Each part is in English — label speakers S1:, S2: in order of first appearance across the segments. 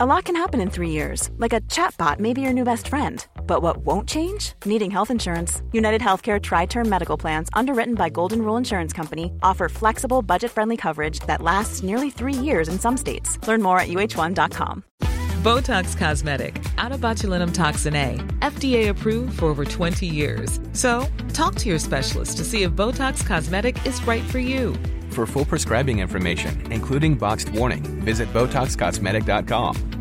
S1: A lot can happen in three years, like a chatbot may be your new best friend. But what won't change? Needing health insurance. United Healthcare Tri Term Medical Plans, underwritten by Golden Rule Insurance Company, offer flexible, budget friendly coverage that lasts nearly three years in some states. Learn more at uh1.com.
S2: Botox Cosmetic, out of botulinum toxin A, FDA approved for over 20 years. So, talk to your specialist to see if Botox Cosmetic is right for you.
S3: For full prescribing information, including boxed warning, visit BotoxCosmetic.com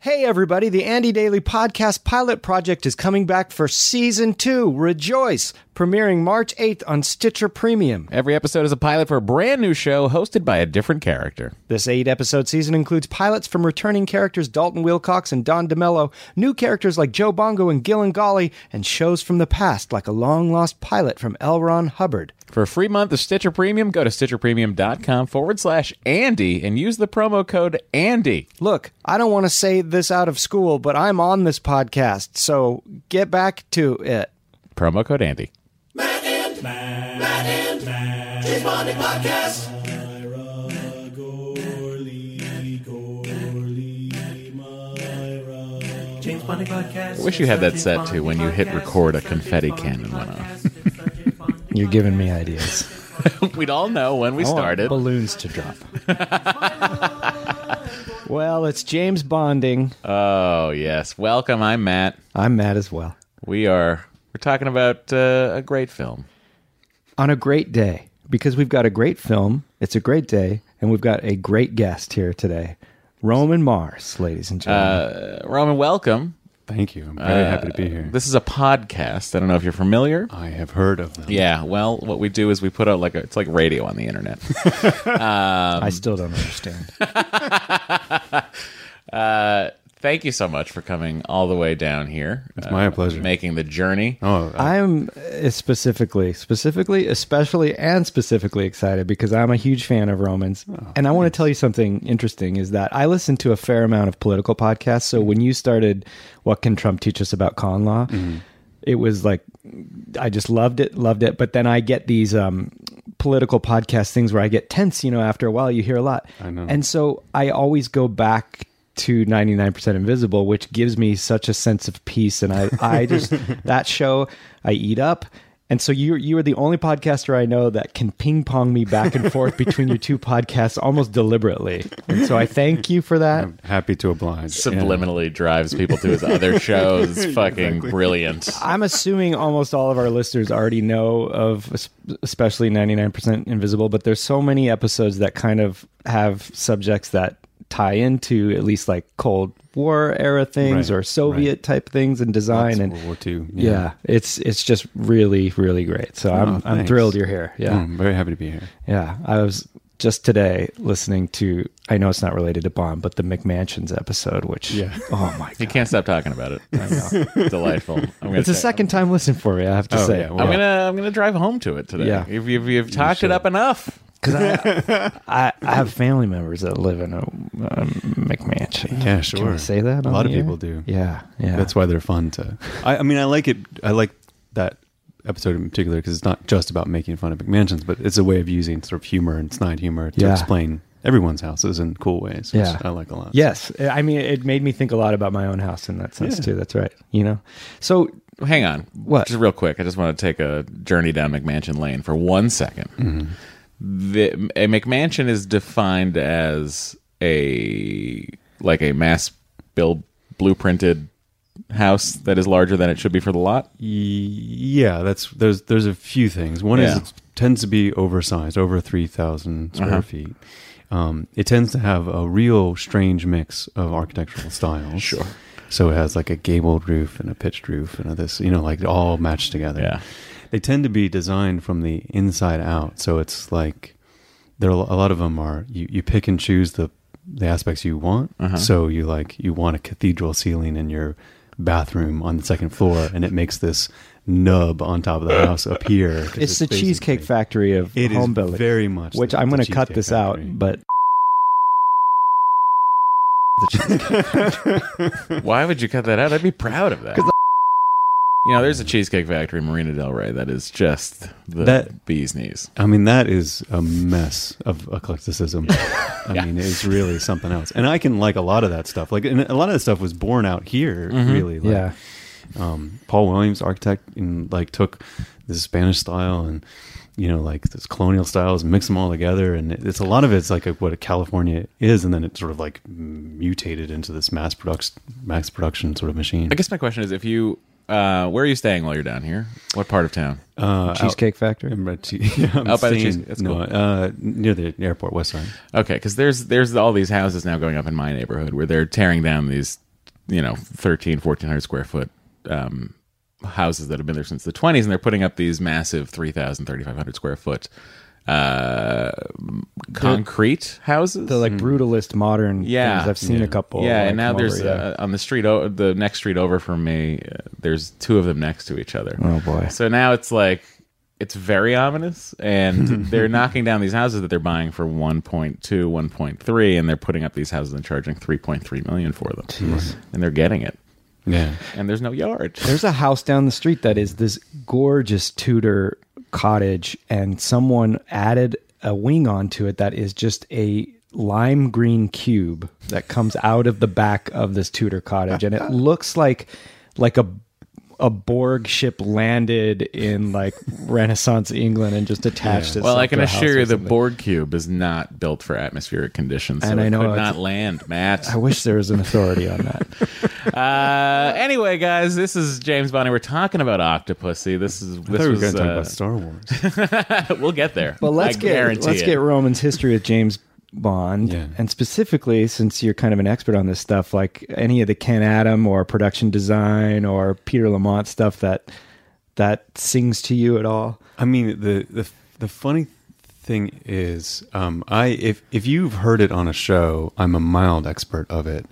S4: Hey, everybody, the Andy Daly Podcast Pilot Project is coming back for season two. Rejoice! Premiering March 8th on Stitcher Premium.
S5: Every episode is a pilot for a brand new show hosted by a different character.
S4: This eight episode season includes pilots from returning characters Dalton Wilcox and Don DeMello, new characters like Joe Bongo and Gillen Golly, and shows from the past like a long lost pilot from L. Ron Hubbard.
S5: For a free month of Stitcher Premium, go to stitcherpremium.com forward slash Andy and use the promo code Andy.
S4: Look, I don't want to say this out of school, but I'm on this podcast, so get back to it.
S5: Promo code Andy.
S6: James Bonding podcast.
S5: I wish you had that set too when you hit record, a confetti cannon went off.
S4: You're giving me ideas.
S5: We'd all know when we
S7: Oh,
S4: Oh, I want
S5: started.
S4: balloons to drop. well, it's James Bonding.
S5: Oh, yes. Welcome. I'm Matt.
S4: I'm Matt as well.
S5: We are we're talking about uh, a great film.
S4: On a great day, because we've got a great film, it's a great day, and we've got a great guest here today. Roman Mars, ladies and gentlemen.
S5: Uh, Roman, welcome.
S8: Thank you. I'm very happy to be here.
S5: This is a podcast. I don't know if you're familiar.
S8: I have heard of them.
S5: Yeah, well, what we do is we put out like a, it's like radio on the internet. um,
S4: I still don't understand.
S5: Uh, thank you so much for coming all the way down here. It's
S8: my pleasure.
S5: Making the journey.
S8: Oh, I,
S4: I'm uh, specifically, specifically, especially, and specifically excited because I'm a huge fan of Romans. and I want to tell you something interesting is that I listen to a fair amount of political podcasts. So when you started What Can Trump Teach Us About Con Law? It was like, I just loved it, loved it. But then I get these um, political podcast things where I get tense, you know, after a while, you hear a lot. I know. And so I always go back to 99% invisible which gives me such a sense of peace and i i just that show i eat up and so you you are the only podcaster i know that can ping pong me back and forth between your two podcasts almost deliberately and so i thank you for that
S8: am happy to oblige.
S5: Subliminally drives people to his other shows. Fucking brilliant.
S4: I'm assuming almost all of our listeners already know of, es- especially 99% Invisible, but there's so many episodes that kind of have subjects that tie into at least like Cold War era things
S8: Right,
S4: or Soviet type things and design
S8: That's
S4: and
S8: World War Two,
S4: Yeah.
S8: yeah.
S4: it's it's just really really great. So
S8: Oh,
S4: I'm I'm
S8: thanks. Mm.
S4: thrilled you're here.
S8: Yeah.
S4: Yeah,
S8: I'm Hmm, very happy to be here.
S4: yeah. I was just today listening to I know it's not related to Bond, but the McMansions episode, which
S8: Yeah.
S4: oh my
S5: He
S4: god,
S5: can't stop talking about it. Delightful. I'm gonna
S4: it's a
S5: check-
S4: second time listen for me. I have to
S8: Oh,
S4: say,
S8: yeah, well,
S5: I'm gonna I'm gonna drive home to it today.
S4: Yeah.
S5: You've, you've, you've talked it up enough.
S4: I, I have family members that live in a um, McMansion.
S8: Yeah, sure.
S4: Can I say that?
S8: A
S4: on
S8: lot
S4: the
S8: of
S4: air?
S8: people do.
S4: Yeah, yeah.
S8: That's why they're fun to. I, I mean, I like it. I like that episode in particular because it's not just about making fun of McMansions, but it's a way of using sort of humor and snide humor to
S4: Yeah.
S8: explain everyone's houses in cool ways. Which
S4: Yeah.
S8: I like a lot.
S4: Yes, I mean it made me think a lot about my own house in that sense
S8: Yeah.
S4: too. That's right. You know, so
S5: Hang on.
S4: What?
S5: Just real quick. I just want to take a journey down McMansion Lane for one second. The, a McMansion is defined as a like a mass build blueprinted house that is larger than it should be for the lot.
S8: Yeah, that's there's there's a few things. One
S5: Yeah.
S8: is it tends to be oversized, over three thousand
S5: Uh-huh.
S8: square feet. Um, it tends to have a real strange mix of architectural styles. Sure. So it has like a gabled roof and a pitched roof and a this, you know, like all matched together.
S5: Yeah.
S8: They tend to be designed from the inside out, so it's like there are a lot of them are you, you pick and choose the the aspects you want.
S4: Uh-huh.
S8: So you like you want a cathedral ceiling in your bathroom on the second floor, and it makes this nub on top of the house appear. 'cause
S4: it's, the Cheesecake
S8: basically-
S4: Factory of
S8: It is
S4: home building,
S8: very much,
S4: which
S8: the-
S4: I'm
S8: the
S4: going to cut
S8: Cheesecake
S4: this
S8: Factory.
S4: out, but the cheesecake.
S5: Why would you cut that out? I'd be proud of that. You know, there's a cheesecake factory in Marina Del Rey that is just the
S8: That-
S5: bee's knees.
S8: I mean, that is a mess of eclecticism. I mean, it's really something else. And I can like a lot of that stuff. Like, and a lot of that stuff was born out here, really. Like,
S4: Mm-hmm. yeah.
S8: um, Paul Williams, architect, and like took this Spanish style and you know like this colonial styles, and mixed them all together, and it's a lot of it's like a, what a California is, and then it sort of like mutated into this mass production, mass production sort of machine.
S5: I guess my question is if you, uh, where are you staying while you're down here? What part of town?
S4: Cheesecake Factory.
S8: I'm right to, yeah, I'm
S5: Out by the
S8: saying-
S5: cheese- that's
S8: no,
S5: cool.
S8: uh, near the airport, West Side.
S5: Okay, because there's there's all these houses now going up in my neighborhood where they're tearing down these, you know, 13, 1400 square foot um, houses that have been there since the 20s, and they're putting up these massive 3,000, 3,500 square foot uh, concrete houses.
S4: The
S8: Mm.
S4: like brutalist modern
S5: yeah,
S4: things. I've seen
S5: Yeah.
S4: a couple.
S5: Yeah,
S4: like,
S5: and now
S4: come
S5: there's
S4: over, yeah.
S5: uh, on the street, o- the next street over from me, uh, there's two of them next to each other.
S4: Oh, boy.
S5: So now it's like it's very ominous, and they're knocking down these houses that they're buying for 1.2, 1.3, and they're putting up these houses and charging 3.3 million for them, and they're getting it,
S8: Yeah,
S5: and there's no yard.
S4: There's a house down the street that is this gorgeous Tudor cottage, and someone added a wing onto it that is just a lime green cube that comes out of the back of this Tudor cottage, and it looks like like a a Borg ship landed in like Renaissance England and just attached itself.
S5: well, I can
S4: to a house
S5: assure
S4: or
S5: you the
S4: something.
S5: Borg cube is not built for atmospheric conditions, so
S4: And I
S5: it
S4: know
S5: could
S4: it's-
S5: not land, Matt.
S4: I wish there was an authority on that.
S5: Uh, anyway, guys, this is James Bonnie. We're talking about Octopussy. This is
S8: I
S5: this
S8: thought we were
S5: was,
S8: going to talk
S5: uh,
S8: about Star Wars.
S5: we'll get there.
S4: But let's
S5: I
S4: get
S5: guarantee
S4: let's
S5: it.
S4: get Roman's history with James Bond,
S8: Yeah.
S4: and specifically since you're kind of an expert on this stuff, like any of the Ken Adam or production design or Peter Lamont stuff that that sings to you at all.
S8: I mean the the the funny thing is, um, I if if you've heard it on a show, I'm a mild expert of it,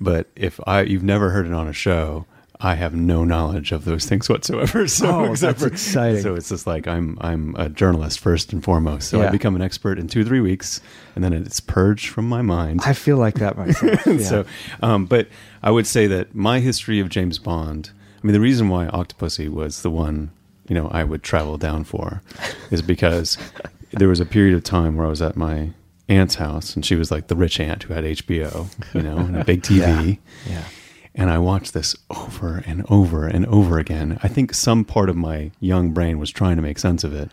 S8: but if I you've never heard it on a show, I have no knowledge of those things whatsoever. So
S4: Oh,
S8: except
S4: that's
S8: for-
S4: exciting.
S8: So it's just like I'm I'm a journalist first and foremost. So I
S4: Yeah.
S8: become an expert in two three weeks, and then it's purged from my mind.
S4: I feel like that myself. Yeah.
S8: So, um, but I would say that my history of James Bond. I mean, the reason why Octopussy was the one you know I would travel down for is because there was a period of time where I was at my aunt's house, and she was like the rich aunt who had HBO, you know, and a big TV.
S4: yeah.
S8: And I watched this over and over and over again. I think some part of my young brain was trying to make sense of it.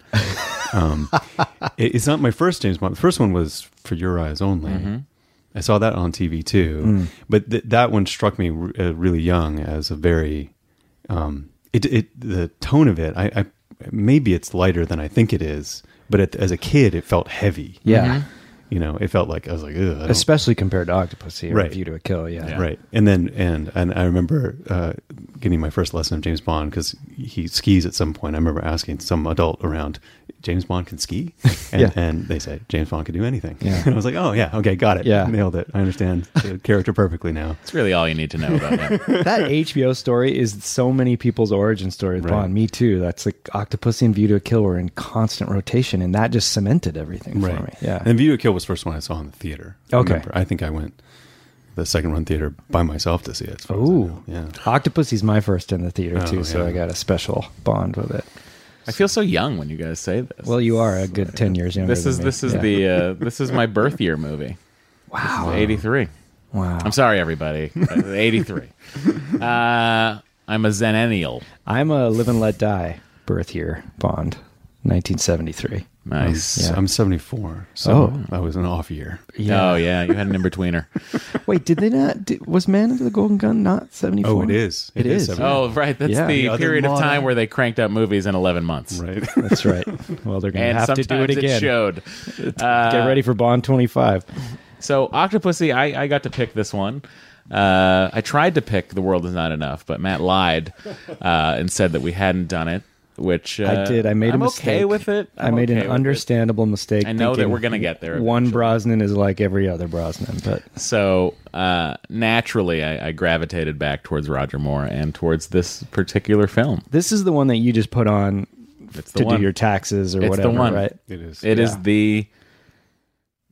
S8: Um, it- it's not my first James Bond. The first one was For Your Eyes Only. I saw that on TV too. But th- that one struck me r- uh, really young as a very. Um, it, it the tone of it. I, I maybe it's lighter than I think it is. But at, as a kid, it felt heavy.
S4: Yeah.
S8: you know, it felt like I was like, Ugh, I don't-
S4: Especially compared to Octopussy or
S8: Right.
S4: View to a Kill, yeah.
S8: Right. And then, and, and I remember uh, getting my first lesson of James Bond because he skis at some point. I remember asking some adult around, James Bond can ski? And,
S4: Yeah.
S8: and they said, James Bond can do anything.
S4: Yeah.
S8: And I was like, oh, yeah, okay, got it.
S4: Yeah.
S8: Nailed it. I understand the character perfectly now.
S5: It's really all you need to know about him.
S4: That HBO story is so many people's origin story with
S8: Right.
S4: Bond. Me too. That's like Octopussy and View to a Kill were in constant rotation, and that just cemented everything for me. Yeah.
S8: And View to Kill was the first one I saw in the theater. I
S4: Okay.
S8: remember. I think I went the second run theater by myself to see it. as far as I
S4: Ooh,
S8: know. Yeah.
S4: Octopussy's my first in the theater
S8: Oh,
S4: too, so
S8: yeah.
S4: I got a special bond with it.
S5: I feel so young when you guys say this.
S4: Well, you are a good ten years younger.
S5: this is
S4: than me.
S5: this is
S4: Yeah.
S5: the uh, this is my birth year movie. Wow, eighty three.
S4: wow.
S5: I'm sorry, everybody. Eighty three. Uh, I'm a zenennial.
S4: I'm a live and let die birth year bond, 1973.
S5: Nice.
S4: Yeah.
S8: I'm 74. So that was an off year.
S5: Oh yeah, you had an in betweener.
S4: Wait, did they not? Did, was Man of the Golden Gun not 74?
S8: Oh, it is.
S4: It
S8: It is
S4: is.
S8: 74.
S5: Oh right, that's
S4: Yeah. The
S5: the
S8: other
S5: period of
S8: model.
S5: time where they cranked out movies in eleven months.
S8: Right.
S4: That's right. Well, they're gonna
S5: Oh. And
S4: have to
S5: sometimes
S4: do it again.
S5: showed.
S4: Get ready for Bond 25.
S5: So Octopussy, I, I got to pick this one. Uh, I tried to pick The World Is Not Enough, but Matt lied uh, and said that we hadn't done it, which uh,
S4: I did. I made
S5: I'm
S4: a mistake.
S5: okay with it.
S4: i
S5: I'm
S4: made
S5: okay
S4: an
S5: with
S4: understandable mistake.
S5: I know that
S4: thinking
S5: we're gonna get there
S4: One
S5: eventually.
S4: Brosnan is like every other Brosnan, but
S5: it. So uh, naturally, I, I gravitated back towards Roger Moore and towards this particular film.
S4: this is the one that you just put on
S5: It's the
S4: to
S5: one.
S4: do your taxes or
S5: It's
S4: whatever,
S5: the one.
S4: right?
S8: It is.
S5: It is
S4: Yeah.
S5: the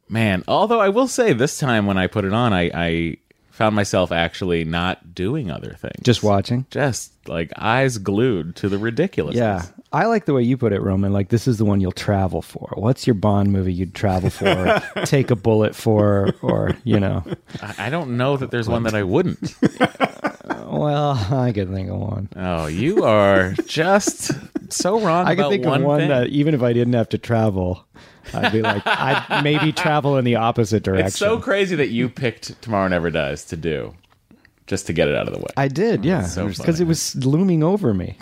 S5: man. Although I will say, this time when I put it on, I, I found myself actually not doing other things.
S4: Just watching.
S5: Just like eyes glued to the ridiculous.
S4: Yeah. I like the way you put it, Roman. Like, this is the one you'll travel for. What's your Bond movie you'd travel for, take a bullet for, or, you know?
S5: I, I don't know that there's one that I wouldn't.
S4: Well, I could think of one.
S5: Oh, you are just so wrong.
S4: I could
S5: about
S4: think
S5: one
S4: of one
S5: thing.
S4: that even if I didn't have to travel, I'd be like, I'd maybe travel in the opposite direction.
S5: It's so crazy that you picked Tomorrow Never Dies to do just to get it out of the way.
S4: I did, yeah,
S5: so
S4: because
S5: funny.
S4: it was looming over me.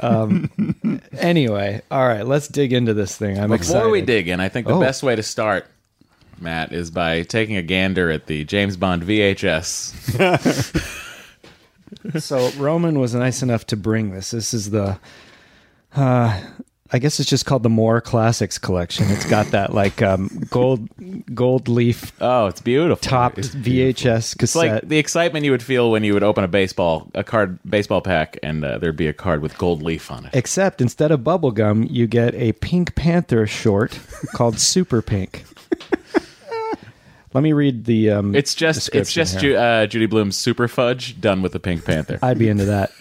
S4: um, anyway, all right, let's dig into this thing. I'm
S5: Before
S4: excited.
S5: we dig in, I think the
S4: Oh.
S5: best way to start, Matt, is by taking a gander at the James Bond VHS.
S4: So Roman was nice enough to bring this. This is the, uh, I guess it's just called the More Classics Collection. It's got that like um, gold gold leaf
S5: Oh, it's beautiful.
S4: topped VHS
S5: It's like
S4: cassette.
S5: the excitement you would feel when you would open a baseball a card baseball pack and uh, there'd be a card with gold leaf on it.
S4: Except instead of bubblegum, you get a Pink Panther short called Super Pink. Let me read the. Um,
S5: It's just it's
S4: description here.
S5: just Ju- uh, Judy Bloom's super fudge done with the Pink Panther.
S4: I'd be into that.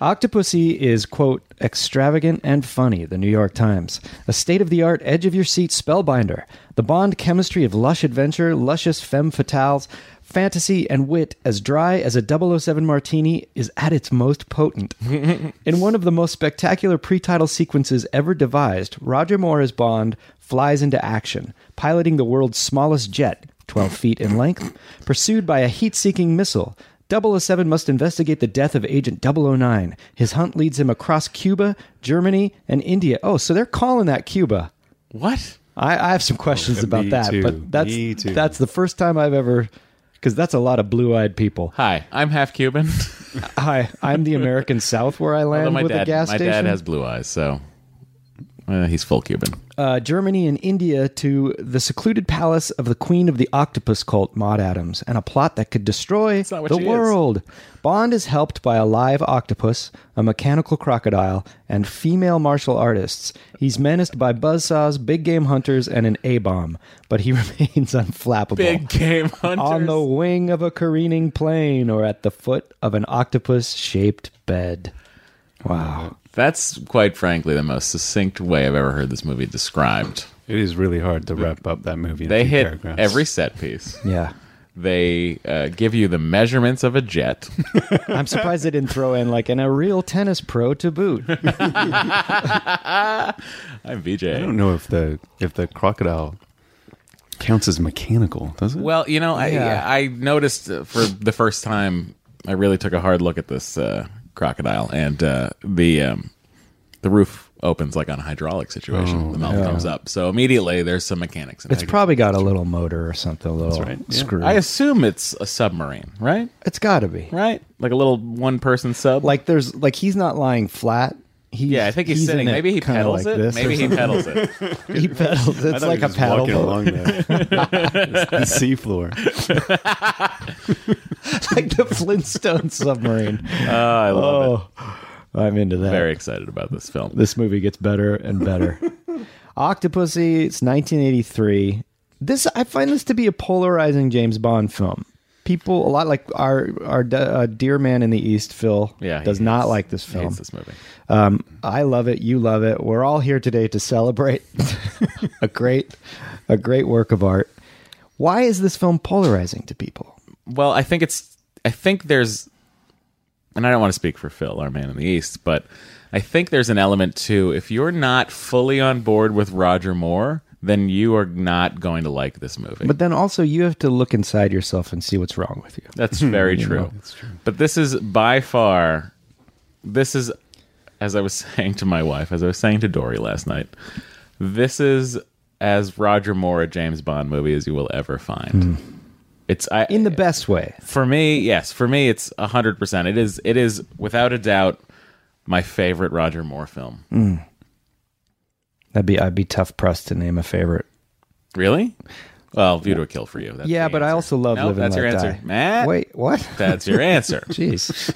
S4: Octopussy is, quote, extravagant and funny, the New York Times. A state of the art, edge of your seat spellbinder. The Bond chemistry of lush adventure, luscious femme fatales, fantasy, and wit as dry as a 007 martini is at its most potent. In one of the most spectacular pre title sequences ever devised, Roger Moore as Bond flies into action, piloting the world's smallest jet, 12 feet in length, pursued by a heat seeking missile. 007 must investigate the death of Agent 009. His hunt leads him across Cuba, Germany, and India. Oh, so they're calling that Cuba.
S5: what?
S4: I, I have some questions about
S8: me
S4: that,
S8: too.
S4: but that's
S8: Me too.
S4: that's the first time I've ever because that's a lot of blue-eyed people.
S5: Hi, I'm half Cuban.
S4: Hi, I'm the American South where I
S5: Although
S4: land
S5: my
S4: with
S5: dad,
S4: a gas
S5: my
S4: station.
S5: dad has blue eyes, so uh, he's full Cuban.
S4: uh, Germany and India to the secluded palace of the queen of the octopus cult, Maud Adams, and a plot that could destroy
S5: not what
S4: the
S5: she is.
S4: world. Bond is helped by a live octopus, a mechanical crocodile, and female martial artists. He's menaced by buzzsaws, big game hunters, and an A bomb, but he remains unflappable.
S5: Big game hunters.
S4: on the wing of a careening plane or at the foot of an octopus shaped bed. Wow.
S5: That's quite frankly the most succinct way I've ever heard this movie described.
S8: It is really hard to wrap up that movie. In a
S5: They
S8: few
S5: hit
S8: paragraphs.
S5: every set piece.
S4: Yeah.
S5: They uh, give you the measurements of a jet.
S4: I'm surprised they didn't throw in like and a real tennis pro to boot.
S5: I'm
S8: I
S5: VJ.
S8: don't know if the if the crocodile counts as mechanical, does it?
S5: Well, you know, I
S4: Yeah.
S5: I noticed uh, for the first time. I really took a hard look at this uh, crocodile, and uh, the um, the roof opens like on a hydraulic situation. the mouth comes up, so immediately there's some mechanics.
S4: Oh,
S5: In
S4: It's
S5: it.
S4: probably got a little motor or something, a little screw.
S5: I assume it's a submarine, right?
S4: it's got to be.
S5: Right, like a little one person sub.
S4: Like there's like he's not lying flat. He's,
S5: yeah, I think he's,
S4: in
S5: sitting.
S4: it
S5: Maybe he
S4: kinda
S5: pedals
S4: like
S5: it.
S4: This or
S5: Maybe he
S4: something.
S5: pedals it.
S4: he pedals. It's like a paddle.
S8: walking
S4: boat.
S8: along the, the seafloor.
S4: like the Flintstone submarine.
S5: Ah, I love it.
S4: Oh, I'm into that.
S5: Very excited about this film.
S4: This movie gets better and better. Octopussy, it's 1983. This I find this to be a polarizing James Bond film. People a lot like our our de- uh, dear man in the East, Phil,
S5: Yeah, he
S4: does not
S5: hates-
S4: like this
S5: Hates
S4: film.
S5: this movie.
S4: Um, I love it. You love it. We're all here today to celebrate a great a great work of art. Why is this film polarizing to people?
S5: Well, I think it's. I think there's, and I don't want to speak for Phil, our man in the East, but I think there's an element to if you're not fully on board with Roger Moore, then you are not going to like this movie.
S4: But then also you have to look inside yourself and see what's wrong with you.
S5: Hmm. That's very true. But this is by far, this is, as I was saying to my wife, as I was saying to Dory last night, this is as Roger Moore a James Bond movie as you will ever find. It's I,
S4: In the best way.
S5: for me, yes, for me, it's hundred percent. It is, it is without a doubt my favorite Roger Moore film.
S4: That'd be I'd be tough pressed to name a favorite.
S5: Really? Well, View to a Kill for you. That's
S4: yeah,
S5: the
S4: but I
S5: answer.
S4: also love
S5: Nope,
S4: living
S5: That's
S4: Let
S5: your answer,
S4: Die.
S5: Matt.
S4: Wait, what?
S5: that's your answer,
S4: Jeez.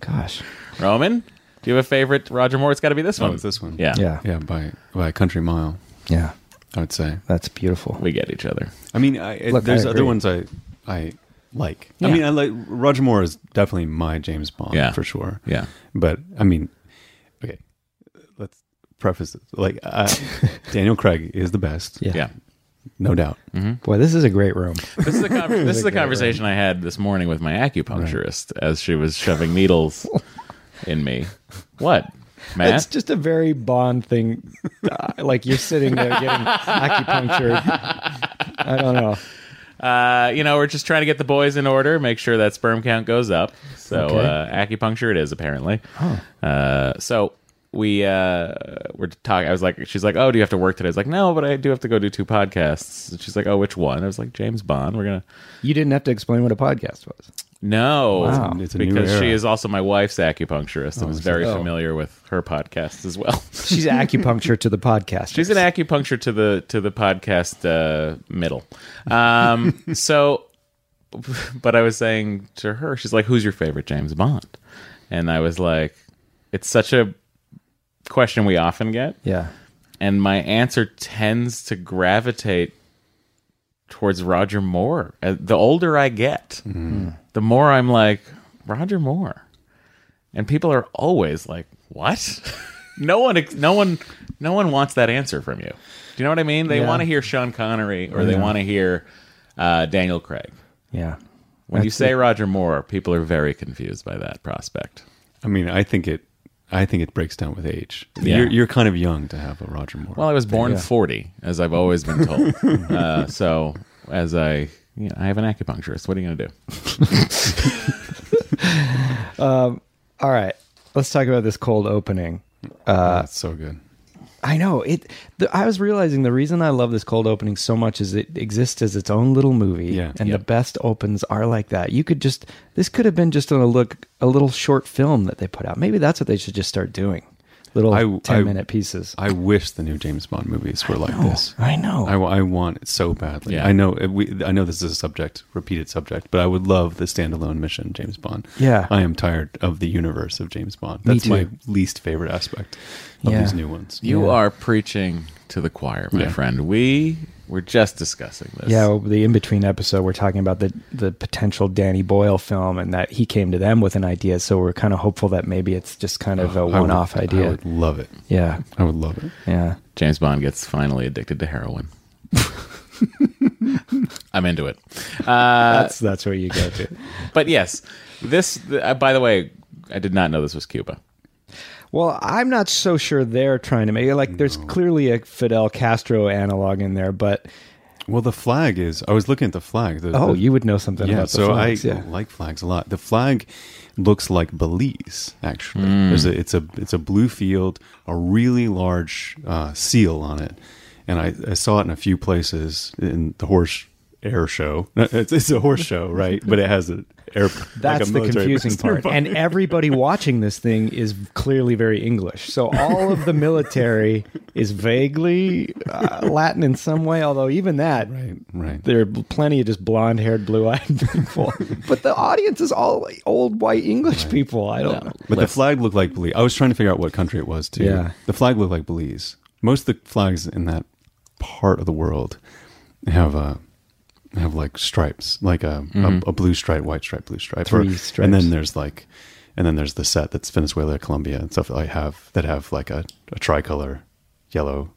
S4: Gosh.
S5: Roman. Do you have a favorite Roger Moore? It's got to be this one.
S8: Oh, it's this one.
S5: Yeah.
S4: Yeah.
S8: Yeah, by by a country mile,
S4: Yeah.
S8: I would say.
S4: That's beautiful.
S5: we get each other.
S8: I mean, I, it-
S4: Look, I
S8: there's other
S4: agree.
S8: ones I I like. I
S4: Yeah.
S8: mean, I like Roger Moore is definitely my James Bond
S5: Yeah.
S8: for sure.
S5: Yeah.
S8: But I mean, okay, let's preface this. Like, uh, Daniel Craig is the best,
S4: Yeah.
S5: Yeah.
S8: no doubt.
S4: Boy, this is a great room.
S5: This is the con- this is the conversation I had this morning with my acupuncturist as she was shoving needles in me. What, Matt?
S4: It's just a very Bond thing. Uh, like you're sitting there getting acupuncture. I don't know.
S5: uh, you know, we're just trying to get the boys in order, make sure that sperm count goes up. So
S4: Okay.
S5: uh, acupuncture it is apparently.
S8: Oh.
S5: Uh, so we uh, were talking. I was like, she's like, oh, do you have to work today? I was like, no, but I do have to go do two podcasts. And she's like, oh, which one? I was like, James Bond. We're gonna
S4: You didn't have to explain what a podcast was.
S5: no,
S4: Wow.
S8: It's a new
S5: because she
S8: era.
S5: is also my wife's acupuncturist and is very
S4: oh.
S5: familiar with her podcasts as well.
S4: She's acupuncture to the podcast.
S5: She's an acupuncture to the to the podcast uh, middle. Um, so, but I was saying to her, she's like, "Who's your favorite James Bond?" And I was like, "It's such a question we often get."
S4: Yeah.
S5: and my answer tends to gravitate towards Roger Moore. Uh, The older I get,
S4: Mm-hmm.
S5: the more I'm like Roger Moore, and people are always like, "What?" no one, ex- no one, no one wants that answer from you. Do you know what I mean? They
S4: Yeah.
S5: want to hear Sean Connery or they want to hear uh, Daniel Craig.
S4: Yeah.
S5: When you
S4: That's
S5: say Roger Moore, people are very confused by that prospect.
S8: I mean, I think it. I think it breaks down with age.
S5: Yeah.
S8: You're, you're kind of young to have a Roger Moore.
S5: Well, I was born
S4: Yeah.
S5: 40, as I've always been told. uh, so, as I, you know, I have an acupuncturist. What are you going to do?
S4: All right. Let's talk about this cold opening.
S8: That's so good.
S4: I know it. The, I was realizing the reason I love this cold opening so much is it exists as its own little movie,
S8: Yeah.
S4: and
S5: Yeah.
S4: the best opens are like that. You could just this could have been just on a look a little short film that they put out. Maybe that's what they should just start doing, little
S8: I-
S4: ten
S8: I-
S4: minute pieces.
S8: I wish the new James Bond movies were like
S4: know,
S8: this.
S4: I know.
S8: I, w- I want it so badly.
S5: Yeah.
S8: I know. it- We, I know this is a subject, repeated subject, but I would love the standalone mission James Bond.
S4: Yeah.
S8: I am tired of the universe of James Bond.
S4: Me
S8: That's my
S4: too.
S8: least favorite aspect of
S4: Yeah.
S8: these new ones.
S5: You
S4: Yeah.
S5: are preaching to the choir, my
S8: Yeah.
S5: friend. We were just discussing this.
S4: yeah, well, the in between episode we're talking about the the potential Danny Boyle film, and that he came to them with an idea. So we're kind of hopeful that maybe it's just kind of a
S8: Oh, I would-
S4: one off idea.
S8: I would love it.
S4: Yeah,
S8: I would love it.
S4: yeah.
S5: James Bond gets finally addicted to heroin. I'm into it. Uh,
S4: That's that's where you go to.
S5: But yes, this, th- uh, by the way, I did not know this was Cuba.
S4: Well, I'm not so sure they're trying to make it. Like, there's clearly a Fidel Castro analog in there, but
S8: Well, the flag is. I was looking at the flag. The-
S4: oh,
S8: the-
S4: you would know something
S8: yeah,
S4: about the
S8: so
S4: flags.
S8: I
S4: yeah.
S8: like flags a lot. The flag looks like Belize, actually. There's a, it's a it's a blue field, a really large uh, seal on it, and I, I saw it in a few places in the horse air show. No, It's, it's a horse show, right? But it has an air. like a
S4: That's the
S8: military
S4: confusing
S8: base
S4: part.
S8: nearby.
S4: And everybody watching this thing is clearly very English. So all of the military is vaguely uh, Latin in some way, although even that.
S8: right, right.
S4: There are plenty of just blonde haired, blue eyed people. but the audience is all old white English people. I don't know.
S8: But the flag looked like Belize. I was trying to figure out what country it was too.
S4: Yeah.
S8: The flag looked like Belize. Most of the flags in that part of the world have uh, have like stripes, like a, a, a blue stripe, white stripe, blue stripe,
S4: Mm-hmm. Three
S8: and
S4: stripes.
S8: then there's like, and then there's the set that's Venezuela, Colombia, and stuff that I have that have like a, a tricolor, yellow,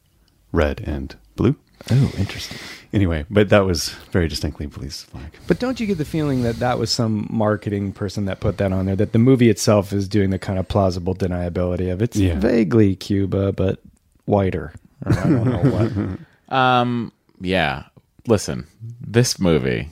S8: red, and blue.
S4: Oh, interesting.
S8: Anyway, but that was very distinctly Belize flag.
S4: But don't you get the feeling that that was some marketing person that put that on there? That the movie itself is doing the kind of plausible deniability of it's
S8: Yeah.
S4: vaguely Cuba, but whiter. Or I don't know what.
S5: Um, yeah. Listen, this movie,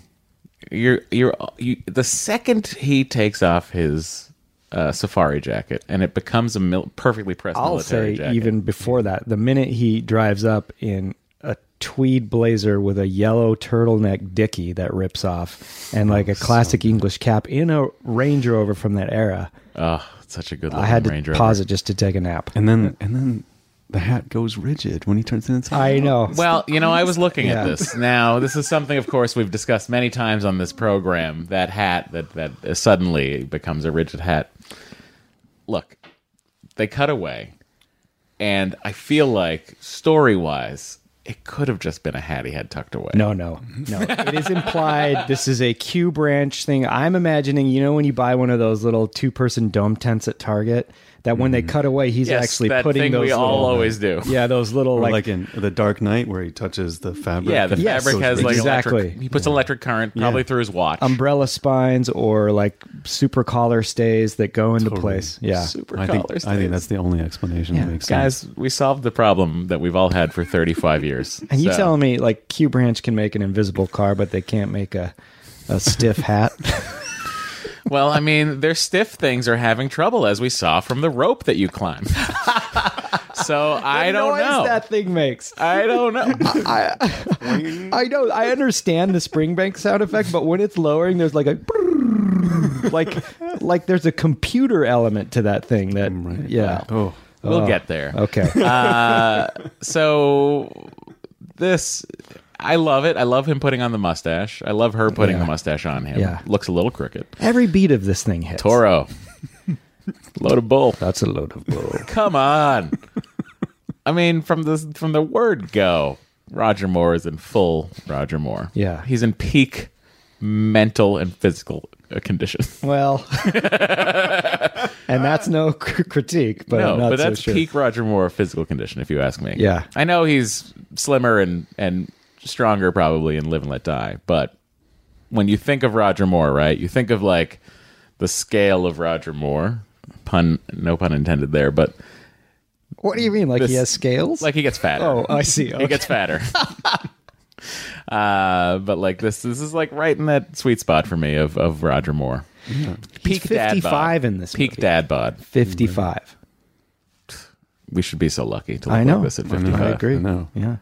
S5: you're you're you, the second he takes off his uh, safari jacket and it becomes a mil- perfectly pressed
S4: I'll
S5: military
S4: say
S5: jacket.
S4: even before that, the minute he drives up in a tweed blazer with a yellow turtleneck dickie that rips off and like a classic English cap in a Range Rover from that era,
S5: oh, it's such a good.
S4: I had to
S5: Range
S4: pause
S5: Rover.
S4: it just to take a nap.
S8: And then and then the hat goes rigid when he turns it inside.
S4: I know.
S5: Well, you know, I was looking at
S4: Yeah.
S5: this. Now, this is something, of course, we've discussed many times on this program. That hat that that suddenly becomes a rigid hat. Look, they cut away, and I feel like story wise, It could have just been a hat he had tucked away.
S4: No, no, no. it is implied this is a Q branch thing. I'm imagining, you know, when you buy one of those little two person dome tents at Target, that when they
S8: Mm-hmm.
S4: cut away, he's
S5: Yes,
S4: actually
S5: that
S4: putting
S5: thing
S4: those.
S5: we all
S4: little-
S5: always do.
S4: Yeah, those little
S8: Or like,
S4: like,
S8: in The Dark Knight where he touches the fabric.
S5: Yeah, the
S8: and
S4: Yes.
S5: fabric has like electric.
S4: Exactly.
S5: He puts electric current probably through his watch.
S4: umbrella spines or like super collar stays that go into place. Yeah.
S5: Super
S8: I think
S5: collar
S8: I think
S5: stays.
S8: that's the only explanation that makes sense.
S5: Guys, we solved the problem that we've all had for 35 years.
S4: And you
S5: So,
S4: telling me like Q branch can make an invisible car, but they can't make a a stiff hat.
S5: Well, I mean, their stiff things are having trouble, as we saw from the rope that you climbed. so I don't
S4: Noise
S5: know.
S4: that thing makes.
S5: I don't know.
S4: I know. I understand the Springbank sound effect, but when it's lowering, there's like a brrrr, like like there's a computer element to that thing that yeah.
S8: Oh,
S5: We'll get there.
S4: Okay.
S5: So this, I love it. I love him putting on the mustache. I love her putting
S4: Yeah.
S5: the mustache on him.
S4: Yeah.
S5: Looks a little crooked.
S4: Every beat of this thing hits.
S5: Toro, load of bull.
S4: That's a load of bull.
S5: Come on. I mean, from the from the word go, Roger Moore is in full Roger Moore.
S4: Yeah.
S5: he's in peak mental and physical uh, condition.
S4: well, and that's no cr- critique, but
S5: no,
S4: I'm not
S5: but
S4: so
S5: that's
S4: sure.
S5: peak Roger Moore physical condition, if you ask me.
S4: Yeah.
S5: I know he's slimmer and and stronger probably in Live and Let Die, but when you think of Roger Moore, right, you think of like the scale of Roger Moore. Pun, no pun intended there, but
S4: What do you mean? Like he
S5: This-
S4: has scales?
S5: like he gets fatter.
S4: oh, I see.
S5: He
S4: Okay.
S5: gets fatter. uh, but like this, this is like right in that sweet spot for me of of Roger Moore.
S4: He's 55
S5: bod.
S4: in this
S5: peak
S4: movie.
S5: dad bod.
S4: Fifty-five.
S5: We should be so lucky to look
S4: I know.
S5: like this at
S4: I
S5: fifty
S4: I
S5: five.
S4: agree.
S8: I know.
S4: Yeah.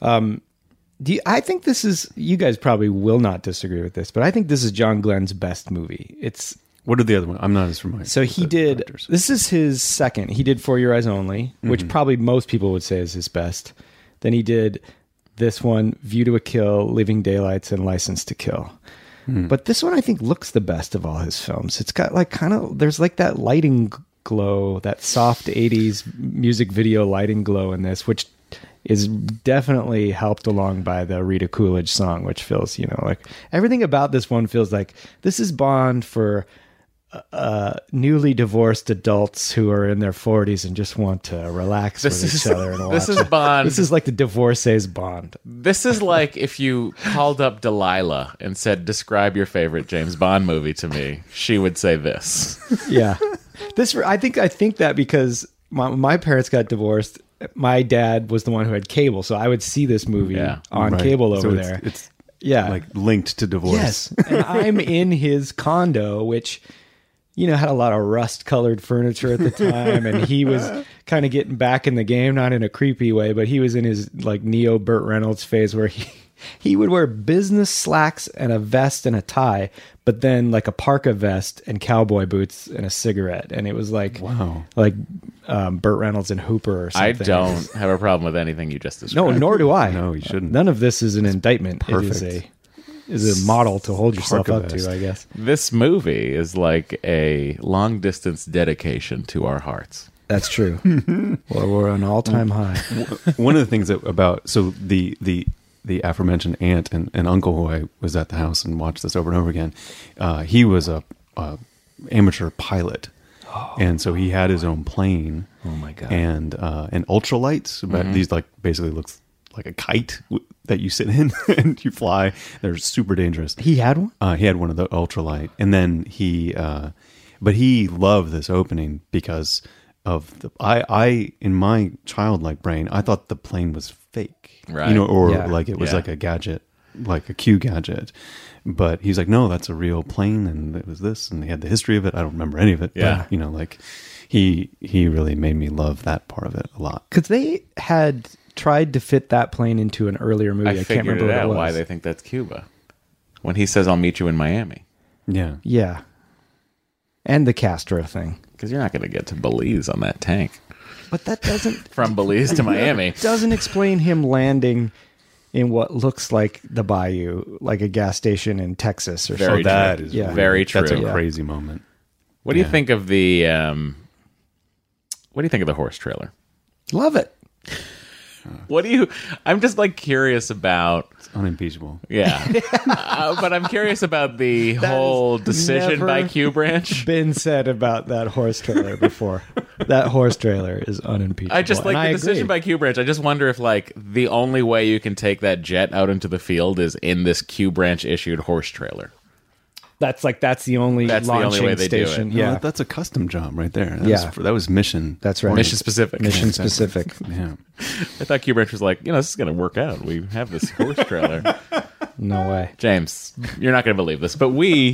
S4: Um, do you, I think this is? You guys probably will not disagree with this, but I think this is John Glenn's best movie. It's
S8: What are the other one? I'm not as familiar.
S4: so
S8: with
S4: he
S8: the
S4: did.
S8: directors. Mm-hmm.
S4: This is his second. He did For Your Eyes Only, which probably most people would say is his best. Then he did this one, View to a Kill, Living Daylights, and License to Kill.
S5: Mm.
S4: But this one I think looks the best of all his films. It's got like kind of there's like that lighting g- glow, that soft 80s music video lighting glow in this, which is definitely helped along by the Rita Coolidge song, which feels, you know, like everything about this one feels like this is Bond for uh, newly divorced adults who are in their 40s and just want to relax
S5: This
S4: with
S5: is-
S4: each other and watch
S5: this is
S4: a-
S5: Bond.
S4: This is like the divorcees Bond.
S5: This is like if you called up Delilah and said, "Describe your favorite James Bond movie to me." She would say this.
S4: yeah this i think i think that because my, my parents got divorced my dad was the one who had cable so i would see this movie
S5: Yeah,
S4: on
S8: Right.
S4: cable over
S8: So it's-
S4: there
S8: It's
S4: yeah
S8: like linked to divorce.
S4: yes and i'm in his condo which you know had a lot of rust colored furniture at the time and he was kind of getting back in the game not in a creepy way but he was in his like neo burt reynolds phase where he he would wear business slacks and a vest and a tie but then like a parka vest and cowboy boots and a cigarette and it was like
S8: Wow.
S4: like um, burt reynolds and hooper or something
S5: I don't have a problem with anything you just described.
S4: no nor do i
S8: No, you shouldn't.
S4: none of this is an indictment it is
S8: perfect.
S4: a is a model to hold yourself
S8: Parka
S4: up
S8: vest.
S4: to i guess
S5: This movie is like a long distance dedication to our hearts.
S4: That's true. well, we're on all
S8: Mm.
S4: time high.
S8: One of the things that about so the the the aforementioned aunt and, and uncle who I was at the house and watched this over and over again, uh, he was a, a amateur pilot, and so he had his own plane. Oh my god! Mm-hmm. And uh, and ultralights, but these like basically looks like a kite w- that you sit in and you fly. They're super dangerous.
S4: He had one?
S8: Uh, he had one of the ultralight, and then he, uh, but he loved this opening because of the. I, I in my childlike brain, I thought the plane was fake,
S5: Right.
S8: You know, or
S4: Yeah.
S8: like it was
S5: Yeah.
S8: like a gadget, like a Q gadget. But he's like, no, that's a real plane, and it was this, and he had the history of it. I don't remember any of it. but,
S5: Yeah.
S8: you know, like he he really made me love that part of it a lot.
S4: Because they had tried to fit that plane into an earlier movie. I,
S5: I
S4: can't
S5: figured
S4: remember
S5: it
S4: what
S5: out
S4: it was.
S5: why they think that's Cuba. When he says, "I'll meet you in Miami,"
S8: Yeah,
S4: yeah. And the Castro thing.
S5: because you're not going to get to Belize on that tank
S4: But that doesn't
S5: from Belize to Miami.
S4: doesn't explain him landing in what looks like the bayou, like a gas station in Texas or something.
S5: Very true.
S8: that is
S4: Yeah.
S5: Very
S8: That's a
S5: true.
S8: crazy moment.
S5: What do you
S8: Yeah.
S5: think of the? Um, what do you think of the horse trailer?
S4: Love it.
S5: What do you? I'm just like curious about.
S8: It's unimpeachable.
S5: Yeah, Uh, but I'm curious about the whole decision
S4: never-
S5: by Q Branch.
S4: been said about that horse trailer before. that horse trailer is unimpeachable.
S5: I just like
S4: and
S5: the
S4: I
S5: decision
S4: agree.
S5: by Q Branch. I just wonder if like the only way you can take that jet out into the field is in this Q Branch issued horse trailer.
S4: That's like that's the only
S5: That's the only
S4: launching
S5: way they do it.
S4: station. Yeah,
S8: Yeah, Oh, that's a custom job right there. That
S4: Yeah.
S8: was, that was mission.
S4: That's right.
S5: Mission specific.
S4: mission
S8: Exactly.
S4: specific.
S8: Yeah,
S5: I thought Q Branch was like, you know, this is gonna work out. We have this horse trailer.
S4: No way.
S5: James, you're not gonna believe this, but we,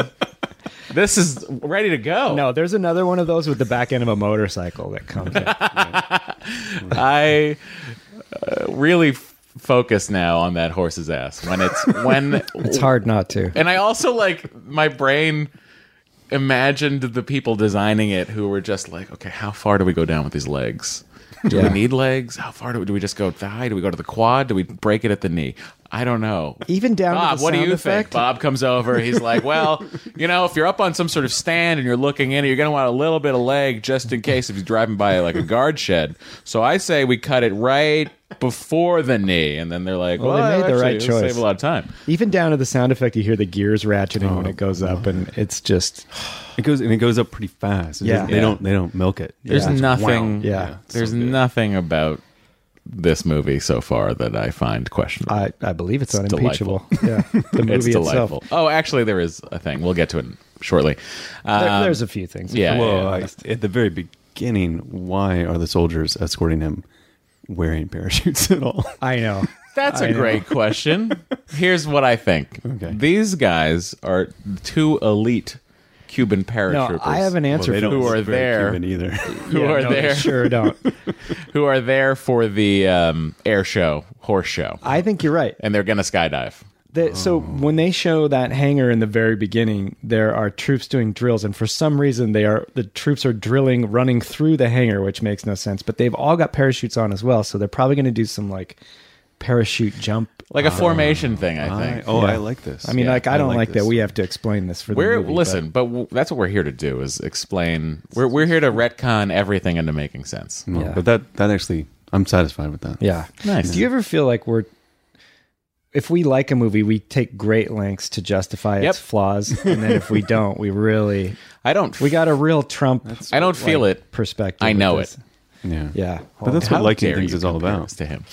S5: this is ready to go.
S4: No, there's another one of those with the back end of a motorcycle that comes. in.
S5: I uh, really f- focus now on that horse's ass when it's when
S4: It's hard not to.
S5: And I also like my brain imagined the people designing it who were just like, okay, how far do we go down with these legs? Do
S4: Yeah.
S5: we need legs? How far do we, do we just go thigh? Do we go to the quad? Do we break it at the knee? I don't know.
S4: Even down to
S5: Bob,
S4: the
S5: what do
S4: sound
S5: you
S4: effect?
S5: think? Bob comes over. He's like, "Well, you know, if you're up on some sort of stand and you're looking in, you're going to want a little bit of leg just in case if you're driving by like a guard shed." So I say we cut it right before the knee, and then they're like, "Well,
S4: Well, they made the
S5: actually,
S4: right
S5: it'll
S4: choice.
S5: Save a lot of time."
S4: Even down to the sound effect, you hear the gears ratcheting when it goes up, and it's just
S8: it goes and it goes up pretty fast. It
S4: Yeah.
S8: doesn't- they
S4: Yeah.
S8: don't they don't milk it.
S5: There's
S8: Yeah. It's
S5: nothing.
S8: wow.
S4: yeah.
S8: it's
S5: There's
S8: so good.
S5: nothing about this movie so far that I find questionable.
S4: I, I believe it's,
S5: It's
S4: unimpeachable. Yeah, the movie
S5: it's delightful.
S4: itself.
S5: Oh, actually, there is a thing. We'll get to it shortly.
S4: There-
S5: Um,
S4: there's a few things.
S5: yeah.
S8: Well, I, at the very beginning, why are the soldiers escorting him wearing parachutes at all?
S4: I know.
S5: That's a
S4: I know.
S5: great question. Here's what I think.
S8: Okay.
S5: These guys are two elite Cuban paratroopers.
S4: No, I have an answer
S8: They
S4: for
S8: don't
S5: Who are
S8: look very
S5: there.
S8: Cuban either.
S5: Who
S4: Yeah,
S5: are
S4: no, they
S5: there?
S4: Sure don't.
S5: Who are there for the um, air show, horse show,
S4: I think you're right.
S5: and they're gonna skydive.
S4: The, So when they show that hangar in the very beginning, there are troops doing drills, and for some reason, they are the troops are drilling, running through the hangar, which makes no sense. But they've all got parachutes on as well, so they're probably going to do some like parachute jump.
S5: Like a formation thing, I
S8: I,
S5: think.
S8: oh, I like this.
S4: I mean,
S5: Yeah,
S4: like I
S8: I
S4: don't
S8: like
S4: like, that
S8: this.
S4: we have to explain this for the
S5: We're
S4: movie, but-
S5: listen, but w- that's what we're here to do is explain. We're we're here to retcon everything into making sense.
S8: Well,
S4: yeah.
S8: But that that actually, I'm satisfied with that.
S4: Yeah.
S5: Nice.
S4: Do you ever feel like we're if we like a movie, we take great lengths to justify
S5: Yep.
S4: its flaws, and then if we don't, we really
S5: I don't.
S4: we got a real Trump.
S5: I don't feel
S4: like,
S5: it.
S4: Perspective.
S5: I know
S4: with
S5: it.
S4: this.
S8: yeah,
S4: Yeah.
S8: But that's
S5: How
S8: what liking
S5: dare
S8: things
S5: you
S8: is all
S5: compare
S8: about.
S5: us To him.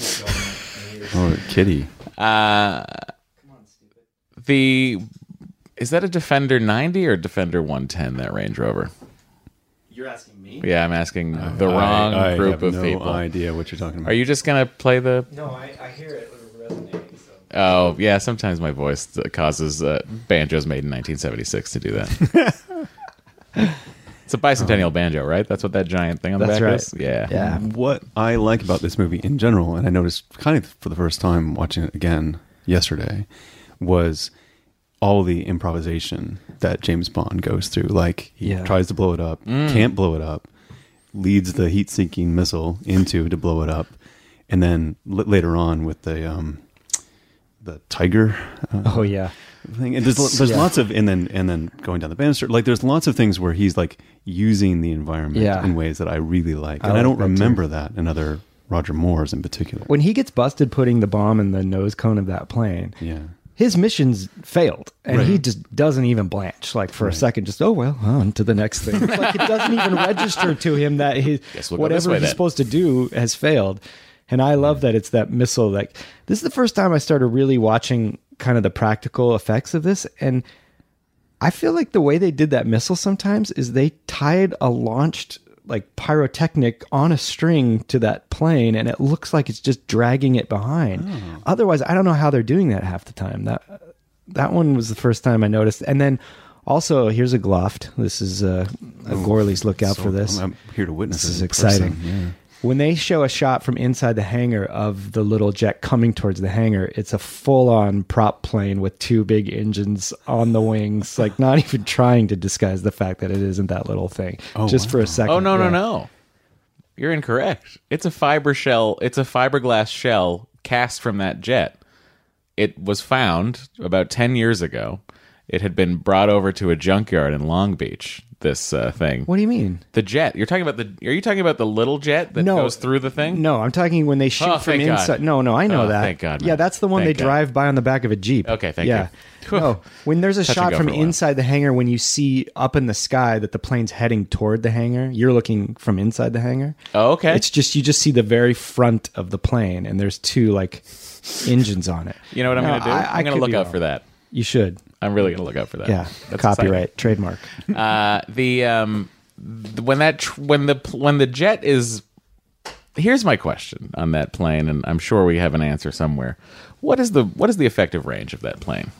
S8: Oh, kitty.
S5: Uh, the is that a defender 90 or defender 110 that range rover
S4: You're asking me.
S5: yeah i'm asking the wrong
S8: I, I
S5: group
S8: have
S5: of
S8: no
S5: people
S8: idea what you're talking about.
S5: are you just gonna play the
S4: No, I, I hear it resonating. So.
S5: oh yeah sometimes my voice uh, causes uh, banjos made in 1976 to do that it's a bicentennial banjo right that's what that giant thing on the
S4: That's
S5: back
S4: right.
S5: is yeah
S4: Yeah.
S8: what I like about this movie in general, and I noticed kind of for the first time watching it again yesterday, was all the improvisation that James Bond goes through. Like he
S4: Yeah.
S8: tries to blow it up, can't blow it up, leads the heat-seeking missile into to blow it up, and then l- later on with the um, the tiger. uh,
S4: Oh yeah.
S8: thing. And there's there's
S4: Yeah.
S8: lots of and then and then going down the banister. Like there's lots of things where he's like using the environment
S4: Yeah.
S8: in ways that I really like,
S4: I
S8: and I
S4: like
S8: don't
S4: that, too.
S8: remember that in other Roger Moore's in particular.
S4: When he gets busted putting the bomb in the nose cone of that plane,
S8: Yeah.
S4: his missions failed, and he just doesn't even blanch. Like for a second, just oh well, on to the next thing. It's like it doesn't even register to him that he,
S5: Guess we'll go this
S4: whatever
S5: way
S4: he's
S5: then.
S4: supposed to do has failed. And I love that it's that missile. Like this is the first time I started really watching kind of the practical effects of this, and I feel like the way they did that missile sometimes is they tied a launched like pyrotechnic on a string to that plane and it looks like it's just dragging it behind.
S8: Oh.
S4: Otherwise, I don't know how they're doing that half the time. That that one was the first time I noticed. And then also here's a gloft. This is uh, a Gorley's look out
S8: So
S4: for this.
S8: I'm here to witness.
S4: This is
S8: in person.
S4: exciting. When they show a shot from inside the hangar of the little jet coming towards the hangar, it's a full on prop plane with two big engines on the wings, like not even trying to disguise the fact that it isn't that little thing. just for a second.
S5: oh no no
S4: yeah.
S5: no you're incorrect it's a fiber shell it's a fiberglass shell cast from that jet it was found about 10 years ago It had been brought over to a junkyard in Long Beach. This uh, thing.
S4: What do you mean?
S5: The jet. You're talking about the. Are you talking about the little jet that
S4: No.
S5: goes through the thing?
S4: No, I'm talking when they shoot
S5: Oh,
S4: from
S5: thank God.
S4: inside. No, no, I know
S5: Oh,
S4: that.
S5: thank God, man.
S4: Yeah, that's the one
S5: Thank
S4: they
S5: God.
S4: drive by on the back of a jeep.
S5: Okay, thank
S4: yeah.
S5: you.
S4: no, when there's a
S5: Touch and
S4: shot
S5: go
S4: from
S5: for a while.
S4: inside the hangar, when you see up in the sky that the plane's heading toward the hangar, you're looking from inside the hangar.
S5: Oh, okay.
S4: It's just you just see the very front of the plane, and there's two like engines on it.
S5: You know what I'm
S4: No,
S5: going to do?
S4: I- I
S5: am going
S4: could
S5: to look
S4: be
S5: out
S4: wrong.
S5: for that.
S4: You should.
S5: I'm really going to look out for that.
S4: Yeah,
S5: That's
S4: copyright, trademark.
S5: exciting. Uh, the um, th- when that tr- when the pl- when the jet is. Here's my question on that plane, and I'm sure we have an answer somewhere. What is the what is the effective range of that plane?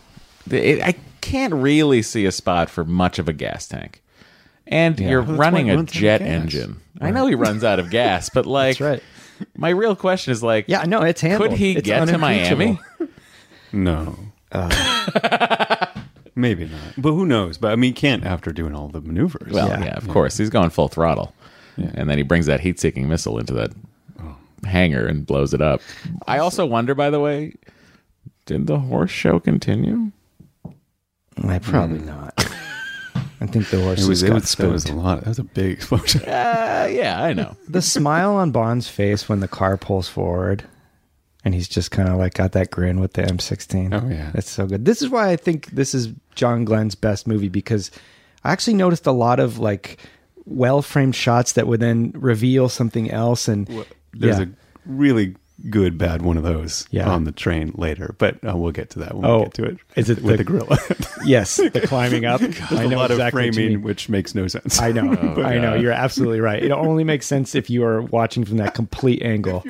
S5: The- It, I can't really see a spot for much of a gas tank, and you're
S8: Well, that's why
S5: running
S8: it
S5: a
S8: runs out of
S5: jet
S8: gas.
S5: engine. I know he runs out of gas, but like,
S4: right.
S5: my real question is like,
S4: Yeah, no, it's handled.
S5: could he
S4: It's
S5: get to
S4: unimpeachable.
S5: Miami?
S8: No. Uh, Maybe not. But who knows? But I mean, he can't after doing all the maneuvers.
S5: Well, yeah,
S4: Yeah.
S5: of course. He's going full throttle. And then he brings that heat seeking missile into that hangar and blows it up. I also wonder, by the way, did the horse show continue?
S4: I probably not. I think the
S8: It
S4: horses
S8: was, it
S4: got
S8: was, that was
S4: spooked.
S8: a lot. That was a big explosion.
S5: Uh, yeah, I know.
S4: the smile on Bond's face when the car pulls forward and he's just kind of like got that grin with the M16.
S8: Oh, yeah.
S4: That's so good. This is why I think this is John Glenn's best movie because I actually noticed a lot of like well framed shots that would then reveal something else. And
S8: There's
S4: yeah.
S8: a really good bad one of those
S4: Yeah.
S8: on the train later, but uh, we'll get to that when
S4: Oh,
S8: we get to it.
S4: is it
S8: with
S4: the-
S8: the, gorilla?
S4: yes, the climbing up. I
S8: I
S4: know
S8: a lot
S4: exactly what
S8: of
S4: you
S8: framing,
S4: mean.
S8: which makes no sense.
S4: I know.
S5: Oh,
S4: I know.
S5: God.
S4: You're absolutely right. It only makes sense if you are watching from that complete angle.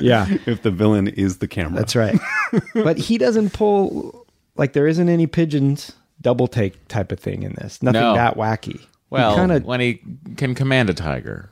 S4: Yeah.
S8: uh, if the villain is the camera,
S4: That's right. but he doesn't pull like there isn't any pigeons double take type of thing in this. Nothing
S5: No.
S4: that wacky.
S5: Well,
S4: kind of.
S5: when he can command a tiger.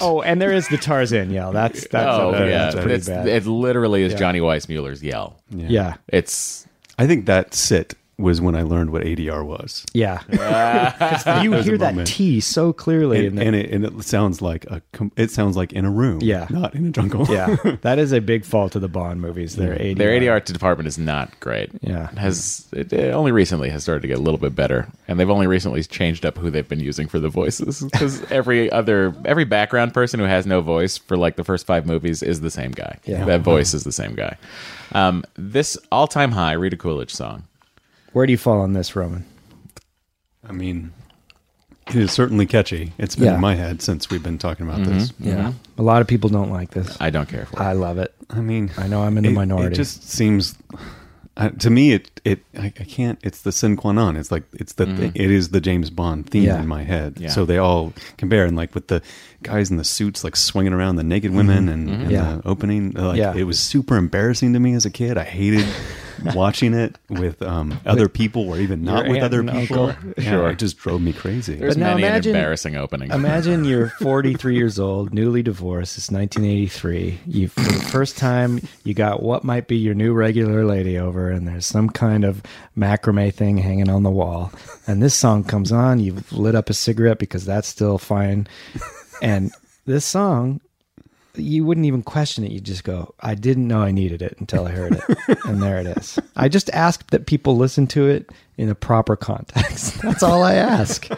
S4: Oh, and there is the Tarzan yell. That's that's,
S5: oh,
S4: up there.
S5: yeah.
S4: that's pretty
S5: It's-
S4: bad.
S5: It literally is
S4: Yeah.
S5: Johnny Weissmuller's yell.
S4: yeah.
S5: It's.
S8: I think that sit was when I learned what ADR was.
S4: yeah, 'Cause you hear that
S8: moment.
S4: T so clearly in
S8: And,
S4: there.
S8: and, it, and it sounds like a com- it sounds like in a room,
S4: Yeah.
S8: not in a jungle.
S4: yeah, that is a big fault of the Bond movies. Their ADR.
S5: Their ADR department is not great.
S4: Yeah.
S5: It has it, it only recently has started to get a little bit better, and they've only recently changed up who they've been using for the voices because every other every background person who has no voice for like the first five movies is the same guy.
S4: Yeah.
S5: that voice is the same guy. Um, this all time high Rita Coolidge song.
S4: Where do you fall on this, Roman?
S8: I mean, it is certainly catchy. It's been
S4: Yeah.
S8: in my head since we've been talking about this.
S4: Yeah, a lot of people don't like this.
S5: I don't care for.
S4: I love it.
S8: I mean,
S4: I know I'm in the
S8: it-
S4: minority.
S8: It just seems I to me it it I, I can't. It's the sin qua non. It's like it's the thi- it is the James Bond theme
S4: Mm-hmm. Yeah.
S8: in my head.
S5: Yeah.
S8: So they all compare and like with the guys in the suits like swinging around the naked women and, and
S4: Mm-hmm. Yeah.
S8: the opening. Like
S4: Yeah.
S8: it was super embarrassing to me as a kid. I hated. watching it with um, other people or even not
S4: your
S8: with
S4: aunt
S8: other
S4: and
S8: people
S4: uncle.
S8: Yeah,
S5: Sure.
S8: it just drove me crazy
S5: There's
S4: But now
S5: many
S4: imagine-
S5: an embarrassing opening.
S4: Imagine you're 43 years old, newly divorced. It's 1983. You, for the first time, you got what might be your new regular lady over, and there's some kind of macrame thing hanging on the wall. And this song comes on. You've lit up a cigarette because that's still fine. And this song, you wouldn't even question it. You just go, I didn't know I needed it until I heard it. and there it is. I just ask that people listen to it in a proper context. That's all I ask.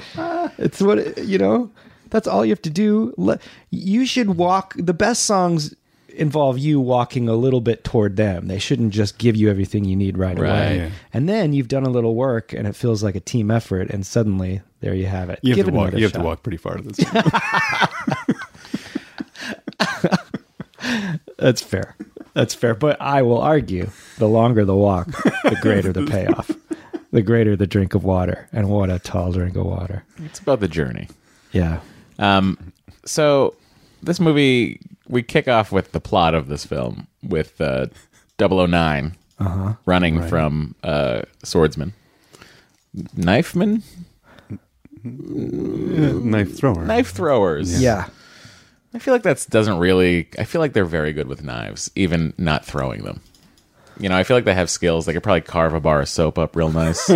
S4: it's what, it- you know, that's all you have to do. Le- You should walk, the best songs involve you walking a little bit toward them. They shouldn't just give you everything you need right, away.
S5: Right.
S4: And then you've done a little work and it feels like a team effort. And suddenly there you have it.
S8: you have,
S4: Give
S8: to
S4: it
S8: walk,
S4: another
S8: you have
S4: shot.
S8: to walk pretty far to this one.
S4: That's fair. That's fair. But I will argue the longer the walk, the greater the payoff, the greater the drink of water. And what a tall drink of water.
S5: it's about the journey.
S4: Yeah.
S5: Um, so this movie, we kick off with the plot of this film with uh, 009
S4: Uh-huh.
S5: running from uh, swordsman, knifeman,
S8: knife thrower
S5: knife throwers.
S4: Yeah.
S5: I feel like that doesn't really. I feel like they're very good with knives, even not throwing them. You know, I feel like they have skills. They could probably carve a bar of soap up real nice.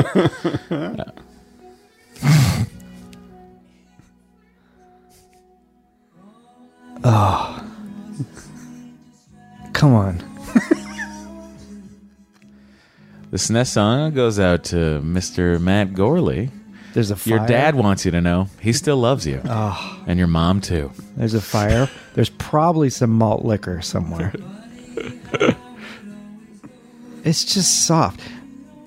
S4: Come on.
S5: This next song goes out to Mr. Matt Gorley.
S4: There's a fire. Ah.
S5: Your dad wants you to know he still loves you, and your mom too.
S4: There's a fire. There's probably some malt liquor somewhere. it's just soft.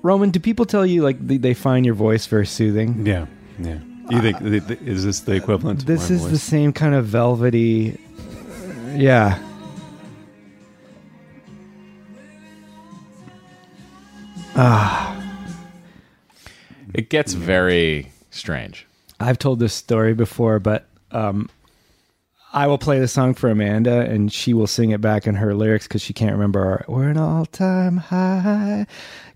S4: Roman, do people tell you like they, they find your voice very soothing?
S8: Yeah, yeah. You think th- th- is this the equivalent? to
S4: Uh, This
S8: my
S4: is the
S8: voice?
S4: same kind of velvety. Yeah.
S5: It gets
S4: Mm.
S5: very strange.
S4: I've told this story before, but um, I will play the song for Amanda, and she will sing it back in her lyrics because she can't remember. Our, We're an all-time high.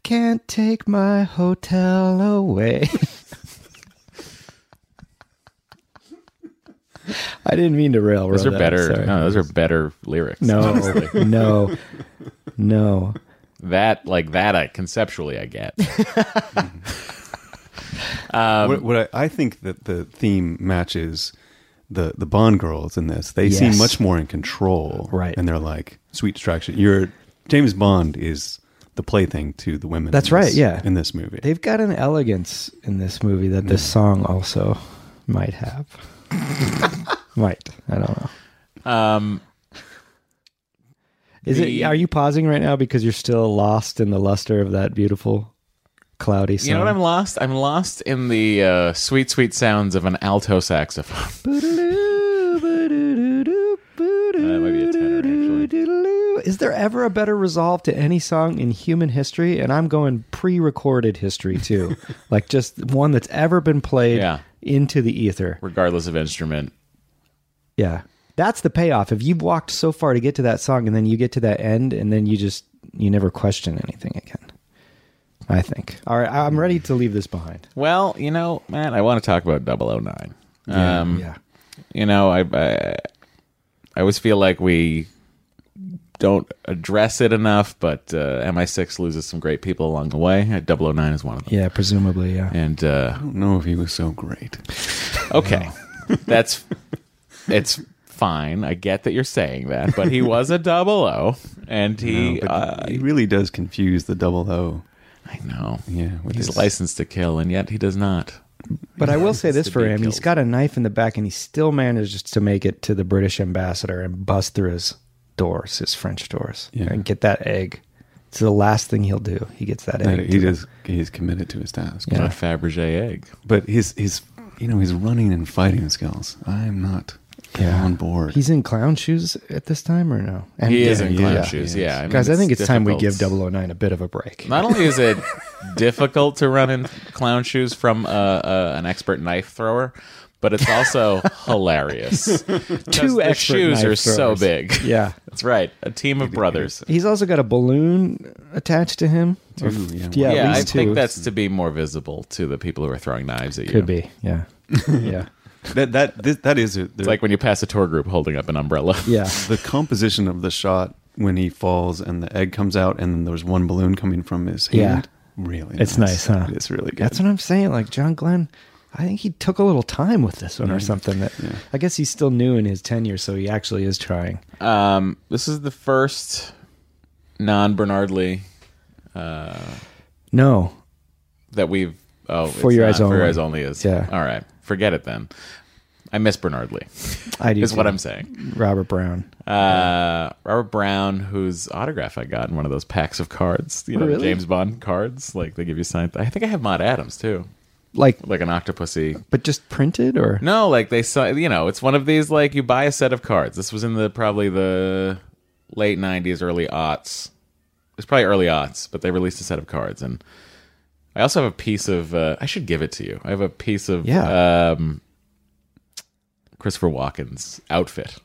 S4: Can't take my hotel away. I didn't mean to railroad.
S5: Those are
S4: that,
S5: better.
S4: sorry.
S5: No, those are better lyrics.
S4: No,
S5: honestly.
S4: no, no.
S5: that like that. I conceptually I get.
S8: what, what I, I think that the theme matches the the Bond girls in this. They
S4: Yes.
S8: seem much more in control,
S4: Right.
S8: And they're like sweet distraction. You're James Bond is the plaything to the women.
S4: That's
S8: in
S4: right,
S8: this-
S4: yeah.
S8: in this movie,
S4: They've got an elegance in this movie that this song also might have. might. I don't know.
S5: Um,
S4: Is
S5: The-
S4: it are you pausing right now because you're still lost in the luster of that beautiful cloudy song?
S5: you know what? I'm lost. I'm lost in the uh, sweet, sweet sounds of an alto saxophone. that might be a tenor, actually.
S4: Is there ever a better resolve to any song in human history? And I'm going pre-recorded history too, like just one that's ever been played
S5: Yeah.
S4: into the ether.
S5: Regardless of instrument,
S4: Yeah, that's the payoff. If you've walked so far to get to that song, and then you get to that end, and then you just you never question anything again. I think. All right, I'm ready to leave this behind.
S5: Well, you know, Matt, I want to talk about 009. um,
S4: yeah.
S5: You know, I, I I always feel like we don't address it enough, but uh, MI6 loses some great people along the way. 009 is one of them.
S4: Yeah, presumably, yeah.
S5: And uh,
S8: I don't know if he was so great.
S5: okay, that's it's fine. I get that you're saying that, but he was a double O, and he
S8: But
S5: uh,
S8: he really does confuse the double O.
S5: I know
S8: Yeah, with
S5: he's
S8: his-
S5: licensed to kill, and yet he does not.
S4: But I will say this
S5: to
S4: for
S5: be
S4: him: he's
S5: killed.
S4: got a knife in the back, and he still manages to make it to the British ambassador and bust through his doors, his French doors,
S8: Yeah.
S4: and get that egg. It's the last thing he'll do. He gets that egg.
S8: He does. He's committed to his task.
S5: A Fabergé egg.
S8: But his his you know his running and fighting skills. I'm not on board.
S4: He's in clown shoes at this time, or no? And
S5: He is in clown
S4: yeah.
S5: shoes. Yeah, I mean,
S4: Guys, I think it's time we give
S5: difficult.
S4: 009 a bit of a break.
S5: Not only is it difficult to run in clown shoes from uh, uh, an expert knife thrower, but it's also hilarious.
S4: Two
S5: the
S4: expert
S5: shoes
S4: knife
S5: are so
S4: throwers.
S5: big.
S4: Yeah.
S5: That's right. A team of brothers.
S4: He's also got a balloon attached to him. Two,
S8: yeah.
S4: yeah, at
S5: yeah, I
S4: least two.
S5: think that's to be more visible to the people who are throwing knives at you.
S4: could be. Yeah, yeah,
S8: that that this, that is it.
S5: It's like when you pass a tour group holding up an umbrella.
S4: yeah.
S8: the composition of the shot when he falls and the egg comes out and then there's one balloon coming from his
S4: Yeah.
S8: hand. Really,
S4: It's nice, huh?
S8: It's really good.
S4: That's what I'm saying. Like John Glenn, I think he took a little time with this one or something. That I guess he's still new in his tenure, so he actually is trying.
S5: Um, this is the first non Bernard Lee
S4: No,
S5: that we've. Oh,
S4: For
S5: it's
S4: Your
S5: not
S4: Eyes
S5: For Your
S4: Only.
S5: Eyes Only is.
S4: Yeah.
S5: All right. Forget it then. I miss Bernard Lee,
S4: I do.
S5: is what
S4: too.
S5: I'm saying.
S4: Robert Brown.
S5: Uh, Robert Brown, whose autograph I got in one of those packs of cards, you know, the
S4: Really?
S5: James Bond cards, like they give you signed. I think I have Maude Adams too,
S4: Like,
S5: like an Octopussy.
S4: but just printed or
S5: No, like they saw, you know, it's one of these like you buy a set of cards. This was in the probably the late '90s, early aughts. It's probably early aughts, but they released a set of cards, and I also have a piece of. Uh, I should give it to you. I have a piece of
S4: Yeah.
S5: um, Christopher Walken's outfit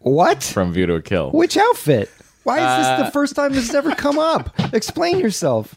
S4: what?
S5: from View to a Kill.
S4: Which outfit? Why is this
S5: Uh,
S4: the first time this has ever come up? Explain yourself.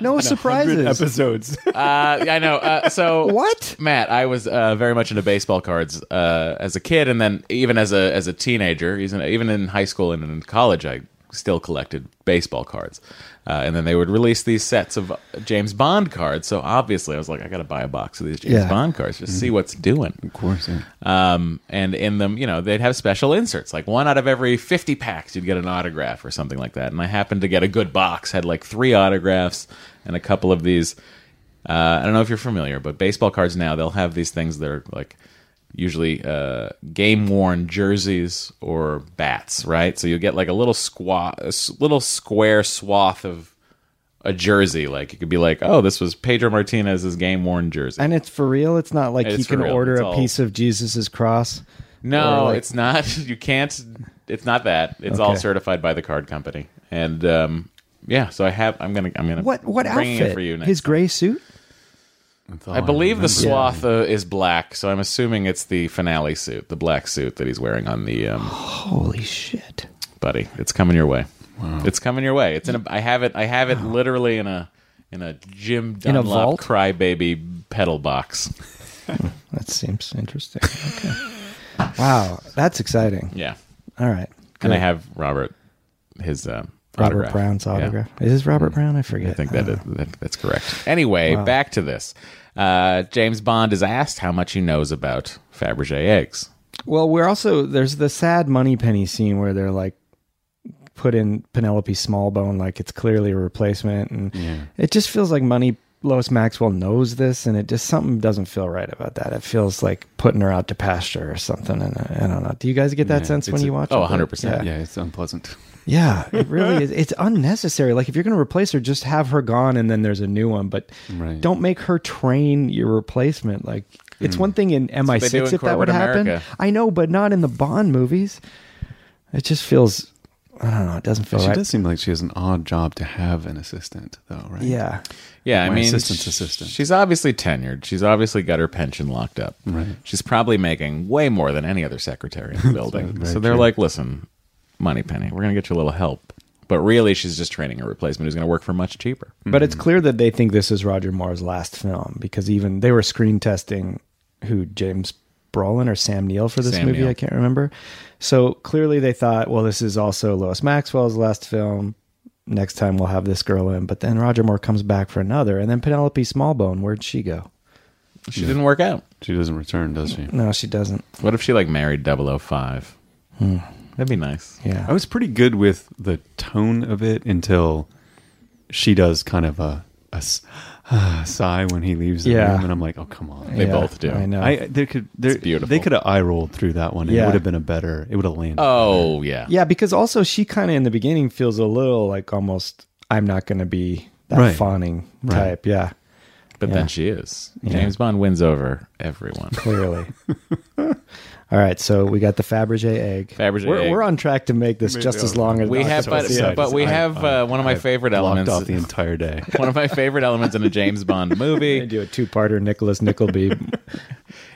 S4: No surprises.
S8: episodes.
S5: uh, I know. Uh, so
S4: What?
S5: Matt? I was uh, very much into baseball cards uh, as a kid, and then even as a as a teenager, even even in high school and in college, I still collected baseball cards, uh, and then they would release these sets of James Bond cards. So obviously, I was like, I got to buy a box of these James
S4: Yeah.
S5: Bond cards just see what's doing.
S8: Of course. Yeah.
S5: Um, and in them, you know, they'd have special inserts. Like one out of every 50 packs, you'd get an autograph or something like that. And I happened to get a good box, had like three autographs and a couple of these. Uh, I don't know if you're familiar, but baseball cards now, they'll have these things that are like usually uh, game worn jerseys or bats, right? So you'll get like a little squa- a s- little square swath of a jersey. Like it could be like, oh, this was Pedro Martinez's game worn jersey.
S4: And it's for real. It's not like
S5: It's
S4: he
S5: for
S4: can
S5: real.
S4: order
S5: It's
S4: a
S5: all-
S4: piece of Jesus's cross.
S5: No,
S4: Or, like-
S5: it's not. You can't. It's not that. It's all
S4: Okay.
S5: certified by the card company. And um, yeah, so I have. I'm gonna. I'm gonna.
S4: What what
S5: I'm bringing
S4: outfit?
S5: It for you next.
S4: His gray suit.
S8: That's all
S5: I believe the
S8: remember.
S5: swath uh, is black, so I'm assuming it's the finale suit, the black suit that he's wearing on the um,
S4: Holy shit!
S5: buddy. It's coming your way. It's coming your way. It's in a. I have it. I have it literally in a in a Jim
S4: In a
S5: Dunlop
S4: vault?
S5: crybaby pedal box.
S4: That seems interesting. Okay. wow, that's exciting.
S5: Yeah,
S4: All right.
S5: and I
S4: Great.
S5: have Robert his uh,
S4: Robert
S5: autograph.
S4: Brown's
S5: Yeah. Mm.
S4: autograph. Is this Robert Brown? I forget. Uh,
S5: I think that,
S8: Uh.
S5: is, that that's correct. Anyway, back to this. Uh, James Bond is asked how much he knows about Fabergé eggs.
S4: Well, we're also there's the sad money penny scene where they're like put in Penelope Smallbone like it's clearly a replacement and it just feels like money Lois Maxwell knows this and it just something doesn't feel right about that. It feels like putting her out to pasture or something and I, I don't know. Do you guys get that sense when
S8: it's
S4: you
S8: a-
S4: watch
S5: oh,
S4: it?
S5: 100%.
S4: Yeah.
S8: Yeah, it's unpleasant.
S4: Yeah, it really is. It's unnecessary. Like if you're going to replace her, just have her gone, and then there's a new one. But
S8: Right.
S4: don't make her train your replacement. Like it's one thing in
S5: Hmm. they do
S4: MI6
S5: in
S4: if that would
S5: corporate
S4: happen.
S5: America.
S4: I know, but not in the Bond movies. It just feels. I don't know. It doesn't feel
S8: She
S4: right.
S8: does seem like she has an odd job to have an assistant, though, right?
S4: Yeah.
S5: Yeah, I
S8: My
S5: mean,
S8: assistant's
S5: sh-
S8: assistant.
S5: She's obviously tenured. She's obviously got her pension locked up.
S8: Right.
S5: She's probably making way more than any other secretary in the building.
S8: very
S5: so they're
S8: true.
S5: like, "Listen, Money Penny, we're gonna get you a little help." But really, she's just training a replacement who's gonna work for much cheaper.
S4: But it's clear that they think this is Roger Moore's last film because even they were screen testing who James Brolin or Sam Neill for this
S5: Sam
S4: movie.
S5: Neill.
S4: I can't remember. So clearly they thought, well, this is also Lois Maxwell's last film. Next time we'll have this girl in. But then Roger Moore comes back for another. And then Penelope Smallbone, where'd she go?
S5: She didn't work out.
S8: She doesn't return, does she?
S4: No, she doesn't.
S5: What if she like married 005?
S8: Hmm.
S5: That'd be nice.
S4: Yeah.
S8: I was pretty good with the tone of it until she does kind of a, a s- sigh when he leaves the
S4: Yeah.
S8: room, and I'm like, oh come on.
S5: They
S4: Yeah,
S5: both do.
S4: I know.
S8: I there could there,
S5: beautiful.
S8: they could have eye rolled through that one. and It
S4: Yeah.
S8: would have been a better. It would have landed.
S5: Oh yeah.
S4: yeah, because also she kind of in the beginning feels a little like almost, I'm not going to be that
S8: Right.
S4: fawning
S8: Right.
S4: type. Yeah,
S5: But
S4: Yeah.
S5: then she is. James Bond wins over everyone.
S4: clearly. All right, so we got the Fabergé egg.
S5: Fabergé
S4: we're,
S5: egg.
S4: we're on track to make this just as long as
S5: We have,
S4: Octopus
S5: but,
S4: Egg.
S8: excited.
S5: but we
S8: I-
S5: have uh, one of my favorite
S8: Blocked
S5: elements.
S8: off the entire day.
S5: one of my favorite elements in a James Bond
S4: They
S5: movie
S4: do a two-parter Nicholas Nickleby.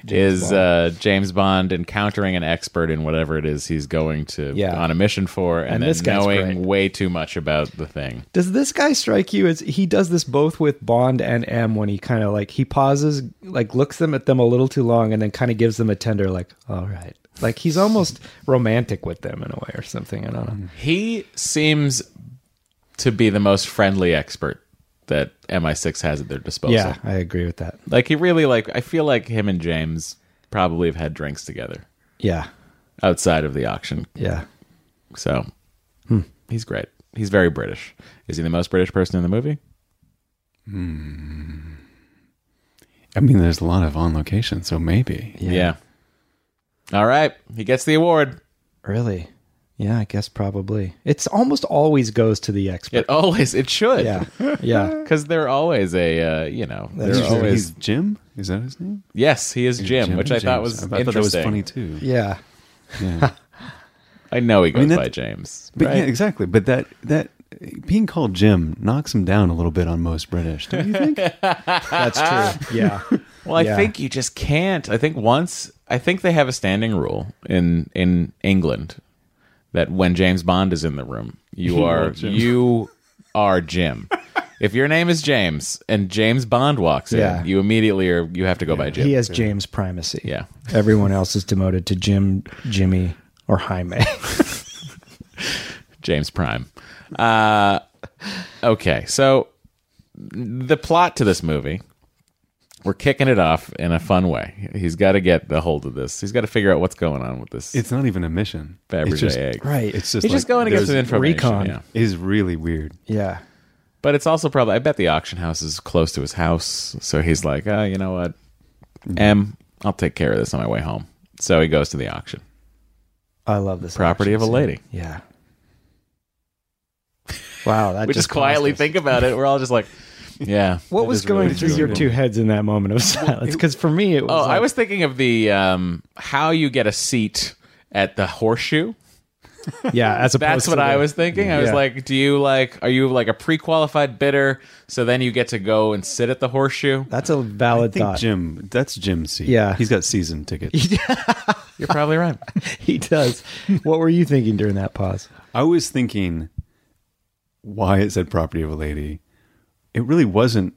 S5: is uh, James Bond encountering an expert in whatever it is he's going to
S4: Yeah.
S5: on a mission for, and,
S4: And
S5: then
S4: this guy's
S5: knowing
S4: great.
S5: way too much about the thing.
S4: Does this guy strike you as he does this both with Bond and M when he kind of like he pauses, like looks them at them a little too long, and then kind of gives them a tender like, "All right." Like he's almost romantic with them in a way or something. I don't
S5: Mm-hmm.
S4: know.
S5: He seems to be the most friendly expert that MI6 has at their disposal.
S4: Yeah, I agree with that.
S5: like he really like. I feel like him and James probably have had drinks together
S4: Yeah,
S5: outside of the auction
S4: yeah.
S5: So he's great. He's very British. Is he the most British person in the movie?
S8: I mean, there's a lot of on location, so maybe.
S5: Yeah. All right. He gets the award.
S4: Really? Yeah, I guess probably. It's almost always goes to the expert.
S5: It always it should.
S4: Yeah, yeah.
S5: Because they're always a uh, you know
S4: That's
S5: they're
S4: true.
S5: always
S8: He's Jim. Is that his name?
S5: yes he is Jim, which I thought
S8: James.
S5: was
S8: I
S5: interesting.
S8: thought that was funny too.
S4: Yeah.
S8: Yeah.
S5: I know he goes
S8: mean,
S5: by
S8: that's-
S5: James.
S8: But yeah,
S5: right?
S8: exactly. But that that being called Jim knocks him down a little bit on most British, don't you think?
S4: That's true. Yeah.
S5: Well, I
S4: Yeah.
S5: think you just can't. I think once I think they have a standing rule in in England that when James Bond is in the room, you are you are Jim. if your name is James and James Bond walks in,
S4: Yeah.
S5: you immediately are you have to go by Jim.
S4: He has James primacy.
S5: Yeah.
S4: Everyone else is demoted to Jim, Jimmy, or Jaime.
S5: James Prime. Uh, okay, so the plot to this movie, we're kicking it off in a fun way. He's got to get the hold of this. He's got to figure out what's going on with this
S8: It's not even a mission.
S5: Fabergé
S8: it's just,
S5: egg.
S4: Right.
S8: It's just
S5: He's just
S8: like
S5: going to get
S8: there's-
S5: some information.
S4: recon.
S5: Yeah.
S8: Is really weird.
S4: Yeah.
S5: But it's also probably, I bet the auction house is close to his house. So he's like, oh, you know what? M, I'll take care of this on my way home. So he goes to the auction.
S4: I love this.
S5: Property
S4: action
S5: of a
S4: scene.
S5: lady.
S4: Yeah. Wow. That
S5: we just quietly
S4: caused us-
S5: think about it. We're all just like, yeah.
S4: What
S5: It
S4: was
S5: is
S4: going
S5: really
S4: through your
S5: true.
S4: two heads in that moment of silence? Because for me, it was.
S5: Oh, I
S4: like-
S5: was thinking of the um, how you get a seat at the horseshoe.
S4: Yeah, as opposed.
S5: That's what
S4: to
S5: I
S4: the-
S5: was thinking. I was
S4: Yeah.
S5: like, do you like, are you like a pre qualified bidder? So then you get to go and sit at the horseshoe?
S4: That's a valid
S8: I think
S4: thought.
S8: Jim. That's Jim's seat.
S4: Yeah.
S8: he's got season tickets.
S5: You're probably right.
S4: he does. what were you thinking during that pause?
S8: I was thinking why it said property of a lady. It really wasn't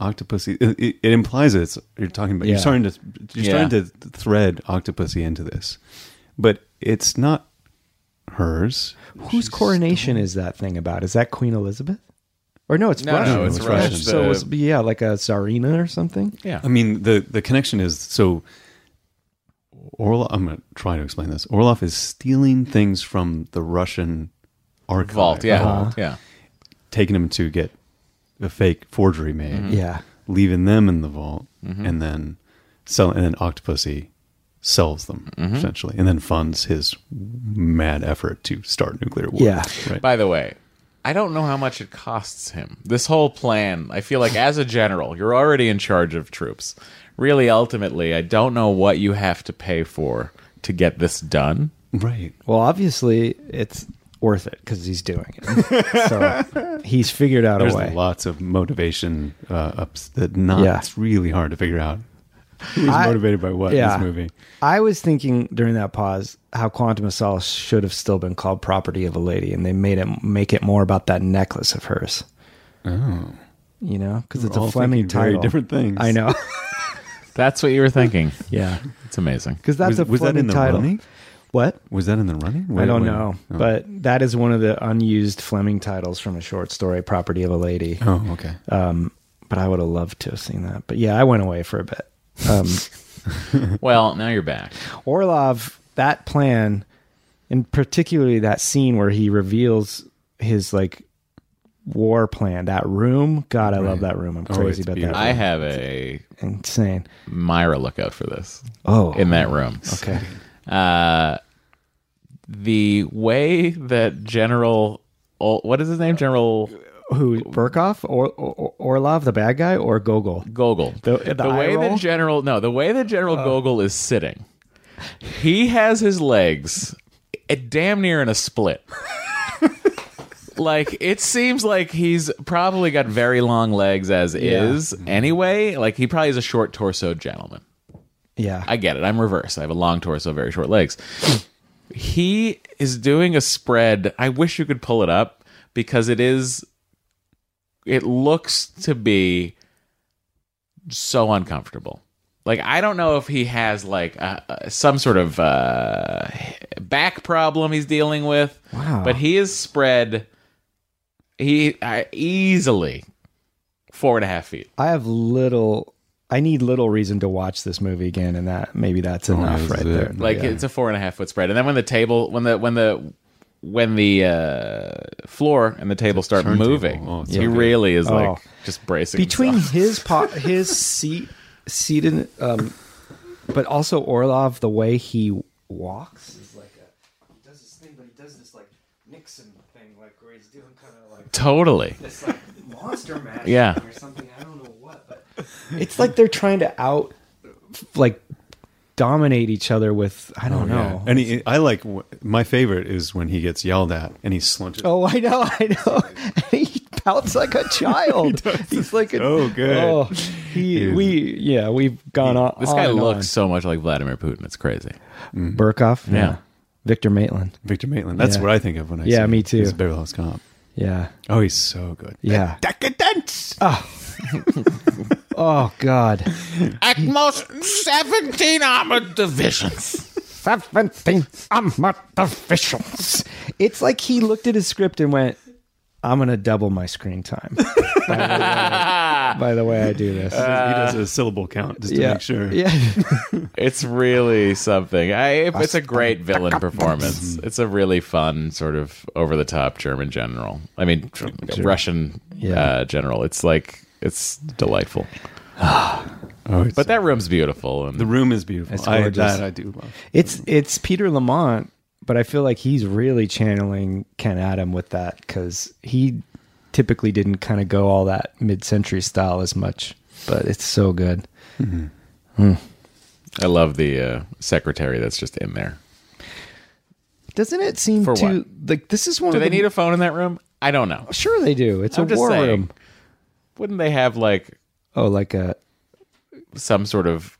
S8: octopussy. It, it, it implies it's you're talking about.
S4: Yeah.
S8: You're starting to you're
S5: Yeah.
S8: starting to thread octopussy into this, but it's not hers.
S4: Whose coronation is that thing about? Is that Queen Elizabeth? Or no, it's
S5: No, no,
S4: Russian.
S8: it's
S4: Oh,
S8: Russian. Mm-hmm.
S4: So it was,
S5: The-
S4: yeah, like a Tsarina or something.
S5: Yeah.
S8: I mean the the connection is so. Orlov. I'm going to try to explain this. Orlov is stealing things from the Russian archive
S5: Vault. Yeah. Yeah.
S8: taking them to get a fake forgery made.
S5: Mm-hmm.
S4: Yeah.
S8: leaving them in the vault, and then sell, and then Octopussy sells them essentially, and then funds his mad effort to start nuclear war.
S4: Yeah.
S8: right.
S5: By the way, I don't know how much it costs him. This whole plan, I feel like as a general, you're already in charge of troops. Really, ultimately, I don't know what you have to pay for to get this done.
S8: right.
S4: Well, obviously, it's worth it because he's doing it. so he's figured out
S8: There's
S4: a way.
S8: lots of motivation uh, ups that not.
S4: Yeah.
S8: It's really hard to figure out who's
S4: I-
S8: motivated by what in this movie.
S4: I was thinking during that pause how Quantum of Solace should have still been called Property of a Lady, and they made it make it more about that necklace of hers. Oh, you know, because it's
S8: all
S4: a Fleming
S8: thinking very
S4: title.
S8: different things.
S4: I know.
S5: That's what you were thinking.
S4: yeah,
S5: It's amazing.
S4: because that's
S8: Was-
S4: a
S8: was that
S4: Fleming
S8: in the
S4: title.
S8: running?
S4: What?
S8: Was that in the running?
S4: I
S8: Wait,
S4: don't
S8: wait.
S4: know,
S8: Oh.
S4: but that is one of the unused Fleming titles from a short story, Property of a Lady.
S8: oh, okay.
S4: Uh, But I would have loved to have seen that. But yeah, I went away for a bit. Um,
S5: Well, now you're back.
S4: Orlov, that plan, and particularly that scene where he reveals his like war plan, that room. God, I love that room. I'm
S8: Oh,
S4: crazy
S8: it's
S4: about
S8: beautiful.
S5: I
S4: that.
S5: have a
S4: Room. Insane.
S5: Myra lookout for this
S4: Oh,
S5: in that room.
S4: okay.
S5: Uh, the way that General, Ol- what is his name? General
S4: Who Burkov or, or Orlov, the bad guy, or Gogol?
S5: Gogol.
S4: The- the eye
S5: way
S4: roll? Oh.
S5: that General no, the way that General Gogol is sitting, he has his legs eh, damn near in a split. like it seems like he's probably got very long legs as is anyway. Like he probably is a short torso gentleman.
S4: Yeah,
S5: I get it. I'm reverse. I have a long torso, very short legs. he is doing a spread. I wish you could pull it up because it is. It looks to be so uncomfortable. Like I don't know if he has like a, a- some sort of uh, back problem he's dealing with.
S4: Wow.
S5: But he is spread. He uh, easily four and a half feet.
S4: I have little. I need little reason to watch this movie again, and that maybe that's enough
S8: Oh, is
S4: right
S8: it?
S4: there.
S5: like
S4: Yeah.
S5: it's a four and a half foot spread and then when the table when the when the when the uh, floor and the table start
S8: turntable.
S5: moving
S8: Oh, it's
S5: he
S8: so good.
S5: really is
S4: Oh.
S5: like just bracing
S4: between
S5: himself.
S4: his po- his seat seated um but also Orlov the way he walks is like a he does this thing but he does this like Nixon thing like where he's doing kind of like
S5: totally
S4: this like monster mash
S5: Yeah.
S4: or something I don't know what but it's like they're trying to out like dominate each other with I don't
S8: Oh, Yeah.
S4: know
S8: And he, I like my favorite is when he gets yelled at and he slouches.
S4: Oh, I know, I know. he pouts like a child. He's like a,
S8: so good.
S4: Oh, he,
S8: Dude.
S4: we yeah, we've gone on.
S5: this guy
S4: on and
S5: looks so much like vladimir putin it's crazy
S4: on. Burkhoff. Yeah.
S5: Yeah.
S4: Victor Maitland.
S8: Victor Maitland. That's
S4: Yeah.
S8: what I think of when I
S4: Yeah,
S8: see
S4: me
S8: him.
S4: too.
S8: He's Beverly Hills Cop.
S4: Yeah,
S8: Oh, he's so good.
S4: yeah.
S5: decadence
S4: Oh God,
S5: at most 17 armored divisions
S4: 17 armored officials. It's like he looked at his script and went, I'm going to double my screen time. by, the way, by the way I do this.
S8: he does a syllable count just Uh, to
S4: Uh, yeah.
S8: make sure.
S4: Yeah.
S5: It's really something. I, it- it's a great villain performance. It's a really fun sort of over the top German general. I mean, tr- Russian uh, general. It's like it's delightful.
S8: Oh, it's,
S5: But that room's beautiful. And
S8: the room is beautiful.
S4: It's
S8: I,
S4: gorgeous.
S8: that I do love.
S4: It's it's Peter Lamont, but I feel like he's really channeling Ken Adam with that because he typically didn't kind of go all that mid-century style as much, but it's so good.
S5: I love the uh, secretary that's just in there.
S4: Doesn't it seem
S5: For
S4: to
S5: what?
S4: like this is one
S5: Do
S4: of
S5: they
S4: the,
S5: need a phone in that room? I don't know.
S4: Sure, they do. It's
S5: I'm
S4: a
S5: just
S4: war
S5: saying.
S4: room.
S5: Wouldn't they have like
S4: Oh, like a
S5: some sort of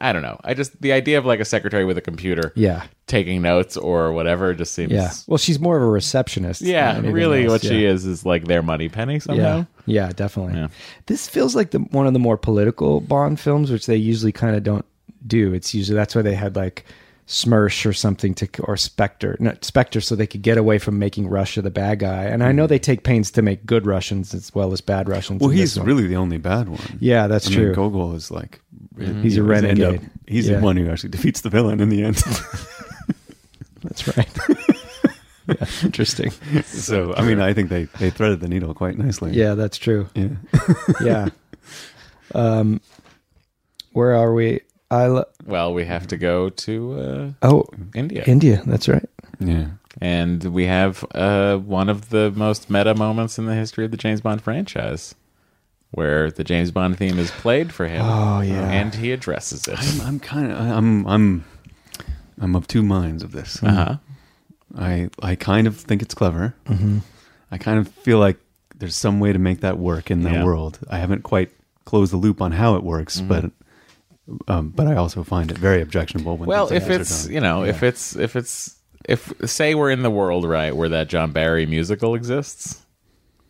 S5: I don't know. I just the idea of like a secretary with a computer
S4: yeah,
S5: taking notes or whatever just seems
S4: yeah. Well, she's more of a receptionist. than
S5: Yeah,
S4: anything
S5: really
S4: else,
S5: what she
S4: yeah.
S5: is is like their money penny somehow.
S4: Yeah, yeah, definitely.
S5: Yeah.
S4: This feels like the one of the more political Bond films, which they usually kind of don't do. It's usually that's why they had like Smersh or something to or Spectre, not Spectre, so they could get away from making Russia the bad guy. And I know they take pains to make good Russians as Mm-hmm. well as bad Russians.
S8: Well,
S4: in this
S8: he's
S4: one.
S8: really the only bad one.
S4: Yeah, that's
S8: I
S4: true. Mm-hmm.
S8: Mean, Gogol is like
S4: He's a
S8: end up-
S4: renegade.
S8: he's
S4: Yeah.
S8: the one who actually defeats the villain in the end.
S4: That's right. yeah, interesting.
S8: so I mean, I think they they threaded the needle quite nicely.
S4: Yeah, that's true.
S8: Yeah.
S4: Yeah. um, where are we? I lo-
S5: Well, we have to go to uh,
S4: oh
S5: India.
S4: India. That's right.
S8: Yeah.
S5: and we have uh, one of the most meta moments in the history of the James Bond franchise, where the James Bond theme is played for him. uh,
S4: Oh, yeah.
S5: and he addresses it.
S8: I'm, I'm kind of I'm I'm I'm of two minds of this.
S5: Uh-huh.
S8: I I kind of think it's clever. I kind of feel like there's some way to make that work in the
S5: Yeah.
S8: world. I haven't quite closed the loop on how it works, but um, but I also find it very objectionable when
S5: Well,
S8: things
S5: if
S8: like this
S5: it's
S8: are done.
S5: you know, if it's if it's if say we're in the world right where that John Barry musical exists,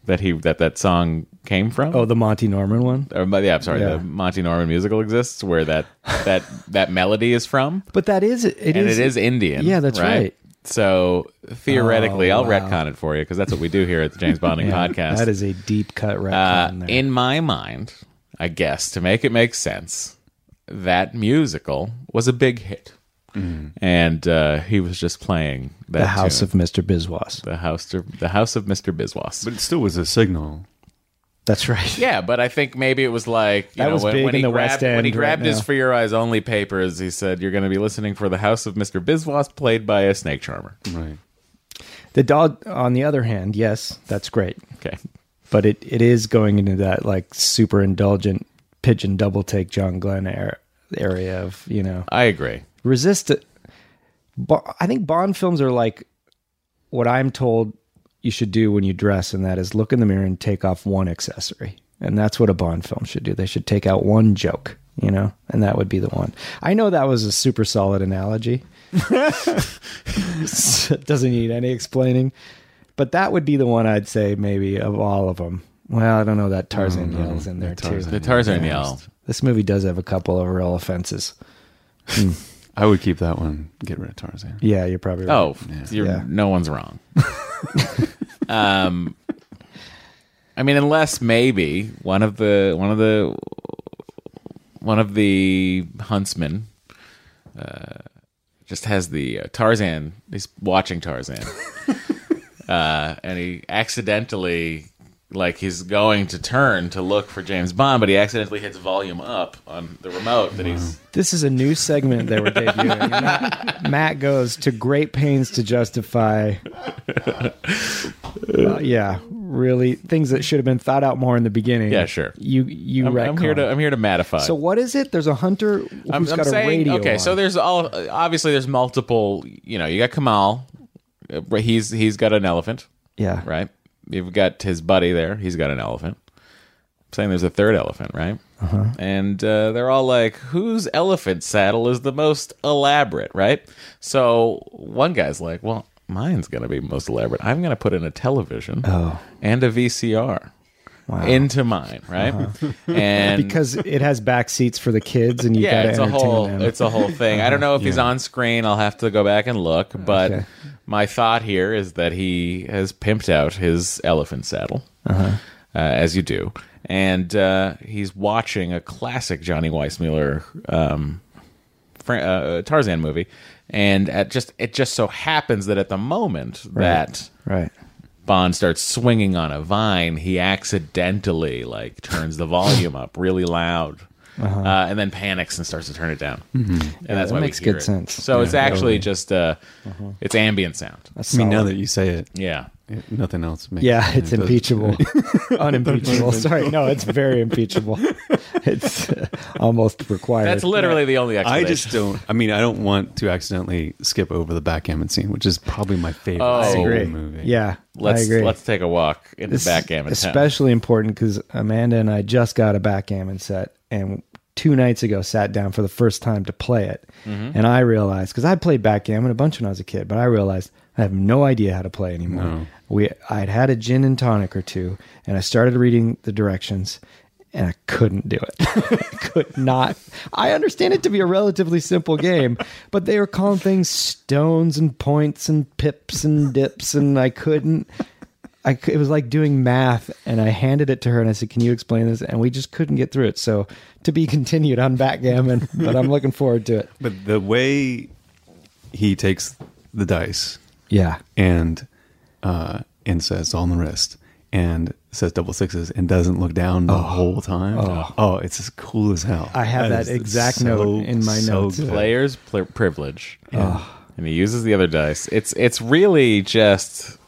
S5: that he that that song came from.
S4: Oh, the Monty Norman one.
S5: Or, but yeah, I'm sorry.
S4: Yeah.
S5: The Monty Norman musical exists, where that that that melody is from,
S4: But that is it is
S5: and it is Indian.
S4: Yeah, that's right.
S5: So theoretically,
S4: Oh,
S5: I'll
S4: wow.
S5: retcon it for you because that's what we do here at the James Bonding
S4: Yeah,
S5: podcast.
S4: That is a deep cut right
S5: uh,
S4: on there.
S5: in my mind, I guess to make it make sense, that musical was a big hit, and uh, he was just playing that
S4: Mm. the House
S5: tune.
S4: of Mr. Biswas.
S5: the house of the house of Mr. Biswas.
S8: but it still was a signal.
S4: That's right.
S5: Yeah, but I think maybe it was like you
S4: That
S5: know,
S4: was
S5: when,
S4: big
S5: when he
S4: in the
S5: grabbed,
S4: West
S5: when he
S4: End
S5: grabbed
S4: right
S5: his
S4: now.
S5: for your eyes only papers. He said, "You're going to be listening for the House of Mister Biswas, played by a snake charmer."
S8: Right.
S4: The dog, on the other hand, yes, that's great,
S5: Okay,
S4: but it, it is going into that like super indulgent pigeon double take John Glenn air, area of you know
S5: I agree.
S4: resist it. Bo- I think Bond films are like what I'm told you should do when you dress, and that is look in the mirror and take off one accessory. And that's what a Bond film should do. They should take out one joke, you know, and that would be the one. I know that was a super solid analogy. It Doesn't need any explaining, but that would be the one I'd say maybe of all of them. Well, I don't know that Tarzan yells in there
S5: The
S4: too.
S5: Mm-hmm. Tarzan yell.
S4: This movie does have a couple of real offenses.
S8: I would keep that one. Get rid of Tarzan.
S4: Yeah, you're probably right.
S5: Oh, you're,
S4: Yeah.
S5: no one's wrong. um, I mean, unless maybe one of the one of the one of the huntsmen uh, just has the uh, Tarzan. He's watching Tarzan, uh, and he accidentally. Like he's going to turn to look for James Bond, but he accidentally hits volume up on the remote that he's
S4: This is a new segment that we're debuting. Matt, Matt goes to great pains to justify, uh, yeah, really things that should have been thought out more in the beginning.
S5: Yeah, sure.
S4: You you
S5: I'm, I'm here
S4: retcon.
S5: to I'm here to matify.
S4: So what is it? There's a hunter who's
S5: I'm, I'm
S4: got a radio.
S5: okay.
S4: on.
S5: So there's all uh, obviously there's multiple. You know, you got Kamal. uh, but He's he's got an elephant,
S4: yeah,
S5: right? You've got his buddy there. He's got an elephant. I'm saying there's a third elephant, right?
S4: Uh-huh.
S5: And uh, they're all like, whose elephant saddle is the most elaborate, right? So one guy's like, well,
S4: Oh.
S5: mine's gonna be most elaborate. I'm gonna put in a television and a VCR. into mine, right?
S4: Uh-huh.
S5: And
S4: because it has back seats for the kids and you
S5: yeah,
S4: gotta
S5: it's a
S4: entertain
S5: whole
S4: them.
S5: it's a whole thing. I don't know if he's on screen. I'll have to go back and look. But
S4: Okay.
S5: my thought here is that he has pimped out his elephant saddle,
S4: Uh-huh.
S5: uh as you do, and uh, he's watching a classic Johnny Weissmuller um, Fra- uh, Tarzan movie, and at just it just so happens that at the moment that.
S4: right.
S5: Bond starts swinging on a vine, he accidentally like turns the volume up really loud. uh and then panics and starts to turn it down, and that's
S4: Uh-huh. Mm-hmm. that
S5: why we
S4: makes
S5: hear
S4: good
S5: it.
S4: sense. Uh-huh.
S5: So it's actually just uh, it's ambient sound.
S4: That's
S8: I mean, now
S4: solid.
S8: that you say it,
S5: Yeah,
S8: it- nothing else makes
S4: yeah, it's
S8: it does-
S4: impeachable, unimpeachable. Sorry, no, it's very impeachable. It's uh, almost required.
S5: that's literally the only
S8: I
S5: explanation.
S8: just don't. I mean, I don't want to accidentally skip over the backgammon scene, which is probably my favorite
S5: Oh. I
S8: scene
S4: agree.
S8: in the movie.
S4: Yeah,
S5: let's
S4: I agree.
S5: let's take a walk in the
S4: This is
S5: backgammon. town.
S4: especially important because Amanda and I just got a backgammon set, and two nights ago sat down for the first time to play it, and I realized because I played backgammon a bunch when I was a kid, but I realized I have no idea how to play anymore. We I'd had a gin and tonic or two, and I started reading the directions. And I couldn't do it. I could not. I understand it to be a relatively simple game, but they were calling things stones and points and pips and dips, and I couldn't. I, c- it was like doing math, and I handed it to her, and I said, "Can you explain this?" And we just couldn't get through it. So, to be continued on backgammon, but I'm looking forward to it.
S8: But the way he takes the dice
S4: Yeah,
S8: and uh, and says on the wrist and says double sixes and doesn't look down the whole time. Oh. it's as cool as hell.
S4: I have that
S8: is
S4: exact note in my notes.
S8: good.
S5: player's pl- privilege, and he uses the other dice. It's it's really just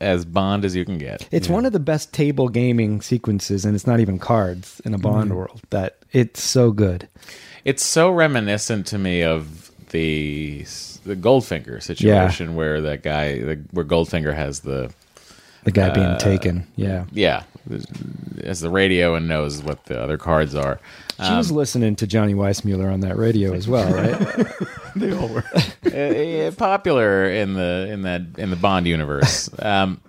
S5: as Bond as you can get.
S4: it's one of the best table gaming sequences, and it's not even cards in a Bond world. That it's so good.
S5: It's so reminiscent to me of the the Goldfinger situation where that guy, the, where Goldfinger has the
S4: The guy
S5: Uh,
S4: being taken. Yeah,
S5: yeah, has the radio and knows what the other cards are.
S4: she was listening to Johnny Weissmuller on that radio as well, right?
S5: Eh, eh, popular in the in that in the Bond universe. Um,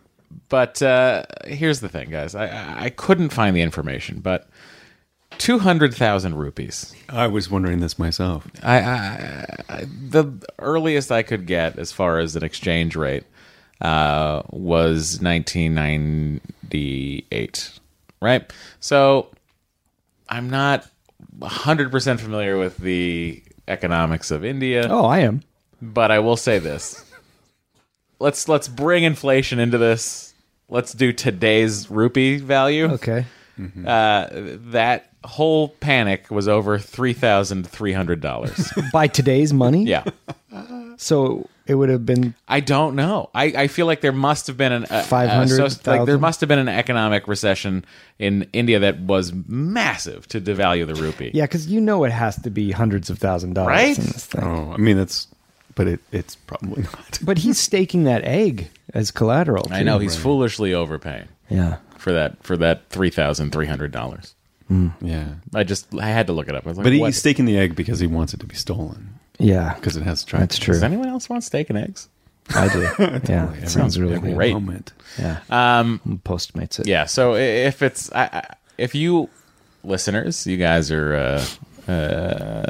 S5: but uh, here's the thing, guys. I- I I couldn't find the information, but two hundred thousand rupees.
S8: I was wondering this myself.
S5: I, I, I the earliest I could get as far as an exchange rate uh, was 1998, right? So I'm not 100% familiar with the economics of India,
S4: oh, I am.
S5: but I will say this. Let's let's bring inflation into this. Let's do today's rupee value.
S4: Okay.
S5: Uh, that whole panic was over three thousand three hundred dollars.
S4: By today's money,
S5: Yeah.
S4: So it would have been
S5: I don't know. I, I feel like there must have been an a- a-
S4: 500,000?
S5: so- like there must have been an economic recession in India that was massive to devalue the rupee.
S4: yeah, because you know it has to be hundreds of thousand dollars
S5: Right?
S4: in this thing.
S8: Oh, I mean that's, but it it's probably not.
S4: But he's staking that egg as collateral.
S5: I
S4: too.
S5: know he's foolishly overpaying
S4: Yeah.
S5: for that for that three thousand three hundred dollars.
S8: Yeah,
S5: I just I had to look it up. I was like,
S8: but
S5: what?
S8: he's staking the egg because he wants it to be stolen
S4: Yeah.
S8: because it has.
S4: That's true.
S5: Does anyone else want steak and eggs?
S4: I do. yeah. It sounds really
S5: every
S4: good.
S5: Great.
S8: Moment.
S4: Yeah. Um, Postmates it.
S5: Yeah. So i- if it's I, I, if you listeners, you guys are uh, uh, uh,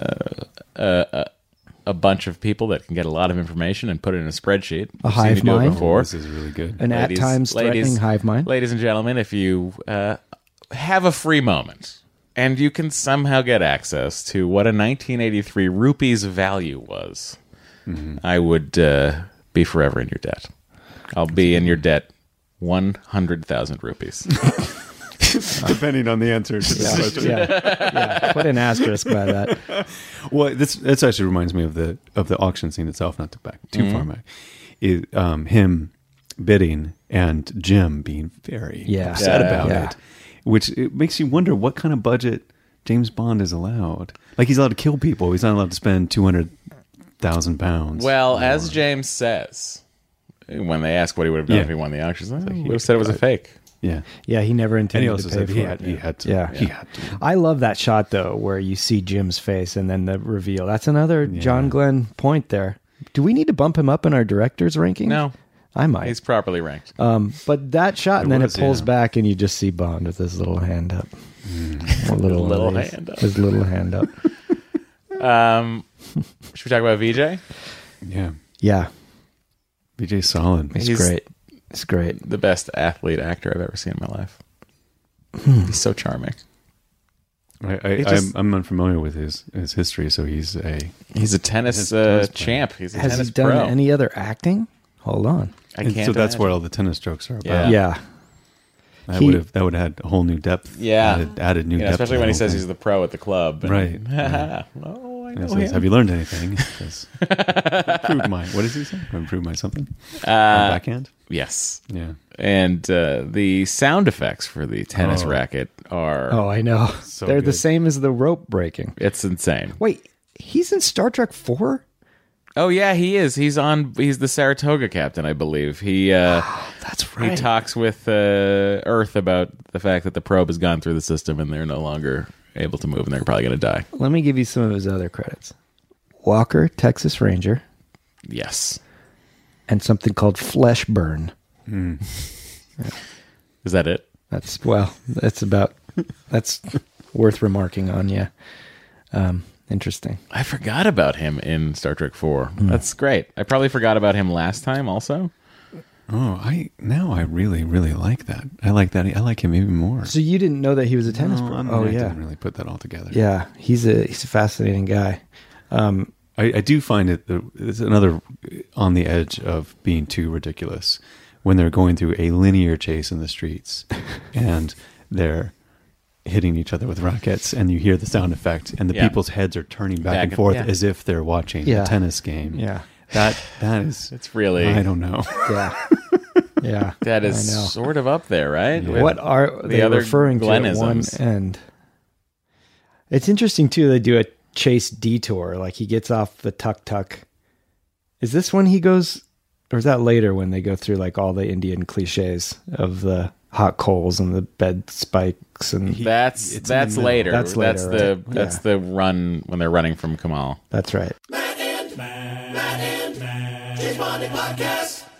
S5: a bunch of people that can get a lot of information and put it in a spreadsheet.
S4: A
S5: I've seen you
S4: hive
S5: do it
S4: mind.
S5: before.
S8: Oh, This is really good.
S4: An at times threatening hive mind.
S5: Ladies and gentlemen, if you uh, have a free moment and you can somehow get access to what a 1983 rupee's value was,
S4: Mm-hmm.
S5: I would uh, be forever in your debt. I'll be in your debt 100,000 rupees.
S8: depending on the answer to this
S4: Yeah.
S8: question.
S4: yeah. Yeah. Put an asterisk by that.
S8: Well, this this actually reminds me of the of the auction scene itself. Not to back too
S4: Mm-hmm.
S8: far back, is um, him bidding and Jim being very
S4: Yeah.
S8: upset
S5: Yeah.
S8: about
S4: Yeah.
S8: it, which it makes you wonder what kind of budget James Bond is allowed. Like he's allowed to kill people. He's not allowed to spend two hundred thousand pounds.
S5: Well, as James says, when they ask what he would have done
S8: Yeah.
S5: if he won the auction, he's like, he would have said it was a fake.
S8: yeah,
S4: Yeah. He never
S8: and
S4: intended
S8: he also
S4: to pay
S8: said
S4: for
S8: he
S4: it.
S8: had, he had to.
S4: Yeah.
S8: he had to.
S4: I love that shot though, where you see Jim's face and then the reveal. That's another John Glenn point there. Do we need to bump him up in our directors ranking?
S5: No.
S4: I might.
S5: He's properly ranked.
S4: Um, but that shot, and
S8: It
S4: then
S8: was,
S4: it pulls
S8: yeah.
S4: back, and you just see Bond with his little hand up.
S8: Mm.
S4: Or little,
S5: His little
S4: one of these.
S5: hand up.
S4: His little hand up.
S5: Um, should we talk about VJ?
S8: Yeah.
S4: Yeah,
S8: BJ's solid.
S4: it's
S5: He's-
S4: great. It's great.
S5: The best athlete actor I've ever seen in my life.
S4: Hmm.
S5: He's so charming.
S8: I, I,
S5: just-
S8: I'm, I'm unfamiliar with his, his history, so he's a.
S5: He's a tennis,
S8: He's a tennis
S5: uh,
S8: player.
S5: champ. He's a
S4: Has
S5: tennis
S4: he done
S5: pro.
S4: any other acting? Hold on.
S5: I
S8: and
S5: can't.
S8: so that's
S5: imagine.
S8: what all the tennis jokes are about.
S5: Yeah.
S4: Yeah,
S8: That
S4: He-
S8: would have that would add a whole new depth.
S5: Yeah.
S8: added, added new
S5: You know,
S8: depth.
S5: especially when he says he's the pro at the club. and-
S8: Right, right.
S5: oh, I
S8: And
S5: know
S8: he says,
S5: him.
S8: Have you learned anything? He says, improve my. What does he say? Improve my something. my
S5: Uh,
S8: backhand.
S5: yes.
S8: Yeah,
S5: And uh, the sound effects for the tennis
S8: Oh.
S5: racket are.
S4: Oh, I know.
S8: So
S4: They're the
S8: good.
S4: same as the rope breaking.
S5: It's insane.
S4: Wait, he's in Star Trek 4?
S5: Oh yeah, he is. He's on. He's the Saratoga captain, I believe. He uh,
S4: That's
S5: he talks with uh, Earth about the fact that the probe has gone through the system and they're no longer able to move and they're probably going to die.
S4: Let me give you some of his other credits Walker, Texas Ranger,
S5: Yes.
S4: and something called Flesh Burn.
S5: Is that it?
S4: That's, well, that's about, that's worth remarking on, yeah. Um, interesting.
S5: I forgot about him in Star Trek Four.
S8: Hmm.
S5: That's great. I probably forgot about him last time. Also,
S8: Oh, I now I really really like that. I like that. I like him even more.
S4: So you didn't know that he was a tennis
S8: No,
S4: pro?
S8: I mean,
S4: oh,
S8: I
S4: yeah.
S8: didn't really put that all together.
S4: Yeah, he's a, he's a fascinating guy. Um,
S8: I, I do find it. uh, It's another uh, on the edge of being too ridiculous when they're going through a linear chase in the streets and they're hitting each other with rockets, and you hear the sound effect, and the
S5: Yeah.
S8: people's heads are turning back,
S5: Back
S8: and
S5: and-
S8: forth
S5: yeah.
S8: as if they're watching
S4: Yeah.
S8: a tennis game.
S4: yeah.
S8: that that is.
S5: it's really
S8: I don't know.
S4: Yeah. yeah.
S5: that
S4: I know.
S5: is sort of up there, right?
S8: Yeah.
S5: With-
S4: What are
S5: the
S4: they
S5: other
S4: referring to at one
S5: Glenisms.
S4: end? It's interesting too. They do a chase detour. Like he gets off the tuk tuk. Is this when he goes, or is that later when they go through like all the Indian cliches of the hot coals and the bed spikes and
S5: That's
S8: It's in the
S5: that's
S8: middle.
S5: later.
S4: That's
S5: That's
S4: later,
S5: the
S4: right?
S5: that's the run when they're running from Kamal.
S4: that's right.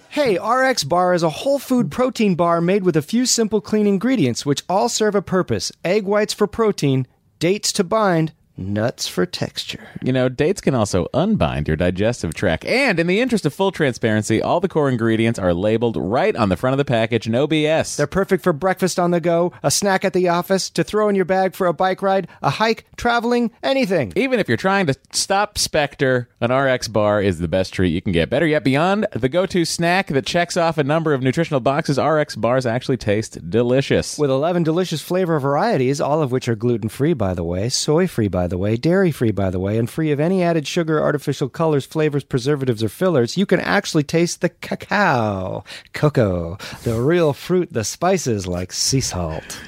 S4: Hey, RX Bar is a whole food protein bar made with a few simple clean ingredients which all serve a purpose egg whites for protein, dates to bind, nuts for texture.
S5: You know, dates can also unbind your digestive tract. And in the interest of full transparency, all the core ingredients are labeled right on the front of the package. No BS.
S4: They're perfect for breakfast on the go, a snack at the office, to throw in your bag for a bike ride, a hike, traveling, anything.
S5: even if you're trying to stop Spectre, an RX bar is the best treat you can get. Better yet, beyond the go to snack that checks off a number of nutritional boxes, RX bars actually taste delicious.
S4: With 11 delicious flavor varieties, all of which are gluten free, by the way, soy free, by the way, dairy free, by the way, and free of any added sugar, artificial colors, flavors, preservatives, or fillers, you can actually taste the cacao, cocoa, the real fruit, the spices like sea salt.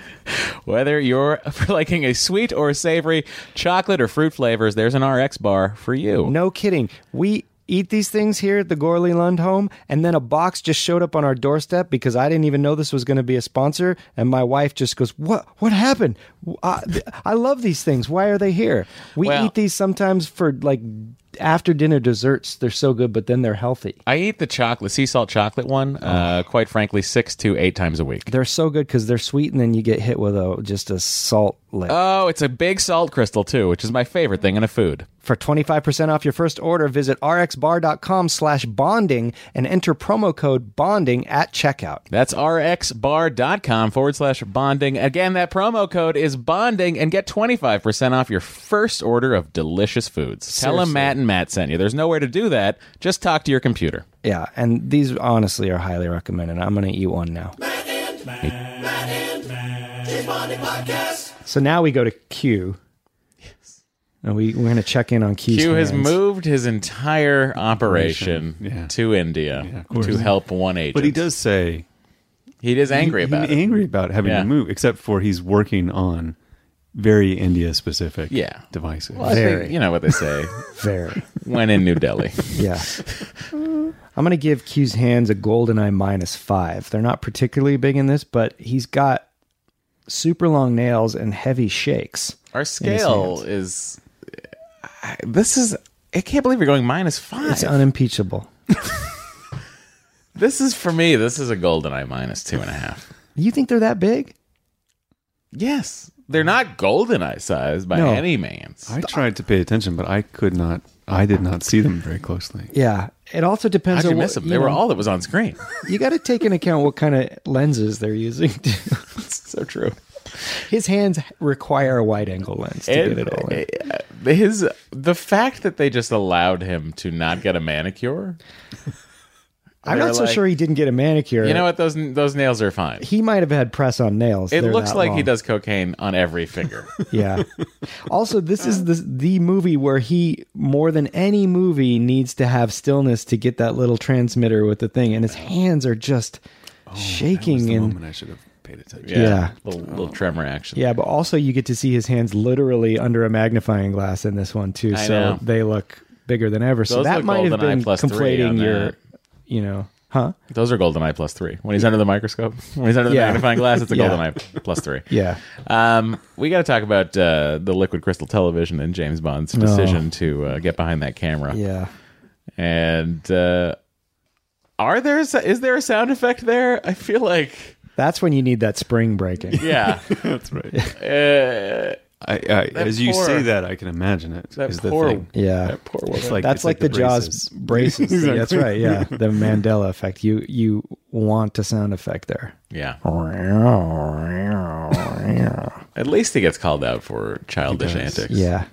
S5: Whether you're liking a sweet or savory, chocolate or fruit flavors, there's an RX bar for you.
S4: No kidding. We eat these things here at the Gorley Lund home, and then a box just showed up on our doorstep because I didn't even know this was going to be a sponsor. And my wife just goes, "What? What happened? I, I love these things. Why are they here? We
S5: Well-
S4: eat these sometimes for like after dinner desserts. They're so good, but then they're healthy.
S5: I eat the chocolate, sea salt chocolate one,
S4: Oh.
S5: uh, quite frankly, six to eight times a week.
S4: They're so good because they're sweet, and then you get hit with a just a salt lick.
S5: Oh, it's a big salt crystal too, which is my favorite thing in a food.
S4: For 25% off your first order, visit rxbar.com slash bonding and enter promo code bonding at checkout.
S5: That's rxbar.com forward slash bonding. Again, that promo code is bonding and get 25% off your first order of delicious foods. Tell them
S4: Seriously.
S5: Matt and Matt sent you. There's nowhere to do that. Just talk to your computer.
S4: Yeah, and these honestly are highly recommended. I'm going to eat one now. So now we go to Q. And we, we're going to check in on Q's
S5: Q has
S4: hands.
S5: moved his entire operation
S8: Yeah.
S5: to India
S8: course.
S5: to help one agent.
S8: But he does say
S5: He is angry
S8: he-
S5: about
S8: he's
S5: it.
S8: angry about having
S5: Yeah.
S8: to move, except for he's working on very India specific
S5: Yeah.
S8: devices.
S5: I think, you know what they say.
S4: Very.
S5: when in New Delhi.
S4: Yeah. I'm going to give Q's hands a golden eye minus five. They're not particularly big in this, but he's got super long nails and heavy shakes.
S5: Our scale is. I- This is. I can't believe you're going minus five.
S4: It's unimpeachable.
S5: This is for me. This is a golden eye minus two and a half.
S4: You think they're that big?
S5: Yes, they're not golden eye size by
S4: No.
S5: any means.
S8: I tried to pay attention, but I could not. I did not see them very closely.
S4: Yeah. It also depends
S5: How'd you
S4: on what-
S5: miss them?
S4: you
S5: They were
S4: know,
S5: all that was on screen.
S4: You got to take into account what kind of lenses they're using. too.
S5: so true.
S4: His hands require a wide angle lens to get it all in.
S5: eh, His the fact that they just allowed him to not get a manicure.
S4: I'm
S5: they're
S4: not so
S5: like-
S4: sure he didn't get a manicure.
S5: You know what? Those those nails are fine.
S4: He might have had press on nails.
S5: It
S4: They're
S5: looks
S4: that
S5: like he
S4: long.
S5: does cocaine on every finger.
S4: Yeah. also, this is the the movie where he more than any movie needs to have stillness to get that little transmitter with the thing, and his hands are just
S5: Oh,
S4: shaking
S8: the
S4: and
S8: moment I should have paid attention.
S5: yeah,
S4: Yeah.
S5: Little, little tremor action.
S4: yeah. But also, you get to see his hands literally under a magnifying glass in this one too,
S5: I
S4: so
S5: know.
S4: they look bigger than ever. so
S5: Those
S4: that
S5: look
S4: might have
S5: GoldenEye
S4: been
S5: plus three on
S4: conflating your,
S5: that.
S4: you know, huh?
S5: Those are golden eye plus three. When he's under the microscope, when he's under the
S4: Yeah.
S5: magnifying glass, it's a
S4: Yeah.
S5: golden eye plus three.
S4: Yeah.
S5: Um, we got to talk about uh, the liquid crystal television and James Bond's decision to uh, get behind that camera.
S4: Yeah.
S5: And uh, are there s- is there a sound effect there? I feel like
S4: That's when you need that spring breaking.
S5: yeah.
S8: That's right.
S5: uh,
S8: I, I, as you
S5: poor-
S8: say that, I can imagine it.
S5: that
S8: is the
S5: poor
S8: thing.
S4: Yeah.
S5: that poor woman.
S8: It's like
S4: That's
S8: it's
S4: like, the, Jaws braces. thing. That's right. Yeah, the Mandela effect. You you want a sound effect there.
S5: yeah. At least he gets called out for childish
S8: does.
S5: antics.
S4: Yeah.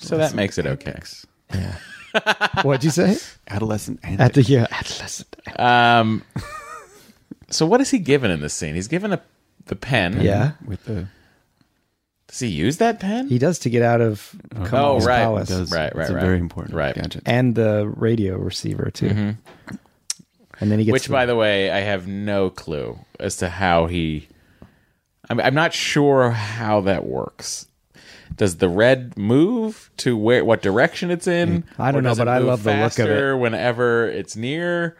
S5: So that makes it okay.
S4: What'd you say?
S8: Adolescent
S4: At
S8: antics.
S4: the yeah, adolescent.
S5: Um, so what is he given in this scene? He's given a the pen.
S4: Yeah,
S8: with the
S5: Does he use that pen?
S4: he does to get out of Kamal's
S5: right.
S4: palace
S8: does.
S5: Right, right,
S8: it's
S5: right.
S8: a very important
S5: Right.
S8: gadget.
S4: and the radio receiver too. And then he gets
S5: Which, by the way, I have no clue as to how he. I'm, I'm not sure how that works. Does the red move to where what direction it's in?
S4: Mm, I don't
S5: Or
S4: know,
S5: does it
S4: but I
S5: move
S4: love the look of Mm.
S5: faster Whenever it's near,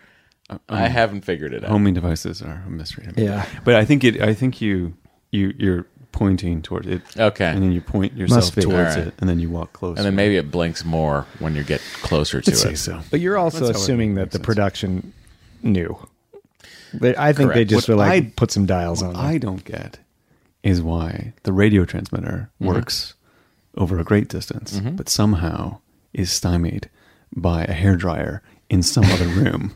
S5: I haven't figured it out.
S8: Homing devices are a mystery. To me.
S4: Yeah.
S8: but I think it. I think you you you're pointing towards it.
S5: Okay.
S8: and then you point yourself
S4: be.
S8: towards
S5: Alright.
S8: it, and then you walk closer.
S5: And then maybe it blinks more when you get closer to
S8: I'd say
S5: it.
S8: so.
S4: but you're also
S8: That's how it
S4: assuming that
S8: makes
S4: the
S8: sense.
S4: production knew. They, I think they
S5: Correct.
S4: just
S8: What
S4: were like
S8: I-
S4: put some dials on.
S8: What
S4: them.
S8: I don't get is why the radio transmitter works over a great distance, but somehow is stymied by a hairdryer in some other room.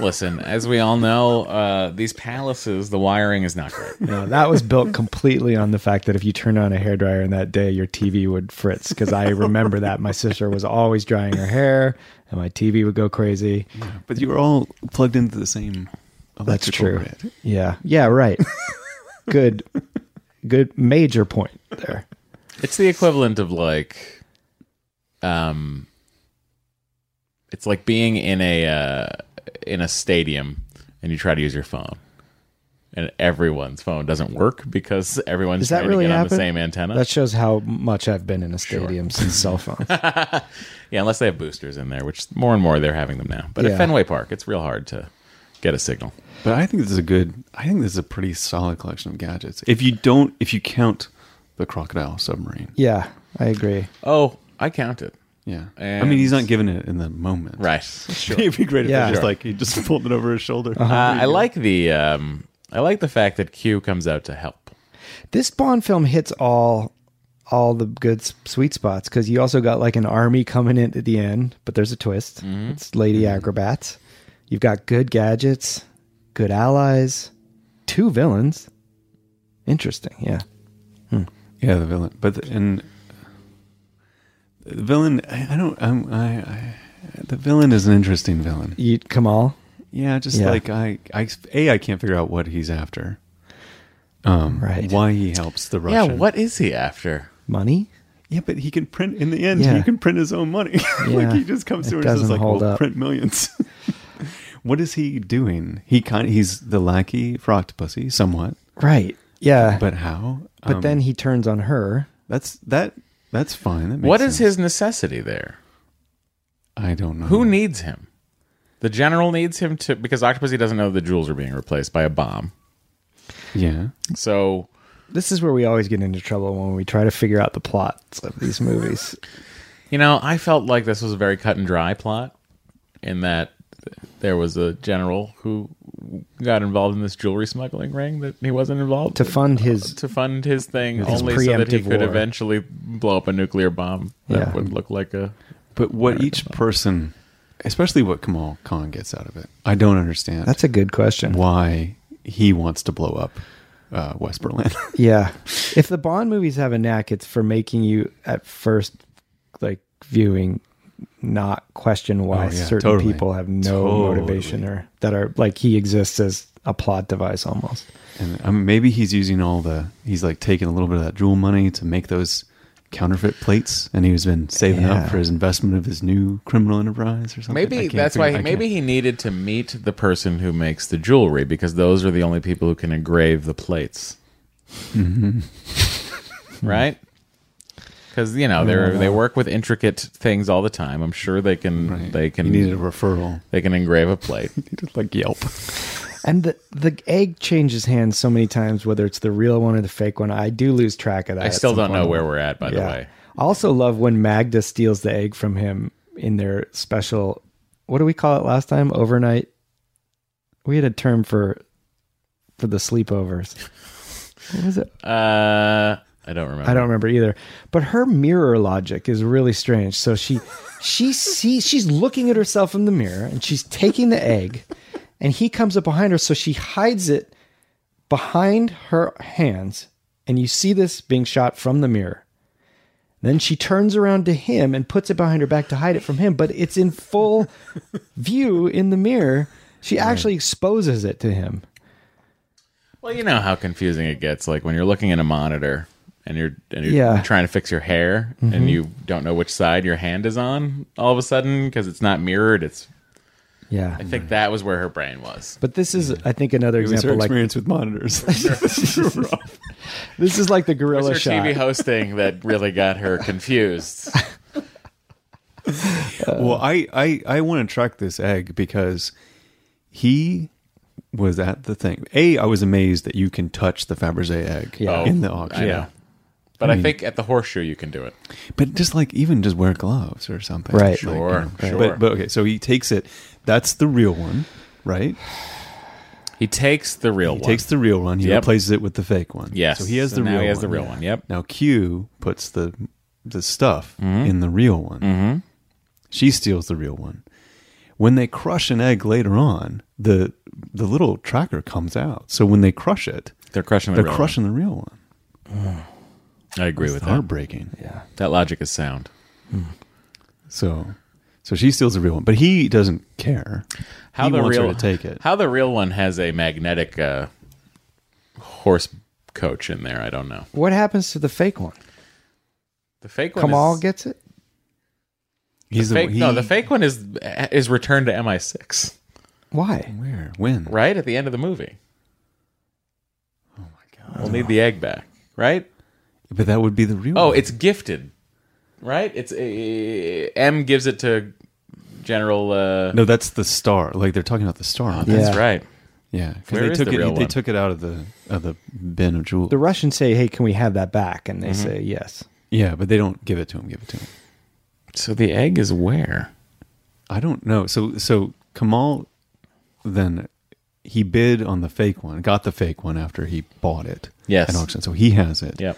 S5: Listen, as we all know, uh, these palaces, the wiring is not great.
S4: No, that was built completely on the fact that if you turned on a hairdryer in that day, your TV would fritz. Because I remember that my sister was always drying her hair, and my TV would go crazy.
S8: But you're all plugged into the same
S4: That's
S8: electrical
S4: true.
S8: grid.
S4: Yeah, yeah, right. good, good, major point there.
S5: It's the equivalent of like, um, it's like being in a uh, in a stadium and you try to use your phone, and everyone's phone doesn't work because everyone's
S4: Does that
S5: trying
S4: really
S5: to get
S4: happen?
S5: on the same antenna.
S4: That shows how much I've been in a stadium since cell phones.
S5: yeah, unless they have boosters in there, which more and more they're having them now. But
S4: Yeah.
S5: at Fenway Park, it's real hard to get a signal.
S8: But I think this is a good. I think this is a pretty solid collection of gadgets. If you don't, if you count the crocodile submarine,
S4: Yeah, I agree.
S5: Oh, I counted.
S8: yeah. I
S5: And-
S8: mean, he's not giving it in the moment,
S5: Right.
S8: It'd be great if
S4: Yeah.
S8: yeah. just
S4: Sure.
S8: like he just pulled it over his shoulder.
S5: Uh, I like the um, I like the fact that Q comes out to help.
S4: This Bond film hits all all the good s- sweet spots because you also got like an army coming in at the end, but there's a twist. It's Lady Acrobats. You've got good gadgets, good allies, two villains. Interesting, yeah.
S8: Yeah, the villain. But the, and the villain, I, I don't. I'm, I, I the villain is an interesting villain.
S4: You Kamal,
S8: Yeah, just
S4: Yeah.
S8: like I, I, a, I can't figure out what he's after. Um,
S4: Right.
S8: Why he helps the Russian?
S5: Yeah, what is he after?
S4: money.
S8: Yeah, but he can print in the end.
S4: Yeah.
S8: He can print his own money.
S4: Yeah.
S8: like he just comes
S4: It
S8: to her and
S4: doesn't
S8: says, "Like,
S4: hold
S8: we'll
S4: up.
S8: print millions. what is he doing? He kind of, he's the lackey for Octopussy, somewhat.
S4: Right. Yeah. But,
S8: But how? Um,
S4: then he turns on her.
S8: that's that. That's fine. That makes
S5: What is
S8: sense.
S5: his necessity there?
S8: I don't know.
S5: Who needs him? The general needs him to because Octopussy doesn't know the jewels are being replaced by a bomb.
S8: Yeah.
S5: So
S4: This is where we always get into trouble when we try to figure out the plots of these movies.
S5: you know, I felt like this was a very cut and dry plot in that there was a general who got involved in this jewelry smuggling ring that he wasn't involved
S4: to fund his
S5: to fund his thing
S4: His
S5: only so that he
S4: preemptive
S5: could
S4: war.
S5: eventually blow up a nuclear bomb that
S4: Yeah.
S5: would look like a
S8: But what each person, especially what Kamal Khan gets out of it, I don't understand.
S4: That's a good question.
S8: why he wants to blow up uh, West Berlin.
S4: Yeah. If the Bond movies have a knack, it's for making you at first like viewing not question why
S8: Oh, yeah,
S4: certain
S8: totally.
S4: people have no
S8: Totally.
S4: motivation or that are like he exists as a plot device almost.
S8: and I mean, maybe he's using all the he's like taking a little bit of that jewel money to make those counterfeit plates, and he's been saving
S4: Yeah.
S8: up for his investment of his new criminal enterprise or something. I
S5: Maybe
S8: can't
S5: that's
S8: figure-
S5: why.
S8: I
S5: He,
S8: can't-
S5: maybe he needed to meet the person who makes the jewelry because those are the only people who can engrave the plates,
S8: Mm-hmm.
S5: right? Because you know they are they work with intricate things all the time. I'm sure they can
S8: Right.
S5: they
S8: he
S5: can
S8: needed a referral.
S5: they can engrave a plate.
S8: He needed like Yelp.
S4: And the the egg changes hands so many times, whether it's the real one or the fake one. I do lose track of that.
S5: I
S4: at
S5: still
S4: some
S5: don't know
S4: point.
S5: where we're at, by the way.
S4: I also love when Magda steals the egg from him in their special. What do we call it last time? Overnight. We had a term for for the sleepovers. What was it?
S5: Uh, I don't remember.
S4: I don't remember either. But her mirror logic is really strange. So she she sees she's looking at herself in the mirror and she's taking the egg and he comes up behind her so she hides it behind her hands and you see this being shot from the mirror. Then she turns around to him and puts it behind her back to hide it from him, but it's in full view in the mirror. She actually exposes it to him.
S5: Well, you know how confusing it gets. Like when you're looking at a monitor and you're and you're
S4: Yeah.
S5: trying to fix your hair
S8: Mm-hmm.
S5: and you don't know which side your hand is on. All of a sudden, because it's not mirrored, it's.
S4: Yeah.
S5: I think that was where her brain was.
S4: But this is I think another
S8: It was her
S4: example like
S8: experience with monitors.
S4: this is like the
S5: It was
S4: gorilla
S5: her
S4: shot.
S5: TV hosting that really got her confused.
S8: well, I I I want to track this egg because he was at the thing. A, I was amazed that you can touch the Fabergé egg
S4: Yeah.
S8: in the
S5: Oh, I
S8: auction.
S5: know. But I,
S8: mean-
S5: think at the horseshoe you can do it.
S8: But just like even just wear gloves or something.
S4: Right.
S8: Like, you know,
S5: Sure,
S8: but-
S5: sure.
S8: But, but okay, so he takes it. That's the real one, right?
S5: He takes the real
S8: He
S5: one.
S8: takes the real one. He
S5: Yep.
S8: replaces it with the fake one.
S5: Yes.
S8: So he has
S5: So
S8: the
S5: now
S8: real.
S5: he has
S8: one.
S5: the real one, yep.
S8: Now Q puts the the stuff
S5: Mm-hmm.
S8: in the real one. She steals the real one. When they crush an egg later on, the the little tracker comes out. So when they crush it,
S5: They're crushing the
S8: they're
S5: real
S8: crushing the real one.
S5: one. I agree
S8: It's
S5: with that.
S8: heartbreaking. Yeah.
S5: That logic is sound.
S8: So so she steals the real one, but he doesn't care.
S5: How
S8: he
S5: the
S8: wants
S5: real
S8: her to take it.
S5: How the real one has a magnetic uh, horse coach in there. I don't know.
S4: What happens to the fake one?
S5: The fake one.
S4: Kamal
S5: is,
S4: gets it.
S8: He's
S5: fake,
S8: he-
S5: no. The fake one is is returned to MI6
S4: Why?
S8: Where? When?
S5: right at the end of the movie. Oh my god! We'll need the egg back, right?
S8: But that would be the real.
S5: Oh,
S8: one.
S5: it's gifted, right? It's uh, M gives it to General. Uh,
S8: no, that's the star. Like they're talking about the star. on that.
S5: Oh, That's
S4: Yeah.
S5: right.
S8: Yeah, because
S5: Where
S8: they
S5: is
S8: took
S5: the
S8: it.
S5: real
S8: They
S5: one?
S8: took it out of the of the bin of jewels.
S4: The Russians say, "Hey, can we have that back?" And they
S5: Mm-hmm.
S4: say, "Yes."
S8: yeah, but they don't give it to him. Give it to him.
S5: So the egg is where?
S8: I don't know. So so Kamal, then he bid on the fake one. Got the fake one after he bought it.
S5: Yes.
S8: at auction. So he has it.
S5: Yep.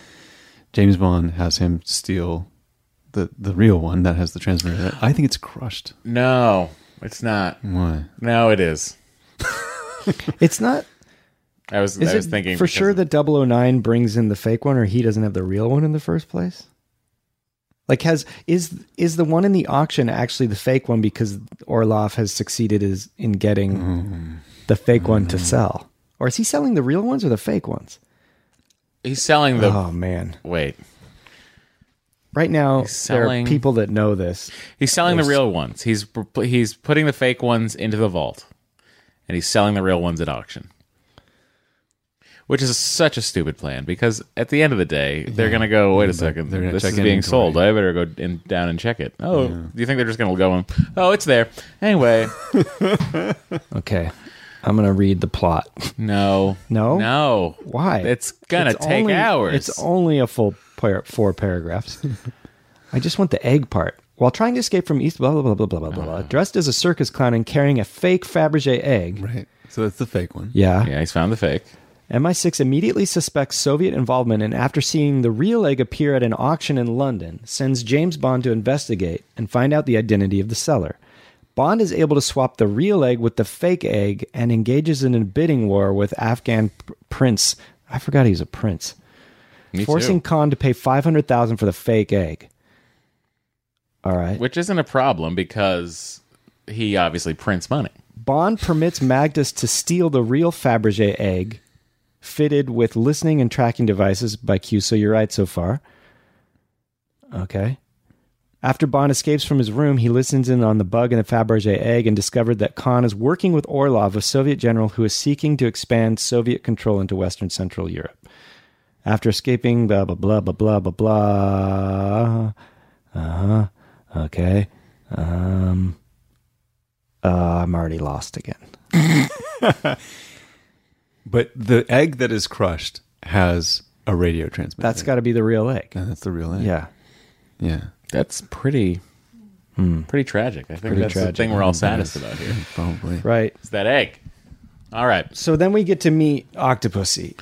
S8: James Bond has him steal the the real one that has the transmitter. I think it's crushed.
S5: No, it's not.
S8: Why?
S5: No, it is.
S4: It's not.
S5: I was.
S4: Is
S5: I was
S4: it
S5: thinking
S4: for
S5: because
S4: sure
S5: of-
S4: that 009 brings in the fake one, or he doesn't have the real one in the first place? Like, has is is the one in the auction actually the fake one because Orlov has succeeded is in getting
S5: Mm-hmm.
S4: the fake one to sell, or is he selling the real ones or the fake ones?
S5: he's selling the.
S4: oh man!
S5: Wait,
S4: Right now,
S5: He's
S4: there are
S5: selling-
S4: people that know this.
S5: He's selling the real ones. He's he's putting the fake ones into the vault, and he's selling the real ones at auction. Which is such a stupid plan because at the end of the day, they're going to go. Wait a second,
S8: they're gonna
S5: this
S8: check
S5: is being
S8: inventory."
S5: sold. I better go in, down and check it. Oh, do you think they're just going to go? And, oh, it's there anyway.
S4: Okay, I'm gonna read the plot.
S5: no,
S4: No?
S5: no.
S4: Why?
S5: It's going to
S4: It's
S5: take
S4: only-
S5: hours.
S4: It's only a full par- four paragraphs. I just want the egg part. While trying to escape from East, blah, blah, blah, blah, blah, blah, blah,
S5: Uh.
S4: blah, dressed as a circus clown and carrying a fake Fabergé egg.
S8: Right. So that's the fake one.
S4: Yeah.
S5: Yeah, he's found the fake.
S4: MI6 immediately suspects Soviet involvement and, after seeing the real egg appear at an auction in London, sends James Bond to investigate and find out the identity of the seller. Bond is able to swap the real egg with the fake egg and engages in a bidding war with Afghan pr- prince. I forgot he's a prince.
S5: Me
S4: forcing
S5: too.
S4: Khan to pay 500000 for the fake egg. All right.
S5: Which isn't a problem because he obviously prints money.
S4: Bond permits Magnus to steal the real Fabergé egg, fitted with listening and tracking devices by Q. So you're right so far. Okay. After Bond escapes from his room, he listens in on the bug and the Fabergé egg and discovered that Khan is working with Orlov, a Soviet general who is seeking to expand Soviet control into Western Central Europe. After escaping, blah, blah, blah, blah, blah, blah, blah. Uh huh. Okay. Um. Uh, I'm already lost again.
S8: But the egg that is crushed has a radio transmitter.
S4: That's got to be the real egg.
S8: and that's the real egg.
S4: Yeah.
S8: Yeah.
S5: That's pretty pretty tragic. I think
S4: tragic.
S5: that's
S4: Mm-hmm.
S5: the thing we're all saddest about here.
S8: Probably.
S4: Right.
S5: It's that egg. All right.
S4: So then we get to meet Octopussy.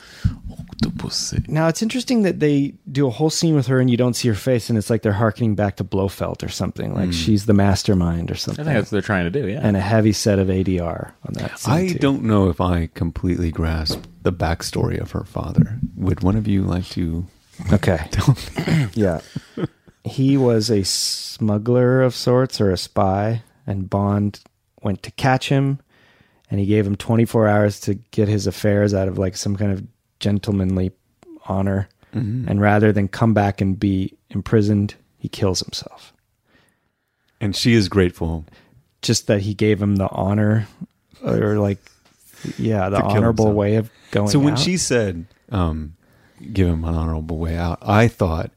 S4: Now it's interesting that they do a whole scene with her and you don't see her face, and it's like they're harkening back to Blofeld or something.
S8: Hmm.
S4: Like she's the mastermind or
S5: I
S4: something.
S5: think that's what they're trying to do, yeah.
S4: and a heavy set of ADR on that. Scene
S8: I
S4: too.
S8: don't know if I completely grasp the backstory of her father. Would one of you like to?
S4: Okay. yeah. He was a smuggler of sorts or a spy, and Bond went to catch him, and he gave him 24 hours to get his affairs out of like some kind of gentlemanly honor.
S8: Mm-hmm.
S4: And rather than come back and be imprisoned, he kills himself.
S8: And she is grateful.
S4: Just that he gave him the honor, or like, yeah, the
S8: To kill
S4: honorable
S8: himself.
S4: way of going.
S8: So when
S4: out.
S8: she said, um, "Give him an honorable way out," I thought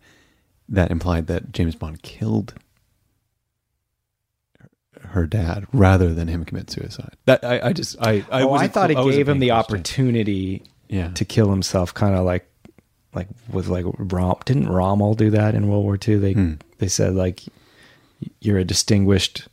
S8: that implied that James Bond killed her dad rather than him commit suicide. That I, I just I I,
S4: oh, I
S8: wasn't
S4: thought
S8: cl-
S4: it
S8: wasn't
S4: gave him the
S8: paying attention.
S4: opportunity
S8: Yeah.
S4: to kill himself, kind of like like with like Rom. Didn't Rommel do that in World War II? They
S8: Hmm,
S4: they said like you're a distinguished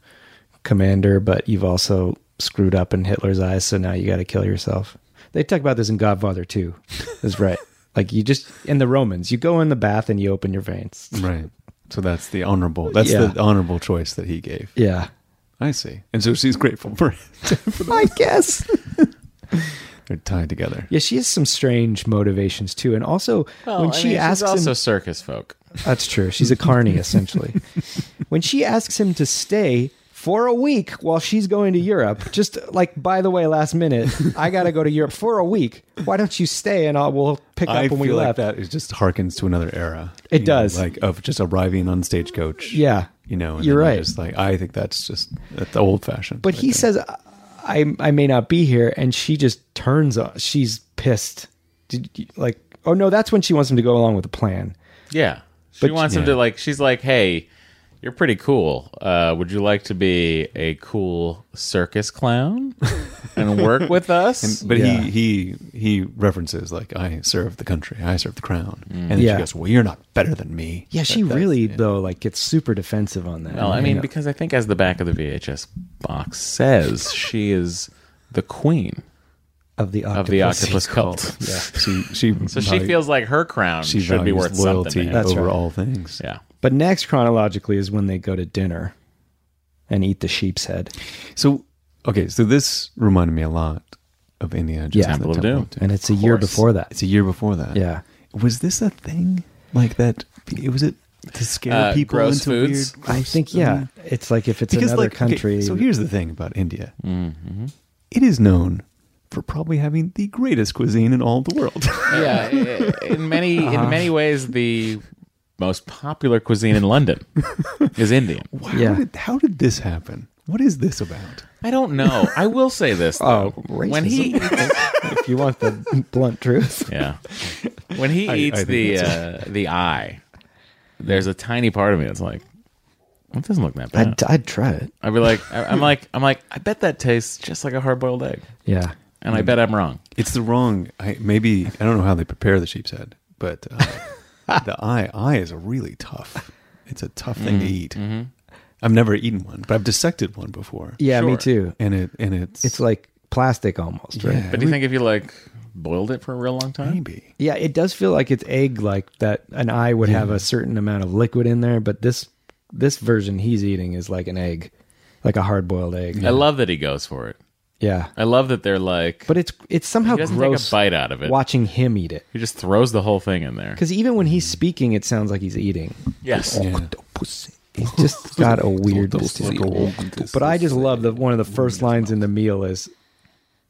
S4: commander, but you've also screwed up in Hitler's eyes, so now you got to kill yourself. They talk about this in Godfather too. Is right. Like you just in the Romans, you go in the bath and you open your veins.
S8: Right. So that's the honorable. That's
S4: Yeah.
S8: the honorable choice that he gave.
S4: Yeah,
S8: I see. And so she's grateful for it.
S4: I guess.
S8: They're tied together.
S4: Yeah, she has some strange motivations too, and also when she asks
S5: Oh, she's
S4: him,
S5: also circus folk.
S4: That's true. She's a carny, essentially. when she asks him to stay for a week while she's going to Europe, just like by the way, last minute, I got to go to Europe for a week. Why don't you stay and I'll, we'll pick up
S8: I
S4: when we
S8: feel
S4: left?
S8: like that is just harkens to another era.
S4: It
S8: You know,
S4: does.
S8: like of just arriving on stagecoach.
S4: Yeah.
S8: You know, and
S4: You're
S8: then
S4: right.
S8: Just like I think that's just that's old fashioned.
S4: But he says, I, "I may not be here," and she just turns. On, she's pissed. Did you, like, oh no, that's when she wants him to go along with the plan.
S5: Yeah. She wants him
S8: yeah.
S5: to like she's like, "Hey, you're pretty cool. Uh, would you like to be a cool circus clown and work with us?"
S8: but
S4: Yeah.
S8: he he he references like I serve the country, I serve the crown,
S5: Mm.
S8: and then
S4: Yeah.
S8: she goes, "Well, you're not better than me."
S4: Yeah, she really though like gets super defensive on that.
S5: well, I mean,
S4: know.
S5: because I think as the back of the VHS box says, she is the queen
S4: of the
S5: of the
S4: octopus.
S5: octopus cult.
S8: Yeah, she she
S5: So she feels like her crown
S8: she
S5: should be worth
S8: values loyalty
S5: something. to him.
S4: That's
S8: over
S4: right.
S8: all things.
S5: Yeah.
S4: But next chronologically is when they go to dinner and eat the sheep's head.
S8: So okay, so this reminded me a lot of Indiana Jones.
S4: Yeah.
S8: and the
S5: Temple of Doom.
S4: And it's a year before that.
S8: It's a year before that.
S4: Yeah.
S8: Was this a thing? Like that? It was it to scare
S5: Uh,
S8: people
S5: gross
S8: into
S5: foods?
S8: weird?
S4: I
S8: gross-
S4: think,
S8: mean,
S4: yeah. It's like if it's another
S8: like, okay,
S4: country.
S8: so here's the thing about India.
S5: Mm-hmm.
S8: It is known for probably having the greatest cuisine in all the world.
S5: yeah i- in many in many ways the most popular cuisine in london is indian
S4: Yeah.
S8: how, did, how did this happen? What is this about?
S5: i don't know i will say this though.
S4: Oh,
S5: when he
S4: if you want the blunt truth.
S5: yeah when he
S8: I-
S5: eats
S8: I think
S5: the
S8: that's
S5: uh, the eye there's a tiny part of me that's like it doesn't look that bad
S4: I'd, I'd try it.
S5: i'd be like I- i'm like i'm like i bet that tastes just like a hard-boiled egg
S4: Yeah.
S5: and i bet i'm wrong
S8: It's the wrong. I, maybe I don't know how they prepare the sheep's head,
S5: Mm-hmm.
S8: but uh, the eye eye is a really tough. It's a tough thing to eat. I've never eaten one, but I've dissected one before.
S4: Yeah, me
S5: Sure.
S4: too.
S8: and it and it's
S4: It's like plastic almost, right?
S8: Yeah,
S5: But do you think if you like boiled it for a real long time?
S8: maybe
S4: Yeah, it does feel like it's egg like that an eye would have a certain amount of liquid in there, but this this version he's eating is like an egg, like a hard boiled egg.
S5: I love that he goes for it.
S4: Yeah.
S5: I love that they're like,
S4: But it's it's somehow
S5: He doesn't take a
S4: gross
S5: bite out of it.
S4: watching him eat it.
S5: he just throws the whole thing in there.
S4: Cuz even when he's speaking it sounds like he's eating. Oh,
S5: Yes.
S4: He's just got a weird bestiality. But I just love that one of the first lines in the meal is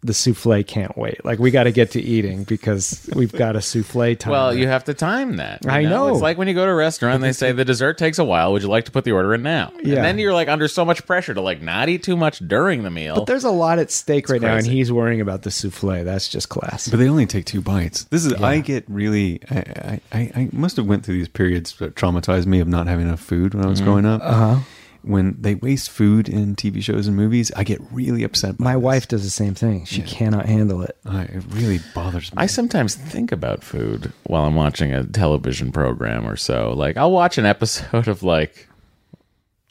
S4: the souffle can't wait. Like we got to get to eating because we've got a souffle time.
S5: Well, you have to time that. you
S4: I know.
S5: It's like when you go to a restaurant and they say the dessert takes a while. Would you like to put the order in now?
S4: Yeah.
S5: And then you're like under so much pressure to like not eat too much during the meal.
S4: But there's a lot at stake right now, and
S5: crazy.
S4: he's worrying about the souffle. That's just class.
S8: But they only take two bites. This is I get really I, I- I I must have went through these periods that traumatized me of not having enough food when I was growing up. Uh-huh. When they waste food in TV shows and movies, I get really upset. By
S4: My
S8: this.
S4: wife does the same thing. She cannot handle it.
S8: I, it really bothers me.
S5: I sometimes think about food while I'm watching a television program or so. Like I'll watch an episode of like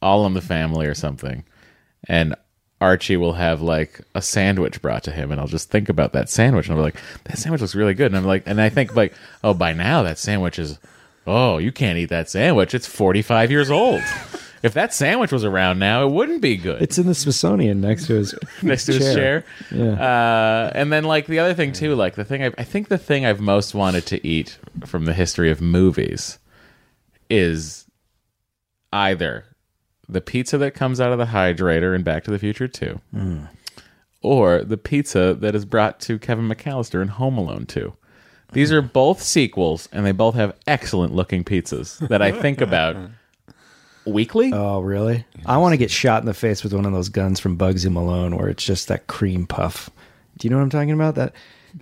S5: All in the Family or something, and Archie will have like a sandwich brought to him, and I'll just think about that sandwich, and I'll be like, "That sandwich looks really good," and I'm like, and I think like, "Oh, by now that sandwich is, oh, you can't eat that sandwich. It's 45 years old. if that sandwich was around now, it wouldn't be good."
S4: It's in the Smithsonian next to his
S5: next to his chair.
S4: Yeah.
S5: Uh, and then like the other thing too, like the thing I, I think the thing I've most wanted to eat from the history of movies is either the pizza that comes out of the hydrator in Back to the Future Two, or the pizza that is brought to Kevin McAllister in Home Alone Two. These are both sequels, and they both have excellent looking pizzas that I think about weekly.
S4: Oh, really? I want to get shot in the face with one of those guns from Bugsy Malone, where it's just that cream puff. Do you know what I'm talking about? That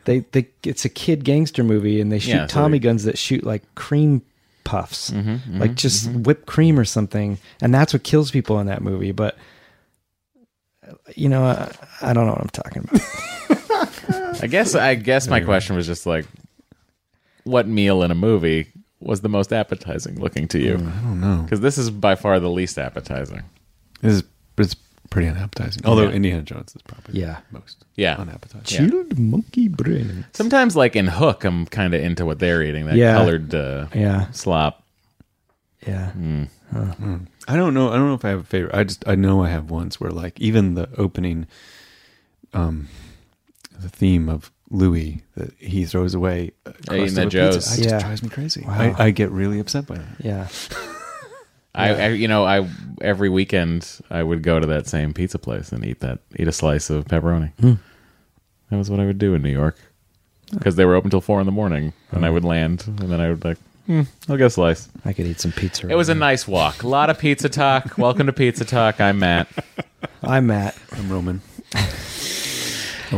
S4: they they it's a kid gangster movie, and they shoot
S5: Yeah, so
S4: Tommy
S5: they-
S4: guns that shoot like cream puffs,
S5: Mm-hmm,
S4: like just whipped cream or something, and that's what kills people in that movie. But you know, I, I don't know what I'm talking about.
S5: I guess I guess my question was just like, what meal in a movie was the most appetizing looking to you?
S8: Mm, I don't know.
S5: Because this is by far the least appetizing.
S8: This is it's pretty unappetizing. Although
S5: Yeah.
S8: Indiana Jones is probably
S4: Yeah.
S8: the most
S5: Yeah.
S8: unappetizing.
S4: Chilled monkey brain.
S5: Sometimes, like in Hook, I'm kind of into what they're eating that
S4: Yeah.
S5: colored uh,
S4: Yeah.
S5: slop.
S4: Yeah.
S5: Hmm.
S8: I don't know. I don't know if I have a favorite. I just I know I have ones where like even the opening, um, the theme of Louis that he throws away, a crust
S5: eating
S8: of
S5: the
S8: a
S5: Joes.
S8: pizza, I
S4: Yeah.
S8: just drives me crazy. I, I get really upset by that.
S4: Yeah.
S5: I, I, you know, I every weekend I would go to that same pizza place and eat that, eat a slice of pepperoni. That was what I would do in New York because they were open till four in the morning, and I would land, and then I would like, hmm, I'll get a slice.
S4: I could eat some pizza.
S5: It was a nice walk. A lot of pizza talk. Welcome to Pizza Talk. I'm Matt.
S4: I'm Matt.
S8: I'm Roman.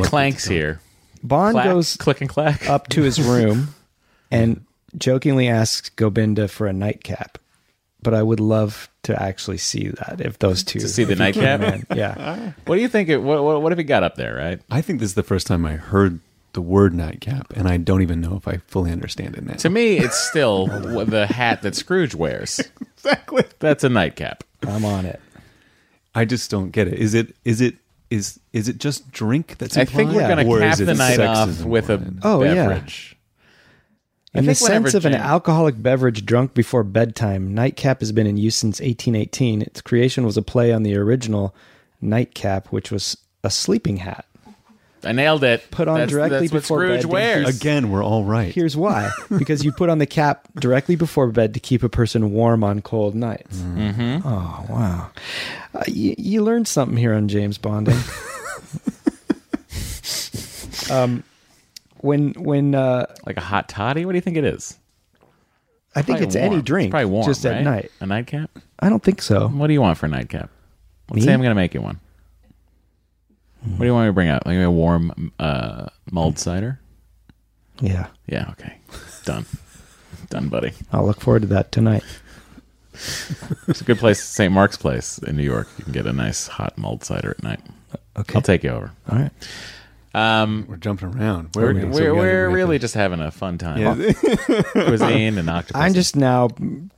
S5: Clank's here.
S4: Bond
S5: Clack,
S4: goes
S5: click and clack.
S4: up to his room and jokingly asks Gobinda for a nightcap. But I would love to actually see that if those two
S5: see the nightcap?
S4: Yeah.
S5: What do you think? It, what, what, what if he got up there, right?
S8: I think this is the first time I heard the word nightcap, and I don't even know if I fully understand it now.
S5: To me, it's still wh- the hat that Scrooge wears. exactly. That's a nightcap.
S4: I'm on it.
S8: I just don't get it. Is it is it is is it just drink that's
S5: I think we're
S8: implied,
S5: going to
S8: or
S5: cap
S8: is it
S5: the night off
S8: sexism
S5: with a
S8: oriented?
S4: Oh, yeah.
S5: beverage. I
S4: In the
S5: think whenever
S4: sense of an
S5: Jane-
S4: alcoholic beverage drunk before bedtime, nightcap has been in use since 1818. Its creation was a play on the original nightcap, which was a sleeping hat.
S5: I nailed it.
S4: Put on
S5: that's,
S4: directly
S5: that's what
S4: before
S5: Scrooge
S4: bed to
S5: wears.
S4: keep-
S8: Again, we're all right.
S4: Here's why because you put on the cap directly before bed to keep a person warm on cold nights. Mm-hmm. Oh, wow. Uh, you, you learned something here on James Bonding. um, when, when, uh,
S5: Like a hot toddy. What do you think it is?
S4: I think
S5: Probably
S4: it's
S5: warm.
S4: any drink,
S5: probably warm.
S4: just
S5: right?
S4: at night.
S5: A nightcap.
S4: I don't think so.
S5: What do you want for a nightcap? Let's
S4: Me?
S5: say I'm going to make you one. What do you want me to bring out? Like a warm uh, mulled cider?
S4: Yeah.
S5: Yeah, okay. Done. Done, buddy.
S4: I'll look forward to that tonight.
S5: It's a good place, St. Mark's Place in New York. You can get a nice hot mulled cider at night.
S4: Okay.
S5: I'll take you over.
S4: All right.
S5: Um,
S8: We're jumping around.
S5: we're
S8: we?
S5: we're,
S8: So we gotta
S5: we're
S8: make
S5: really
S8: it-
S5: just having a fun time.
S8: Yeah.
S5: Cuisine and octopus.
S4: I'm just now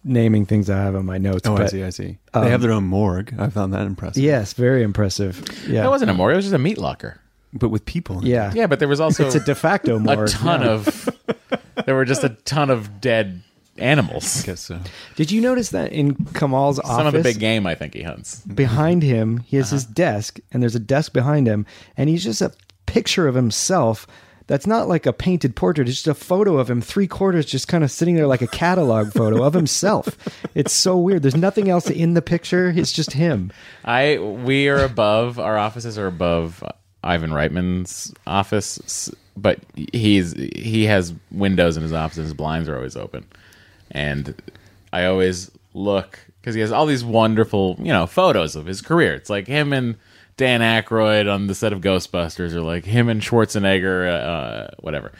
S4: naming things I have on my notes.
S8: Oh, I
S4: but- um,
S8: see. I see. they have their own morgue. I found that impressive.
S4: Yes, very impressive. Yeah,
S5: That wasn't a morgue. It was just a meat locker.
S8: but with people. in it.
S4: yeah,
S5: Yeah, but there was also
S4: It's a de facto
S5: a
S4: morgue.
S5: ton
S4: yeah.
S5: of there were just a ton of dead animals.
S8: I guess so.
S4: Did you notice that in Kamal's office?
S5: Some of the big game Uh-huh. I think he hunts.
S4: behind him he has his desk and there's a desk behind him and he's just a picture of himself that's not like a painted portrait it's just a photo of him three quarters just kind of sitting there like a catalog photo of himself it's so weird there's nothing else in the picture it's just him
S5: I we are above our offices are above Ivan Reitman's office, s- but he's he has windows in his office and his blinds are always open, and I always look because he has all these wonderful you know photos of his career. It's like him and Dan Aykroyd on the set of Ghostbusters, or like him and Schwarzenegger, uh, whatever.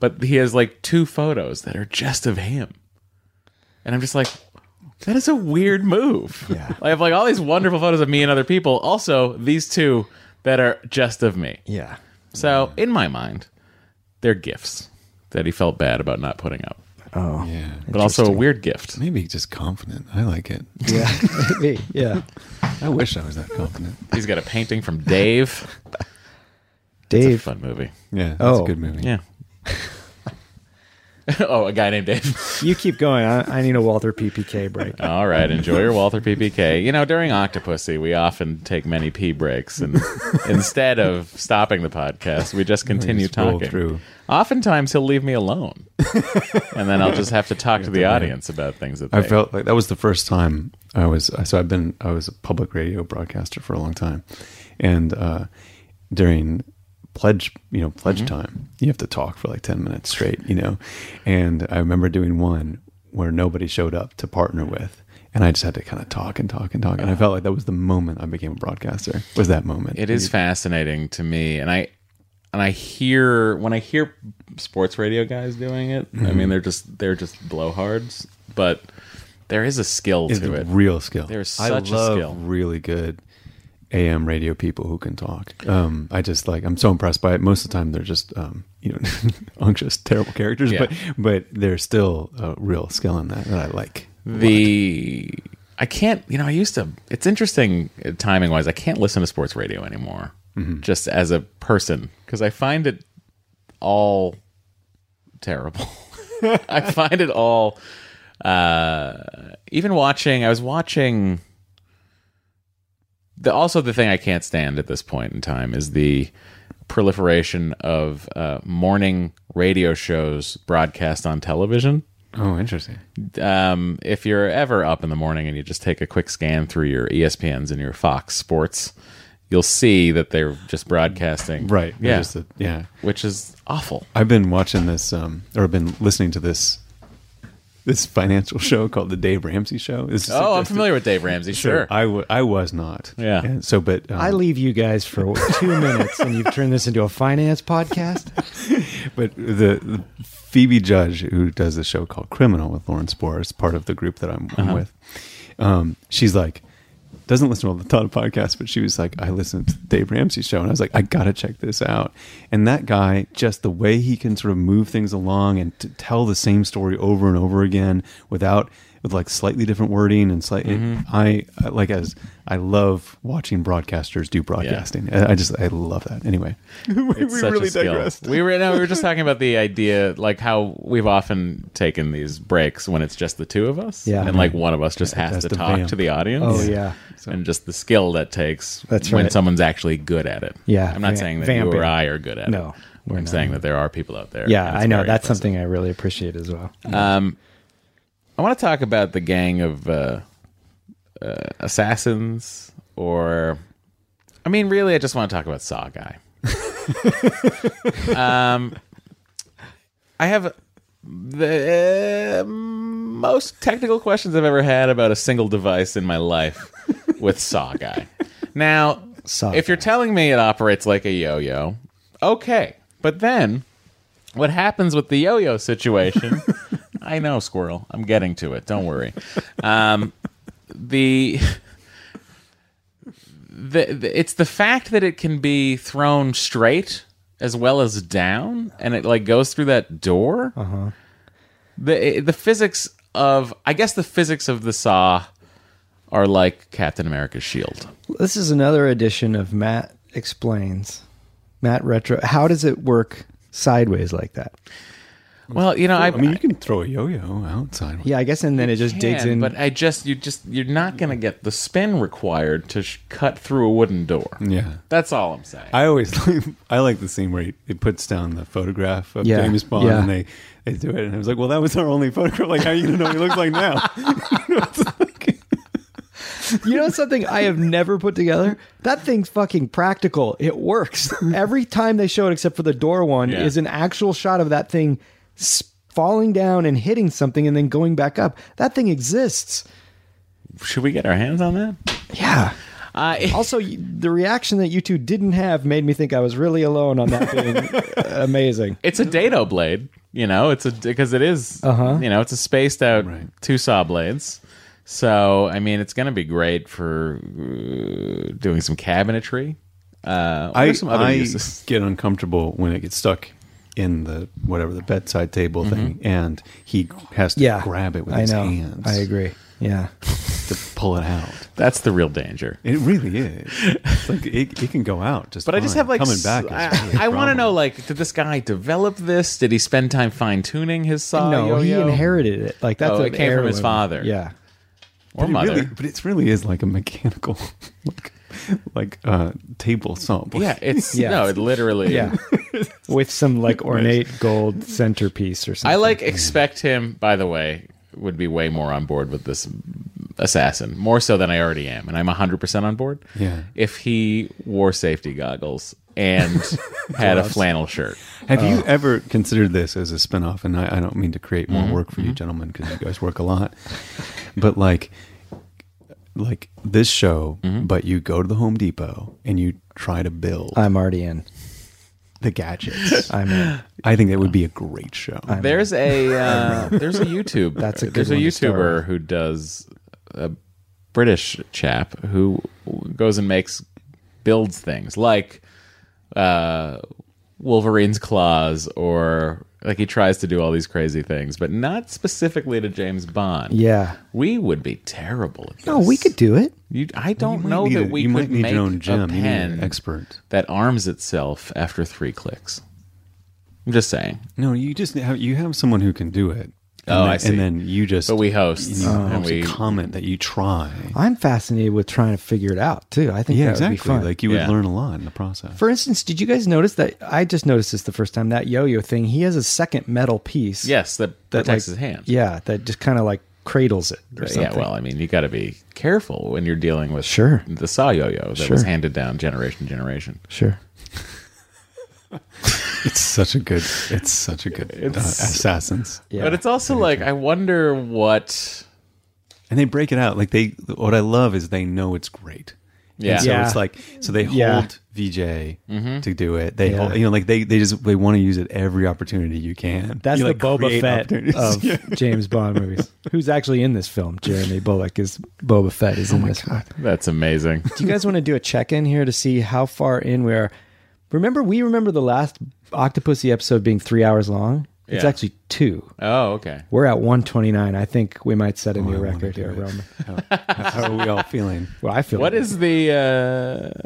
S5: But he has like two photos that are just of him, and I'm just like, that is a weird move. Yeah. I have like all these wonderful photos of me and other people. Also, these two that are just of me.
S4: yeah
S5: So, in my mind, they're gifts that he felt bad about not putting up,
S4: Oh,
S8: Yeah.
S5: but also a weird gift.
S8: Maybe just confident. I like it.
S4: yeah maybe yeah
S8: I wish I was that confident.
S5: He's got a painting from Dave. It's a
S4: dave
S5: fun movie.
S8: Yeah. That's
S4: Oh.
S8: a good movie.
S5: Yeah. oh, a guy named Dave.
S4: you keep going I, I need a walter ppk break
S5: All right, enjoy your Walther PPK. You know, during Octopussy, we often take many pee breaks, and instead of stopping the podcast, we just continue
S8: just roll
S5: talking.
S8: through.
S5: Oftentimes, he'll leave me alone, and then I'll just have to talk to the audience about things that
S8: I
S5: they-
S8: felt like that was the first time I was. So I've been. I was a public radio broadcaster for a long time, and uh, during pledge, you know, pledge
S5: Mm-hmm.
S8: time, you have to talk for like ten minutes straight, you know. And I remember doing one where nobody showed up to partner with, and I just had to kind of talk and talk and talk, and I felt like that was the moment I became a broadcaster. Was that moment?
S5: It is fascinating to me, and I and I hear when I hear sports radio guys doing it. I mean, they're just they're just blowhards, but there is a skill
S8: It's
S5: to
S8: a
S5: it.
S8: real skill.
S5: There's
S8: I
S5: such a
S8: love
S5: skill.
S8: Really good AM radio people who can talk. Um, I just like I'm so impressed by it. Most of the time they're just um, you know unctuous, terrible characters,
S5: Yeah.
S8: but but there's still a real skill in that that I like.
S5: the I can't, you know, I used to. It's interesting timing wise. I can't listen to sports radio anymore, just as a person, because I find it all terrible. I find it all. Uh, even watching, I was watching. The, also, the thing I can't stand at this point in time is the proliferation of uh, morning radio shows broadcast on television
S8: Oh, interesting.
S5: um, if you're ever up in the morning and you just take a quick scan through your E ESPNs and your Fox Sports, you'll see that they're just broadcasting.
S8: Right.
S5: Yeah.
S8: Just a- yeah.
S5: which is awful.
S8: I've been watching this, um, or I've been listening to this this financial show called the Dave Ramsey Show. This is
S5: Oh, I'm
S8: suggested-
S5: familiar with Dave Ramsey.
S8: So
S5: Sure.
S8: I, w- I was not.
S5: Yeah.
S8: And so, but um,
S4: I leave you guys for two minutes and you've turned this into a finance podcast.
S8: But the, the Phoebe Judge, who does the show called Criminal with Lauren Spohr, is part of the group that I'm, I'm with. Um, she's like, doesn't listen to all the ton of podcasts, but she was like, I listened to the Dave Ramsey's show, and I was like, I gotta check this out. And that guy, just the way he can sort of move things along and t- tell the same story over and over again without with like slightly different wording and slight. I I- like as I love watching broadcasters do broadcasting. I I just I love that. Anyway,
S5: It's such a skill. We were no, we were just talking about the idea, like how we've often taken these breaks when it's just the two of us,
S4: Yeah.
S5: and like one of us just has
S8: has
S5: to
S8: to
S5: talk
S8: vamp.
S5: to the audience.
S4: Oh, yeah.
S5: and just the skill that takes
S4: That's
S5: when
S4: right.
S5: someone's actually good at it.
S4: Yeah,
S5: I'm not
S4: va-
S5: saying that you
S4: vamping.
S5: or I are good at
S4: No,
S5: it.
S4: we're
S5: I'm
S4: not.
S5: saying that there are people out there.
S4: Yeah,
S5: and it's
S4: I know.
S5: very
S4: That's
S5: impressive.
S4: something I really appreciate as well.
S5: Um, I want to talk about the gang of uh, uh, assassins, or I mean, really, I just want to talk about Saw Guy. um, I have the uh, most technical questions I've ever had about a single device in my life with Saw Guy. Now,
S4: Saw
S5: if you're telling me it operates like a yo-yo, okay, but then what happens with the yo-yo situation? I know, squirrel. I'm getting to it. Don't worry. Um, the, the the it's the fact that it can be thrown straight as well as down, and it like goes through that door. The the physics of I guess the physics of the saw are like Captain America's shield.
S4: This is another edition of Matt Explains. Matt Retro. How does it work sideways like that?
S5: Well, you know, I,
S8: I mean, you can throw a yo-yo outside.
S4: Yeah, I guess, and then it just digs
S5: can,
S4: in.
S5: but I just you just you're not gonna get the spin required to sh- cut through a wooden door.
S8: Yeah.
S5: That's all I'm saying.
S8: I always like, I like the scene where he, he puts down the photograph of
S4: Yeah,
S8: James Bond
S4: yeah.
S8: and they, they do it. And I was like, well, that was our only photograph. Like, how are you going to know what he looks like now?
S4: you know something I have never put together? That thing's fucking practical. It works. Every time they show it, except for the door one,
S5: Yeah.
S4: is an actual shot of that thing s- falling down and hitting something and then going back up. That thing exists.
S5: Should we get our hands on that?
S4: Yeah.
S5: Uh,
S4: Also, y- the reaction that you two didn't have made me think I was really alone on that being amazing.
S5: it's a dado blade. You know, it's a because it is,
S4: Uh-huh.
S5: You know, it's a spaced out two saw blades. So I mean, it's going to be great for uh, doing some cabinetry. Uh, what
S8: I,
S5: are some other
S8: I
S5: uses?
S8: get uncomfortable when it gets stuck in the, whatever, the bedside table thing. And he has to
S4: Yeah.
S8: grab it with
S4: I
S8: his
S4: know.
S8: hands
S4: I agree. Yeah.
S8: to pull it out.
S5: That's the real danger.
S8: It really is. It's like it, it can go out just
S5: But I just
S8: fine.
S5: have like
S8: coming
S5: s-
S8: back.
S5: I, want to know like, did this guy develop this? Did he spend time fine tuning his saw?
S4: no, he
S5: yo-yo?
S4: inherited it. Like that's
S5: Uh, Oh,
S4: an
S5: it came from his
S4: heirloom.
S5: father.
S4: Yeah.
S5: or mother.
S8: Really, but it really is like a mechanical, like, like uh, table saw.
S5: Yeah, it's
S4: Yeah.
S5: no, it literally.
S4: Yeah. With some like ornate gold centerpiece or something.
S5: I like expect him. By the way, would be way more on board with this assassin, more so than I already am, and I'm 100 percent on board.
S8: Yeah.
S5: if he wore safety goggles and had a flannel shirt.
S8: Have
S5: Uh,
S8: you ever considered this as a spinoff? And I, I don't mean to create more
S5: Mm-hmm,
S8: work for you gentlemen because you guys work a lot. But like like this show,
S5: Mm-hmm.
S8: but you go to the Home Depot and you try to build
S4: I'm already in.
S8: the gadgets.
S4: I'm in.
S8: I think that would be a great show.
S5: There's a uh, there's a YouTube.
S4: That's a good
S5: there's a
S4: one to start
S5: YouTuber
S4: with.
S5: who does a British chap who goes and makes builds things like uh, Wolverine's claws or like he tries to do all these crazy things, but not specifically to James Bond.
S4: Yeah.
S5: we would be terrible at this.
S4: No, we could do it.
S5: You, I don't
S8: might
S5: know
S8: need
S5: that
S8: a-
S5: we
S8: you
S5: could
S8: might need
S5: make
S8: your own gem.
S5: a
S8: You need an
S5: pen
S8: expert.
S5: that arms itself after three clicks. I'm just saying.
S8: No, you just have, you have someone who can do it. And
S5: Oh,
S8: then,
S5: I see.
S8: And then you just
S5: But we host,
S8: you
S5: and
S8: host a
S5: we-
S8: comment that you try.
S4: I'm fascinated with trying to figure it out too. I think
S8: Yeah,
S4: that
S8: exactly.
S4: would be fun.
S8: Like you would
S5: Yeah.
S8: learn a lot in the process.
S4: For instance, did you guys notice that? I just noticed this the first time. That yo-yo thing. He has a second metal piece.
S5: Yes, that,
S4: that
S5: protects
S4: like-
S5: his hand.
S4: Yeah, that just kind of like cradles it or something.
S5: Yeah, well, I mean, you got to be careful when you're dealing with
S4: Sure.
S5: the saw yo-yo that
S4: Sure.
S5: was handed down generation to generation.
S4: sure.
S8: It's such a good. It's such a good. uh, assassins.
S4: Yeah.
S5: But it's also like I wonder what.
S8: and they break it out like they what i love is they know it's great
S5: Yeah.
S8: and so
S4: Yeah.
S8: it's like so they hold
S4: Yeah. Mm-hmm.
S8: vj to do it they
S4: Yeah.
S8: hold, you know like they, they just they want to use it every opportunity you can
S4: That's
S8: You,
S4: the
S8: like,
S4: Boba
S8: create
S4: Fett
S8: opportunities.
S4: of James Bond movies. Who's actually in this film? Jeremy Bullock is Boba Fett.
S8: Oh
S4: Is in this. Film.
S5: That's amazing.
S4: Do you guys want to do a check-in here to see how far in we are? Remember, we remember the last Octopussy episode being three hours long. It's
S5: Yeah.
S4: actually two.
S5: oh, okay.
S4: We're at 129. I think we might set a new
S8: Oh, I wanna
S4: record
S8: do
S4: here,
S8: it.
S4: Roman.
S8: how are we all feeling
S4: Well, I feel
S5: What
S4: it.
S5: is the?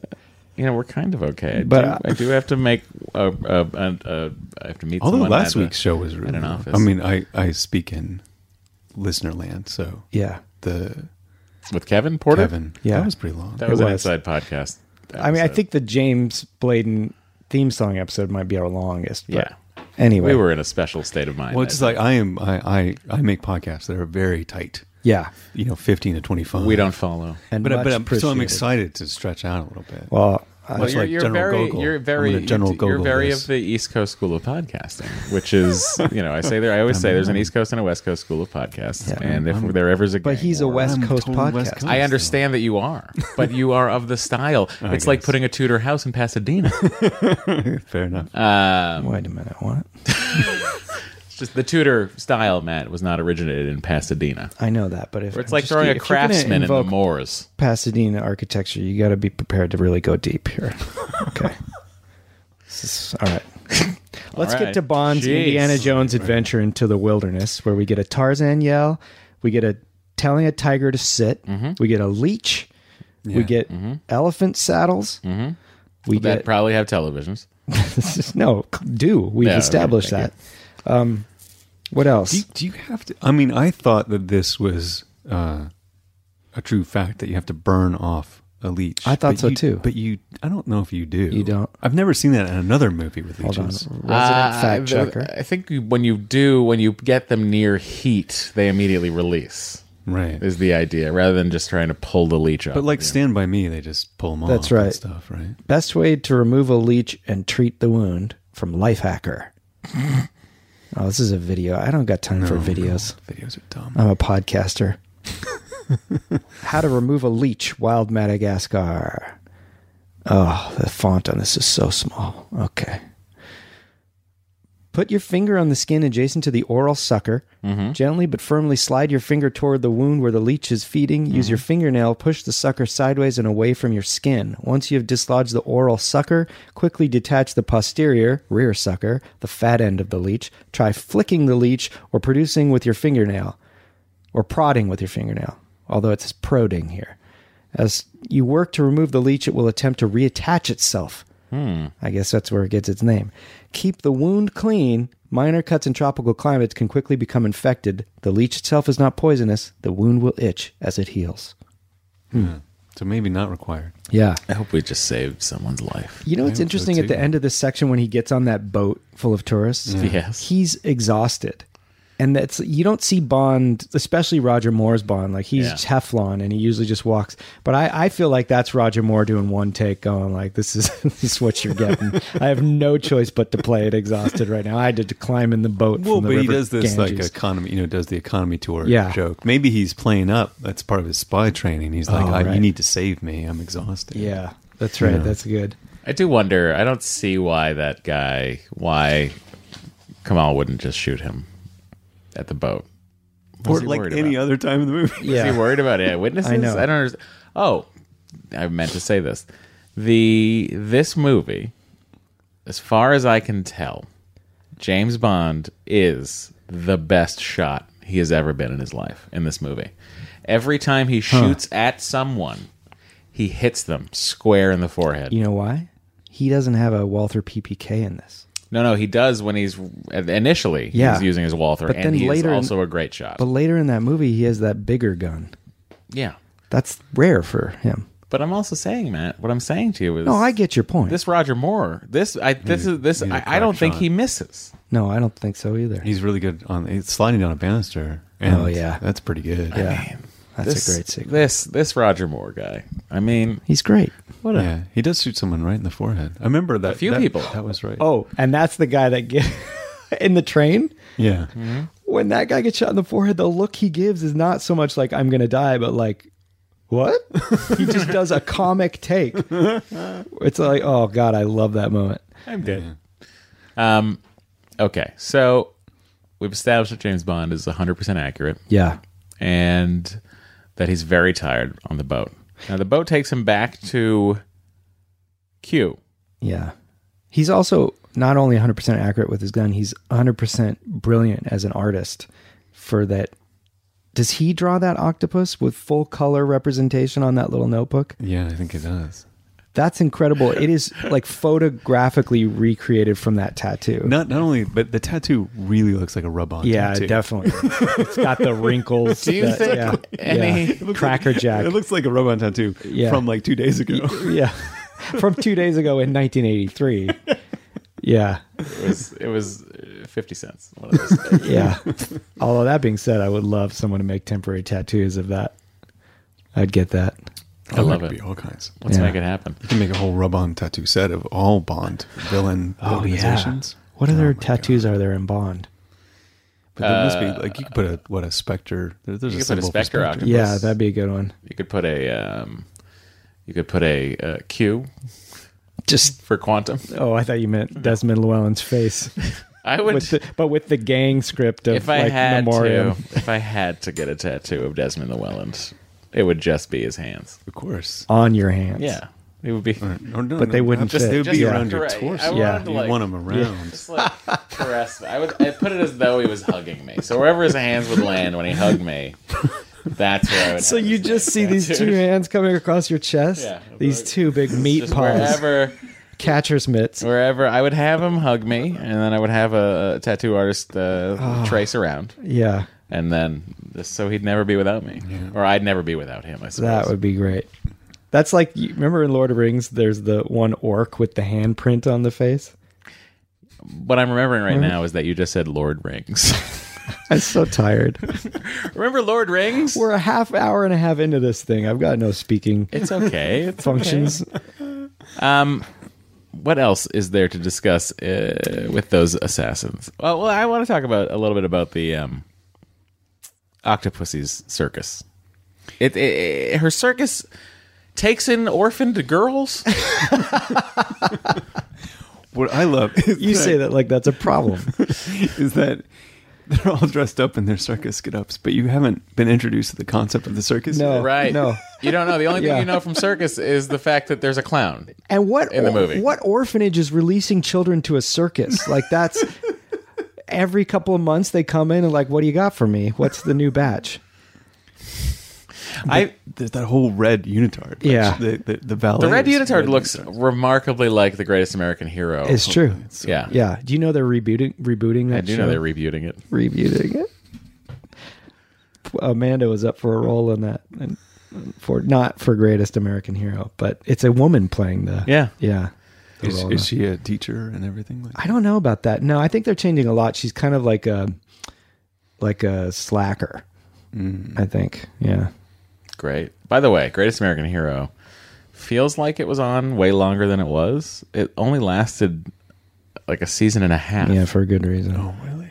S5: uh You know, we're kind of okay. I
S4: But, Oh,
S5: do,
S4: uh,
S5: I do have to make a. a, a, a I have to meet.
S8: although
S5: someone
S8: last
S5: at a-
S8: week's show was really
S5: at an
S8: good.
S5: office.
S8: i mean i i speak in listener land so
S4: Yeah.
S8: the
S5: with Kevin Porter.
S8: kevin
S4: Yeah.
S8: that was pretty long
S5: that was, an
S4: was.
S5: inside podcast.
S4: I mean, I
S5: episode.
S4: think the James Bladen theme song episode might be our longest. But
S5: Yeah.
S4: Anyway,
S5: we were in a special state of mind.
S8: well
S5: that
S8: it's just like i am i i i make podcasts that are very tight
S4: Yeah.
S8: you know 15 to 25
S5: we don't follow.
S4: And
S8: but, I-
S4: much
S8: but I'm, so I'm
S4: appreciated.
S8: excited to stretch out a little bit
S4: Well, I-
S5: Well,
S8: Much
S5: you're,
S8: like
S5: you're
S8: General
S5: very,
S8: Gogol.
S5: you're
S8: I'm
S5: very,
S8: gonna General
S5: you're- you're
S8: Gogol
S5: very
S8: this.
S5: of the East Coast school of podcasting, which is, you know, I say there, I always say there's an East Coast and a West Coast school of podcasts,
S4: Yeah.
S5: and if there ever's a,
S4: but
S5: gang
S4: he's a
S5: war-
S4: West
S8: I'm
S4: Coast
S8: totally
S4: podcast.
S8: West Coast.
S5: I understand that you are, but you are of the style. it's like
S8: guess.
S5: putting a Tudor house in Pasadena.
S8: fair enough
S4: uh, Wait a minute. What?
S5: It's just the Tudor style, Matt, was not originated in Pasadena.
S4: I know that, but if
S5: Or it's like
S4: just-
S5: throwing
S4: if
S5: a
S4: you're gonna
S5: craftsman in the
S4: invoke
S5: moors.
S4: Pasadena architecture, you got to be prepared to really go deep here. Okay. S- All right. Let's
S5: All right.
S4: get to Bond's
S5: Jeez.
S4: Indiana Jones adventure into the wilderness, where we get a Tarzan yell, we get a telling a tiger to sit,
S5: Mm-hmm.
S4: we get a leech, we get elephant saddles,
S5: Mm-hmm.
S4: we
S5: that
S4: get
S5: probably have televisions.
S4: no do we've
S5: Yeah, okay,
S4: established
S5: thank
S4: that. Um, what else?
S8: Do you, do you have to? I mean, I thought that this was uh, a true fact that you have to burn off a leech.
S4: I thought
S8: But
S4: so,
S8: you-
S4: too.
S8: But you, I don't know if you do.
S4: You don't?
S8: I've never seen that in another movie with
S4: Hold on,
S8: leeches.
S4: resident
S5: Uh,
S4: fact
S5: I-
S4: checker.
S5: I think you- when you do, when you get them near heat, they immediately release.
S8: Right.
S5: Is the idea rather than just trying to pull the leech up?
S8: but like Stand by Me, they just pull them off.
S4: That's
S8: and
S4: right.
S8: stuff right.
S4: Best way to remove a leech and treat the wound from Lifehacker. oh, this is a video. I don't got time for videos.
S8: Videos are dumb.
S4: I'm a podcaster. How to remove a leech, wild Madagascar. Oh, the font on this is so small. Okay. Put your finger on the skin adjacent to the oral sucker. Gently but firmly slide your finger toward the wound where the leech is feeding. Use your fingernail, push the sucker sideways and away from your skin. Once you have dislodged the oral sucker, quickly detach the posterior, rear sucker, the fat end of the leech. Try flicking the leech or producing with your fingernail or prodding with your fingernail, although it says proding here. As you work to remove the leech, it will attempt to reattach itself. I guess that's where it gets its name. Keep the wound clean. Minor cuts in tropical climates can quickly become infected. The leech itself is not poisonous. The wound will itch as it heals.
S8: So maybe not required.
S4: Yeah.
S5: I hope we just saved someone's life.
S4: You know what's
S8: Yeah, so
S4: interesting at
S8: too. Mm.
S4: the end of this section when he gets on that boat full of tourists?
S5: Yes.
S4: He's exhausted. And that's you don't see Bond, especially Roger Moore's Bond. Like he's
S5: Yeah.
S4: Teflon and he usually just walks. But I, I feel like that's Roger Moore doing one take going like this is this is what you're getting. I have no choice but to play it exhausted right now. I had to climb in the boat.
S8: Well,
S4: from the
S8: but he
S4: river
S8: does this like
S4: Ganges.
S8: economy, you know, does the economy tour
S4: Yeah.
S8: joke. Maybe he's playing up. That's part of his spy training. He's like,
S4: Oh,
S8: I,
S4: right.
S8: you need to save me. I'm exhausted.
S4: Yeah. That's right.
S8: Yeah.
S4: That's good.
S5: I do wonder. I don't see why that guy, why Kamal wouldn't just shoot him at the boat.
S8: Or
S5: What's he
S8: like
S5: worried
S8: any
S5: about?
S8: other time in the movie.
S5: Is he worried about it? Witnesses?
S4: I know.
S5: don't understand. Oh, I meant to say this. The this movie, as far as I can tell, James Bond is the best shot he has ever been in his life in this movie. Every time he shoots at someone, he hits them square in the forehead.
S4: You know why? He doesn't have a Walther PPK in this.
S5: No, no, he does when he's initially
S4: Yeah.
S5: he's using his Walther,
S4: But then
S5: and he
S4: later
S5: is
S4: in-
S5: also a great shot.
S4: But later in that movie he has that bigger gun.
S5: yeah,
S4: That's rare for him.
S5: but I'm also saying, Matt, what I'm saying to you is,
S4: No, I get your point.
S5: this Roger Moore. This I this is this
S8: need a
S5: I, I don't
S8: crack
S5: think
S8: shot.
S5: he misses.
S4: no, I don't think so either.
S8: He's really good on he's sliding down a banister. And
S4: Oh, yeah.
S8: that's pretty good.
S4: Yeah. That's
S5: this,
S4: a great sequence.
S5: This this Roger Moore guy. I mean,
S4: He's great.
S5: what a
S8: yeah. He does shoot someone right in the forehead. I remember that.
S5: few
S8: that-
S5: people.
S8: That was right.
S4: Oh, and that's the guy that get in the train.
S8: yeah.
S4: Mm-hmm. When that guy gets shot in the forehead, the look he gives is not so much like "I'm gonna die," but like, "What?" he just does a comic take. It's like, oh god, I love that moment.
S5: I'm dead. Um, okay, so we've established that James Bond is 100 percent accurate,
S4: Yeah,
S5: and that he's very tired on the boat. Now the boat takes him back to Q.
S4: yeah. He's also not only 100 percent accurate with his gun; he's 100 percent brilliant as an artist. For that, does he draw that octopus with full color representation on that little notebook?
S8: Yeah, I think it does.
S4: That's incredible. It is like photographically recreated from that tattoo.
S8: Not not only, but the tattoo really looks like a rub on
S4: yeah,
S8: tattoo.
S4: definitely. it's got the wrinkles.
S5: Do you
S4: that-
S5: think
S4: yeah,
S5: any-
S4: yeah.
S5: It
S4: Cracker Jack?
S8: It looks like a rub on tattoo
S4: Yeah.
S8: from like two days ago.
S4: yeah, from two days ago in 1983. Yeah,
S5: It was it was uh, 50 cents. One of those.
S4: yeah. Although that being said, I would love someone to make temporary tattoos of that. I'd get that.
S5: I love
S8: Could be
S5: it.
S8: all kinds.
S5: Let's
S4: Yeah.
S5: make it happen.
S8: You can make a whole rub-on tattoo set of all Bond villain organizations.
S4: Oh, What
S8: Oh
S4: other
S8: my
S4: tattoos are there in Bond?
S8: God. But there must be like you could put a what a specter. There, there's
S5: Uh, You
S8: a
S5: could put a
S8: symbol for
S5: Spectre
S8: Spectre.
S5: octopus.
S4: Yeah, that'd be a good one.
S5: You could put a um, you could put a uh, Q
S4: Just
S5: for quantum.
S4: oh, I thought you meant Desmond Llewellyn's face.
S5: I would
S4: with the, but with the gang script of
S5: if I
S4: like
S5: had
S4: memoriam.
S5: to if I had to get a tattoo of Desmond Llewellyn, it would just be his hands.
S8: Of course.
S4: on your hands.
S5: Yeah. It would be.
S8: Or- or no,
S4: But
S8: no,
S4: they wouldn't
S8: just, They
S4: fit.
S8: would be
S4: Yeah.
S8: around your
S5: Correct.
S8: torso.
S5: I wanted
S4: Yeah.
S5: to,
S8: you
S5: like-
S8: want them around.
S5: Just like caress. I would. I put it as though he was hugging me. So wherever his hands would land when he hugged me, that's where I would.
S4: So
S5: have
S4: you
S5: his
S4: just see these two
S5: tattoos.
S4: hands coming across your chest.
S5: Yeah.
S4: These two big meat
S5: Just
S4: paws,
S5: wherever,
S4: catcher's mitts.
S5: wherever I would have him hug me, and then I would have a, a tattoo artist uh,
S4: Ah.
S5: trace around,
S4: Yeah,
S5: and then just so he'd never be without me, or I'd never be without him. I suppose
S4: that would be great. That's like you remember in Lord of the Rings, there's the one orc with the handprint on the face.
S5: What I'm remembering
S4: Mm-hmm.
S5: right now is that you just said Lord Rings.
S4: I'm so tired.
S5: Remember Lord Rings?
S4: We're a half hour and a half into this thing. I've got no speaking
S5: it's okay. It's
S4: functions.
S5: Um, what else is there to discuss uh, with those assassins? Uh, Well, well, I want to talk about a little bit about the um, Octopussy's circus. It, it, it- her circus takes in orphaned girls.
S8: What I love is
S4: You say that like that's a problem.
S8: is that they're all dressed up in their circus get-ups, but you haven't been introduced to the concept of the circus.
S4: No.
S8: yet.
S5: right?
S4: No.
S5: you don't know. The only
S4: Yeah.
S5: thing you know from circus is the fact that there's a clown.
S4: And what
S5: In the movie.
S4: what orphanage is releasing children to a circus? Like that's every couple of months they come in and like, what do you got for me? What's the new batch?
S5: I
S8: There's that whole red unitard.
S4: Yeah.
S8: the the, the valet.
S5: the red
S8: is
S5: unitard
S8: red
S5: looks
S8: unitard.
S5: remarkably like the Greatest American Hero.
S4: It's true.
S5: yeah,
S4: Yeah. Do you know they're rebooting rebooting that
S5: I do
S4: show?
S5: know they're rebooting it.
S4: rebooting it. Amanda was up for a role in that, and for not for Greatest American Hero, but it's a woman playing the
S5: Yeah.
S4: yeah. the
S8: Is,
S4: role in
S8: is
S4: that.
S8: she a teacher and everything? Like,
S4: I don't know about that. No, I think they're changing a lot. She's kind of like a like a slacker.
S8: Mm.
S4: I think. Yeah.
S5: Great. By the way, Greatest American Hero feels like it was on way longer than it was. It only lasted like a season and a half.
S4: Yeah, for a good reason.
S8: Oh, really?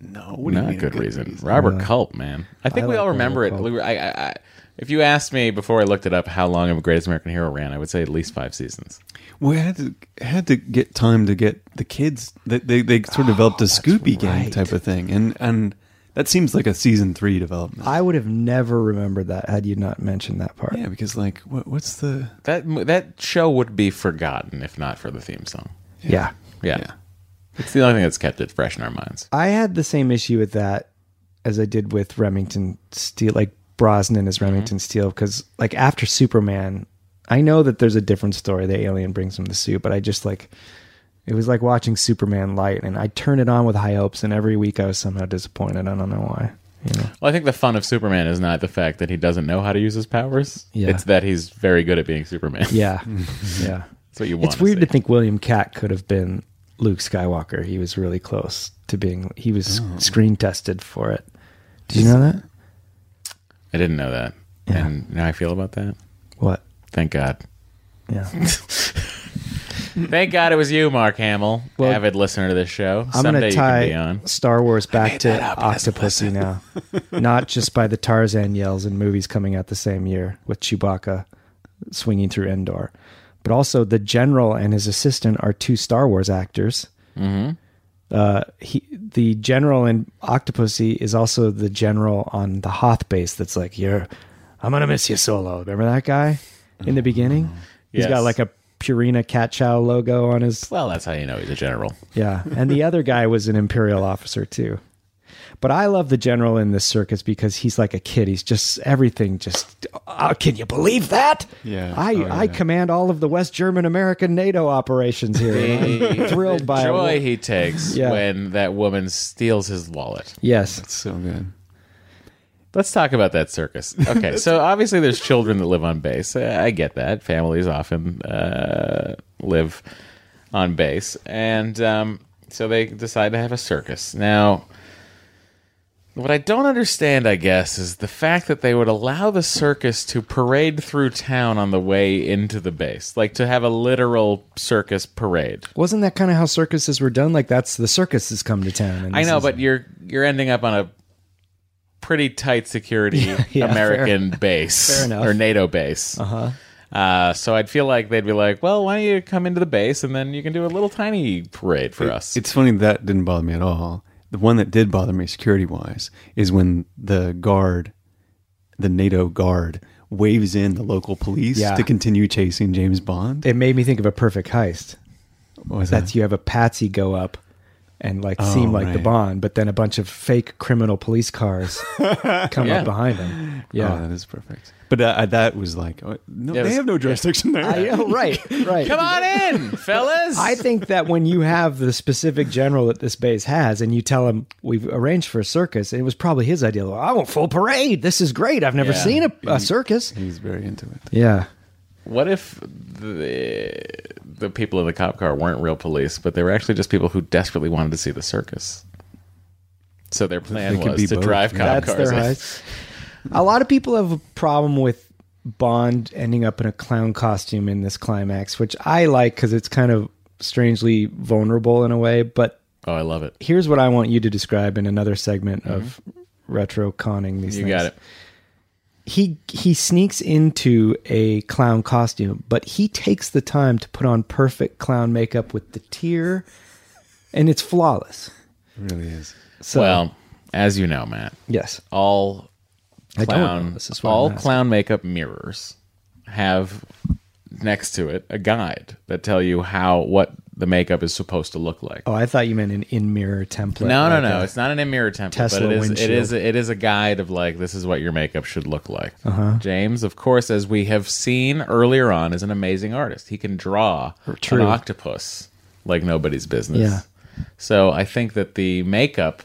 S8: No, what do you
S5: not
S8: mean
S5: a good reason. Robert Culp, man. I think
S4: I
S5: we
S4: like
S5: all remember
S4: Robert
S5: it.
S4: Culp.
S5: We were- I, I, I, if you asked me before I looked it up how long of Greatest American Hero ran, I would say at least five seasons.
S8: We had to had to get time to get the kids. They they, they sort of developed a Scooby Gang
S4: right.
S8: type of thing, and and that seems like a season three development.
S4: I would have never remembered that had you not mentioned that part.
S8: yeah, because like, what, what's the
S5: That mo- that show would be forgotten if not for the theme song.
S4: Yeah.
S5: Yeah.
S8: Yeah.
S5: It's the only thing that's kept it fresh in our minds.
S4: I had the same issue with that as I did with Remington Steel, like Brosnan as Remington Steel, because like after Superman, I know that there's a different story. The alien brings him the suit, but I just like it was like watching Superman light, and I turned it on with high hopes, and every week I was somehow disappointed. I don't know why. You know,
S5: Well, I think the fun of Superman is not the fact that he doesn't know how to use his powers.
S4: Yeah.
S5: It's that he's very good at being Superman.
S4: yeah, yeah.
S5: That's what you want.
S4: It's weird to think William Cat could have been Luke Skywalker. He was really close to being. He was screen tested for it. Do Oh. you know that?
S5: I didn't know that,
S4: Yeah.
S5: and now I feel about that.
S4: What?
S5: Thank God.
S4: Yeah.
S5: Thank God it was you, Mark Hamill,
S4: Well,
S5: avid listener to this show.
S4: I'm
S5: Someday
S4: gonna
S5: you can
S4: tie
S5: be on.
S4: Star Wars back to
S8: up. He doesn't
S4: Octopussy now, not just by the Tarzan yells and movies coming out the same year with Chewbacca swinging through Endor, but also the general and his assistant are two Star Wars actors.
S5: Mm-hmm.
S4: Uh, he, the general in Octopussy is also the general on the Hoth base. That's like you're, I'm gonna miss you, Solo. Remember that guy in the beginning? He's
S5: Yes.
S4: got like a Purina Cat Chow logo on his
S5: Well, that's how you know he's a general.
S4: yeah. And the other guy was an imperial officer too. But I love the general in this circus because he's like a kid. He's just everything just oh, can you believe that?
S8: Yeah.
S4: I
S8: Oh,
S4: I
S8: yeah.
S4: command all of the West German American NATO operations here. and I'm thrilled by
S5: Joy
S4: it.
S5: he takes
S4: Yeah.
S5: when that woman steals his wallet.
S4: Yes.
S8: so good?
S5: Let's talk about that circus. Okay, so obviously there's children that live on base. Uh, I get that. Families often uh, live on base, and um, so they decide to have a circus. Now, what I don't understand, I guess, is the fact that they would allow the circus to parade through town on the way into the base, like to have a literal circus parade.
S4: Wasn't that kind of how circuses were done? Like that's the circus has come to town. And
S5: I
S4: this
S5: know,
S4: is-
S5: but you're you're ending up on a pretty tight security
S4: yeah,
S5: American base
S4: Fair enough.
S5: or NATO base. Uh-huh. so I'd feel like they'd be like, "Well, why don't you come into the base and then you can do a little tiny parade for us?"
S8: It's funny that didn't bother me at all. The one that did bother me security wise is when the guard, the NATO guard, waves in the local police
S4: Yeah.
S8: to continue chasing James Bond.
S4: It made me think of a perfect heist.
S8: What was
S4: That's you have a patsy go up and like seem like the
S8: right.
S4: Bond, but then a bunch of fake criminal police cars come
S5: Yeah.
S4: up behind him.
S8: Yeah,
S4: Yeah.
S8: Oh, that is perfect. But uh, uh, that was like, oh, no,
S5: Yeah, it
S8: they
S5: was-
S8: have no jurisdiction there.
S4: I, oh, right, right.
S5: Come on in, fellas.
S4: I think that when you have the specific general that this base has and you tell him we've arranged for a circus, it was probably his idea. Well, I want full parade. This is great. I've never
S5: Yeah.
S4: seen a, a circus.
S8: He's very into it.
S4: Yeah.
S5: What if the the people in the cop car weren't real police, but they were actually just people who desperately wanted to see the circus? So their plan
S8: They could
S5: was
S8: be
S5: to
S8: both,
S5: drive
S8: yeah.
S5: cop
S4: That's
S5: cars.
S4: their heist. a lot of people have a problem with Bond ending up in a clown costume in this climax, which I like because it's kind of strangely vulnerable in a way. But
S5: Oh, I love it.
S4: here's what I want you to describe in another segment of retro conning these
S5: Mm-hmm. You
S4: things.
S5: got it.
S4: He he sneaks into a clown costume, but he takes the time to put on perfect clown makeup with the tear and it's flawless.
S8: It really is.
S4: So
S5: well, as you know, Matt,
S4: yes.
S5: all
S4: I don't know.
S5: clown
S4: This is what
S5: all
S4: I'm asking.
S5: clown makeup mirrors have next to it a guide that tell you how what the makeup is supposed to look like.
S4: Oh, I thought you meant an in mirror template.
S5: No, no,
S4: like uh,
S5: no.
S4: a-
S5: It's not an in mirror template,
S4: Tesla
S5: but it is.
S4: windshield.
S5: It is. It is a guide of like this is what your makeup should look like.
S4: Uh-huh.
S5: James, of course, as we have seen earlier on, is an amazing artist. He can draw
S4: True.
S5: an octopus like nobody's business.
S4: Yeah.
S5: So I think that the makeup,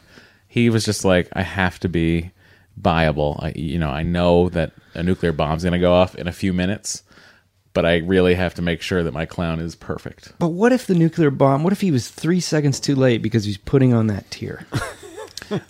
S5: he was just like, I have to be viable. I, you know, I know that a nuclear bomb's going to go off in a few minutes, but I really have to make sure that my clown is perfect.
S4: But what if the nuclear bomb? What if he was three seconds too late because he's putting on that tear?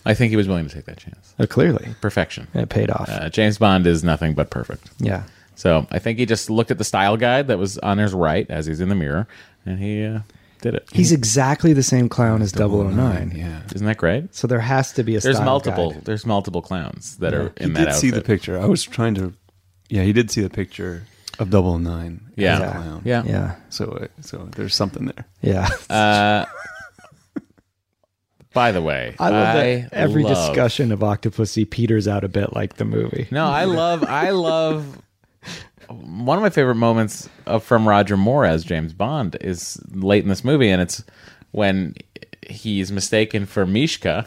S5: I think he was willing to take that chance.
S4: oh, clearly,
S5: Perfection.
S4: it paid off.
S5: Uh, James Bond is nothing but perfect.
S4: yeah,
S5: So I think he just looked at the style guide that was on his right as he's in the mirror, and he uh, did it.
S4: he's exactly the same clown as 009.
S8: Yeah.
S5: Isn't that great?
S4: So there has to be a.
S5: There's
S4: style
S5: multiple.
S4: guide.
S5: There's multiple clowns that are
S8: He
S5: in
S8: did
S5: that outfit.
S8: see the picture. I was trying to. Yeah, he did see the picture of Double Nine. as
S5: Yeah.
S8: a
S5: Yeah.
S8: clown.
S5: Yeah.
S4: Yeah,
S8: So, uh, so there's something there.
S4: yeah.
S5: Uh, by the way,
S4: I love that every
S5: love-
S4: discussion of Octopussy peters out a bit like the movie.
S5: No, I love. I love. One of my favorite moments of, from Roger Moore as James Bond is late in this movie, and it's when he's mistaken for Mishka.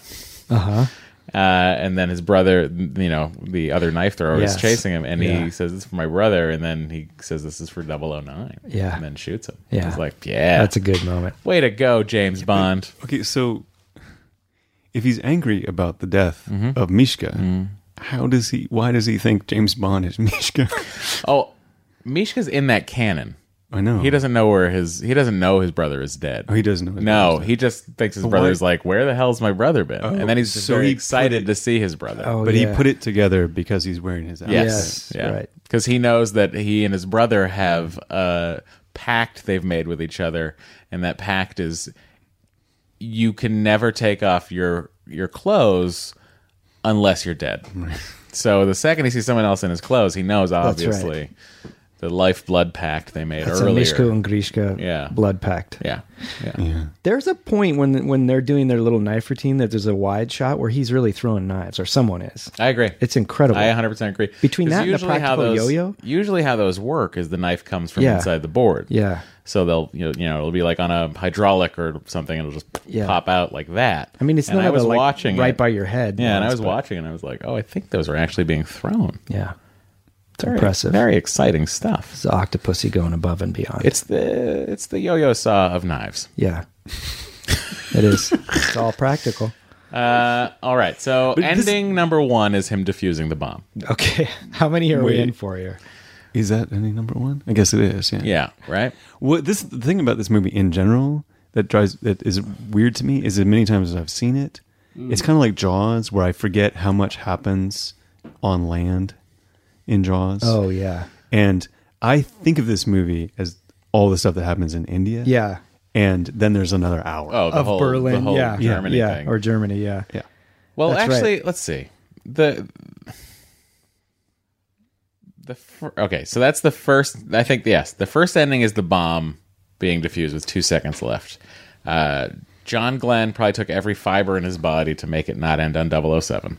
S4: Uh huh.
S5: Uh, and then his brother, you know, the other knife thrower
S4: Yes.
S5: is chasing him, and
S4: Yeah.
S5: he says, "This is for my brother," and then he says, "This is for 009.
S4: Yeah.
S5: and then shoots him.
S4: Yeah.
S5: it's like, yeah,
S4: That's a good moment.
S5: way to go, James Bond.
S8: Okay, so if he's angry about the death
S5: Mm-hmm.
S8: of Mishka, how does he? Why does he think James Bond is Mishka?
S5: Oh, Mishka's in that cannon.
S8: I know
S5: He doesn't know where his he doesn't know his brother is dead.
S8: Oh, he doesn't know his
S5: no,
S8: brother's dead.
S5: he just thinks his
S8: But
S5: brother's
S8: why-
S5: like, where the hell's my brother been?
S8: Oh,
S5: and then he's just
S8: so
S5: very
S8: he put
S5: excited
S8: it-
S5: to see his brother.
S4: Oh,
S8: But
S4: yeah.
S8: he put it together because he's wearing his outfit.
S5: Yes.
S4: Yes, right.
S5: Because he knows that he and his brother have a pact they've made with each other, and that pact is you can never take off your your clothes unless you're dead. So the second he sees someone else in his clothes, he knows obviously the lifeblood pact they made
S4: That's
S5: earlier.
S4: a Mishko and Grishka
S5: Yeah.
S4: blood pact.
S5: yeah. yeah.
S4: There's a point when when they're doing their little knife routine that there's a wide shot where he's really throwing knives, or someone is.
S5: I agree.
S4: It's incredible.
S5: I 100 percent agree.
S4: Between
S5: 'Cause
S4: that and the
S5: usually how
S4: practical
S5: those-
S4: yo-yo?
S5: usually how those work is the knife comes from
S4: Yeah.
S5: inside the board.
S4: Yeah.
S5: So they'll you know, you know it'll be like on a hydraulic or something. It'll just
S4: Yeah.
S5: pop out like that.
S4: I mean, it's
S5: and
S4: not
S5: I was
S4: like,
S5: watching
S4: right
S5: it.
S4: by your head.
S5: Yeah, and I
S4: once,
S5: was
S4: but-
S5: watching and I was like, oh, I think those are actually being thrown.
S4: Yeah. It's
S5: Very-
S4: impressive.
S5: Very exciting stuff.
S4: It's the octopussy going above and beyond.
S5: It's the it's the yo-yo saw of knives.
S4: yeah. it is. It's all practical.
S5: Uh, all right, so
S8: this-
S5: ending number one is him defusing the bomb.
S4: Okay. How many are we
S8: Wait.
S4: in for here?
S8: Is that any number one? I guess it is. Yeah.
S5: Yeah, right.
S8: Well, this the thing about this movie in general that drives that is weird to me is that many times as I've seen it,
S4: Mm.
S8: it's kind of like Jaws, where I forget how much happens on land in Jaws.
S4: Oh yeah.
S8: And I think of this movie as all the stuff that happens in India.
S4: Yeah.
S8: And then there's another hour.
S5: Oh, the
S4: of
S5: whole,
S4: Berlin.
S5: the whole
S4: yeah.
S5: Germany
S4: yeah.
S5: thing.
S4: Or Germany, yeah.
S8: Yeah.
S5: Well,
S4: That's right.
S5: actually, let's see. The the fir- okay, so that's the first. I think yes, the first ending is the bomb being defused with two seconds left. Uh, John Glenn probably took every fiber in his body to make it not end on 007.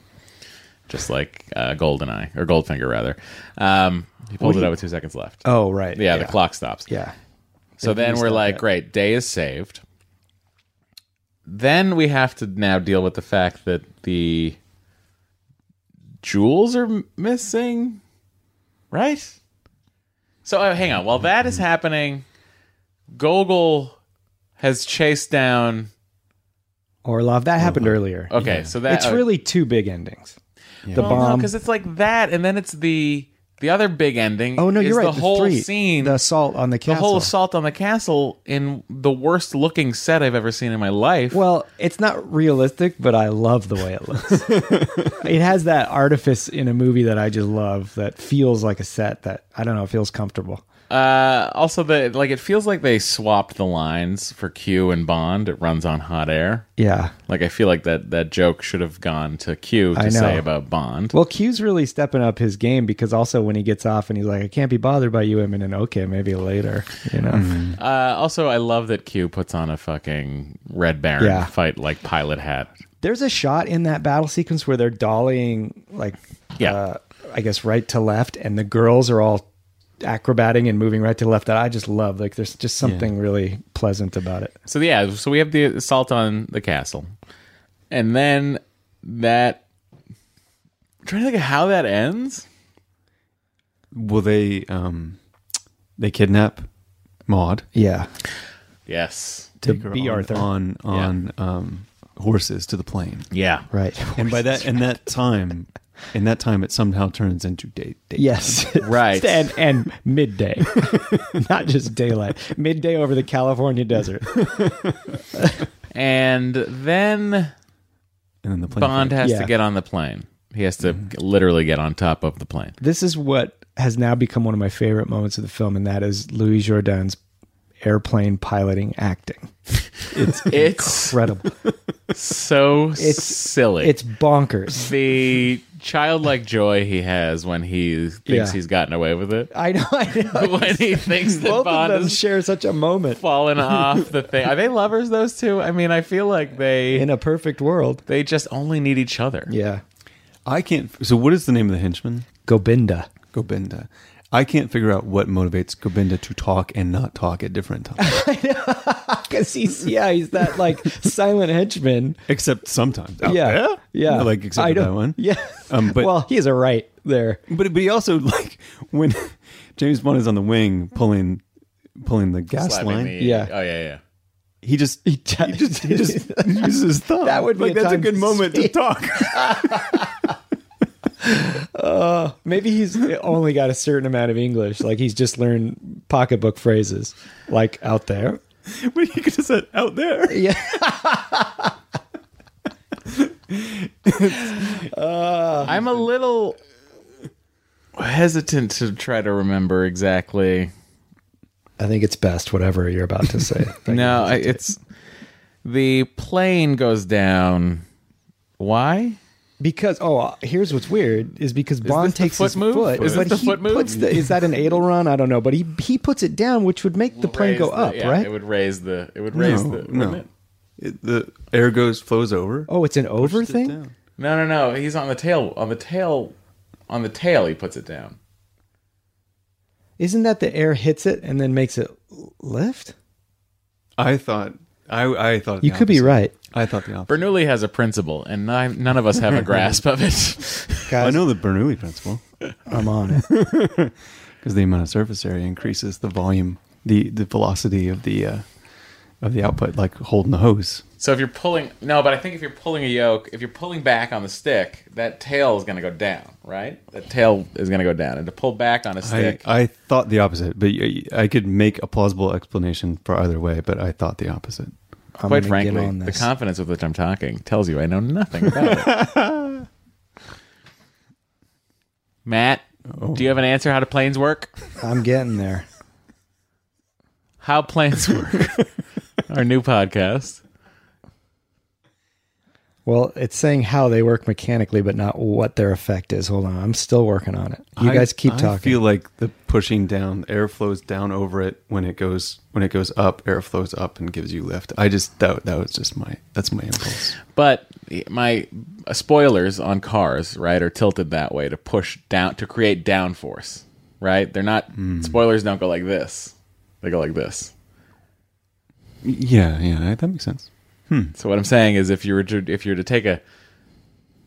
S5: just like uh, Goldeneye or Goldfinger rather. Um, he pulled it out with two seconds left.
S4: Oh, right.
S5: yeah, the clock stops.
S4: Yeah.
S5: So
S4: They
S5: then
S4: released
S5: we're
S4: that
S5: like,
S4: bit.
S5: great, day is saved. Then we have to now deal with the fact that the jewels are m- missing, right? So uh, hang on, while that is happening, Gogol has chased down.
S4: Orlov. That happened earlier.
S5: Okay, so that uh,
S4: it's really two big endings. The bomb.
S5: because it's like that, and then it's the the other big ending.
S4: oh no,
S5: is
S4: you're right.
S5: The whole
S4: three,
S5: scene,
S4: the assault on the
S5: the
S4: castle.
S5: whole assault on the castle in the worst looking set I've ever seen in my life.
S4: Well, it's not realistic, but I love the way it looks. it has that artifice in a movie that I just love. That feels like a set. That I don't know. It feels comfortable.
S5: Uh, also, the like it feels like they swapped the lines for Q and Bond. It runs on hot air.
S4: Yeah.
S5: Like I feel like that that joke should have gone to Q
S4: I
S5: to
S4: know.
S5: say about Bond.
S4: Well, Q's really stepping up his game because also when he gets off and he's like, I can't be bothered by you, women, and okay, maybe later. You know.
S5: Uh, also, I love that Q puts on a fucking Red Baron
S4: Yeah.
S5: fight like pilot hat.
S4: There's a shot in that battle sequence where they're dollying like
S5: Yeah.
S4: uh, I guess right to left and the girls are all acrobating and moving right to left that I just love. Like there's just something really pleasant about it.
S5: So yeah, so we have the assault on the castle, and then that. I'm trying to think of how that ends.
S8: Will they um they kidnap Maud?
S4: Yeah.
S5: Yes.
S4: To
S8: Take her
S4: be
S8: on,
S4: Arthur.
S8: on on um horses to the plane.
S5: Yeah.
S4: Right.
S8: And by that and that time in that time it somehow turns into date. date.
S4: Yes.
S5: Right.
S4: and and midday. Not just daylight. Midday over the California desert.
S5: And then
S8: And then the plane
S5: Bond has
S4: Yeah. Mm-hmm.
S5: to get on the plane. He has to g- literally get on top of the plane.
S4: this is what has now become one of my favorite moments of the film, and that is Louis Jordan's airplane piloting acting.
S5: It's
S4: Incredible.
S5: so
S4: It's-
S5: silly.
S4: it's bonkers.
S5: the childlike joy he has when he thinks
S4: Yeah.
S5: he's gotten away with it.
S4: I know. I know.
S5: when he thinks that
S4: Both
S5: Bond
S4: of them
S5: has
S4: share such a moment
S5: fallen off the thing. Are they lovers, those two? I mean, I feel like they
S4: in a perfect world.
S5: they just only need each other.
S4: Yeah.
S8: I can't so what is the name of the henchman?
S4: Gobinda.
S8: Gobinda. I can't figure out what motivates Gobinda to talk and not talk at different times.
S4: Because he's, yeah, he's that like silent henchman.
S8: except sometimes. Oh,
S4: yeah. Yeah.
S8: Like except
S4: I
S8: for that
S4: don't-
S8: one.
S4: Yeah.
S8: Um, but-
S4: well, he has a right there.
S8: But but he also like when James Bond is on the wing pulling pulling the gas
S5: Slapping
S8: line.
S5: the-
S4: Yeah.
S5: Oh yeah, yeah.
S8: He just he,
S4: ta-
S8: just he just uses his thumb.
S4: That would be
S8: like
S4: a
S8: that's a
S4: time
S8: good
S4: to
S8: moment to
S4: speak.
S8: talk.
S4: Maybe he's only got a certain amount of English. Like he's just learned pocketbook phrases, like out there.
S8: but he could just said out there.
S4: Yeah. Uh,
S5: I'm a little hesitant to try to remember exactly
S4: I think it's best, whatever you're about to say.
S5: No, I, it's the plane goes down. Why?
S4: Because oh, uh, here's what's weird is because Bond
S5: this the
S4: takes
S5: foot
S4: his
S5: move?
S4: foot.
S5: Is
S4: but
S5: this the
S4: he
S5: foot move?
S4: Puts the, is that an Adel run? I don't know, but he he puts it down, which would make the plane
S5: Raise
S4: go
S5: the-
S4: up,
S5: yeah,
S4: right?
S5: It would raise the. It would raise the. wouldn't
S8: no.
S5: it?
S8: It- the air goes flows over.
S4: oh, it's an over
S8: Pushes it
S4: thing.
S8: down.
S5: No, no, no. He's on the tail. On the tail. On the tail, he puts it down.
S4: Isn't that the air hits it and then makes it l- lift?
S8: I thought I I thought
S4: You
S8: the
S4: could be
S8: opposite.
S4: right.
S8: I thought the opposite.
S5: Bernoulli has a principle, and ni- none of us have a grasp of it.
S8: I
S4: Guys,
S8: know the Bernoulli principle
S4: I'm on it.
S8: because the amount of surface area increases the volume, the the velocity of the uh, of the output, like holding the hose.
S5: so if you're pulling, no, but I think if you're pulling a yoke, if you're pulling back on the stick, that tail is going to go down, right? That tail is going to go down, and to pull back on a
S8: I,
S5: stick,
S8: I thought the opposite, but y- I could make a plausible explanation for either way, but I thought the opposite.
S4: I'm gonna
S5: quite
S4: get
S5: frankly,
S4: on
S5: the
S4: this.
S5: confidence with which I'm talking tells you I know nothing about it. Matt, do you have an answer how do planes work?
S4: I'm getting there.
S5: How planes work. Our new podcast.
S4: Well, it's saying how they work mechanically, but not what their effect is. Hold on, I'm still working on it. You
S8: I-
S4: guys keep
S8: I
S4: talking.
S8: feel like the pushing down the air flows down over it when it goes when it goes up, air flows up and gives you lift. I just that that was just my that's my impulse.
S5: But my spoilers on cars, right, are tilted that way to push down to create downforce, right? They're not spoilers don't go like this. They go like this.
S8: Yeah, yeah, that makes sense.
S5: So what I'm saying is if you were to, if you were to take a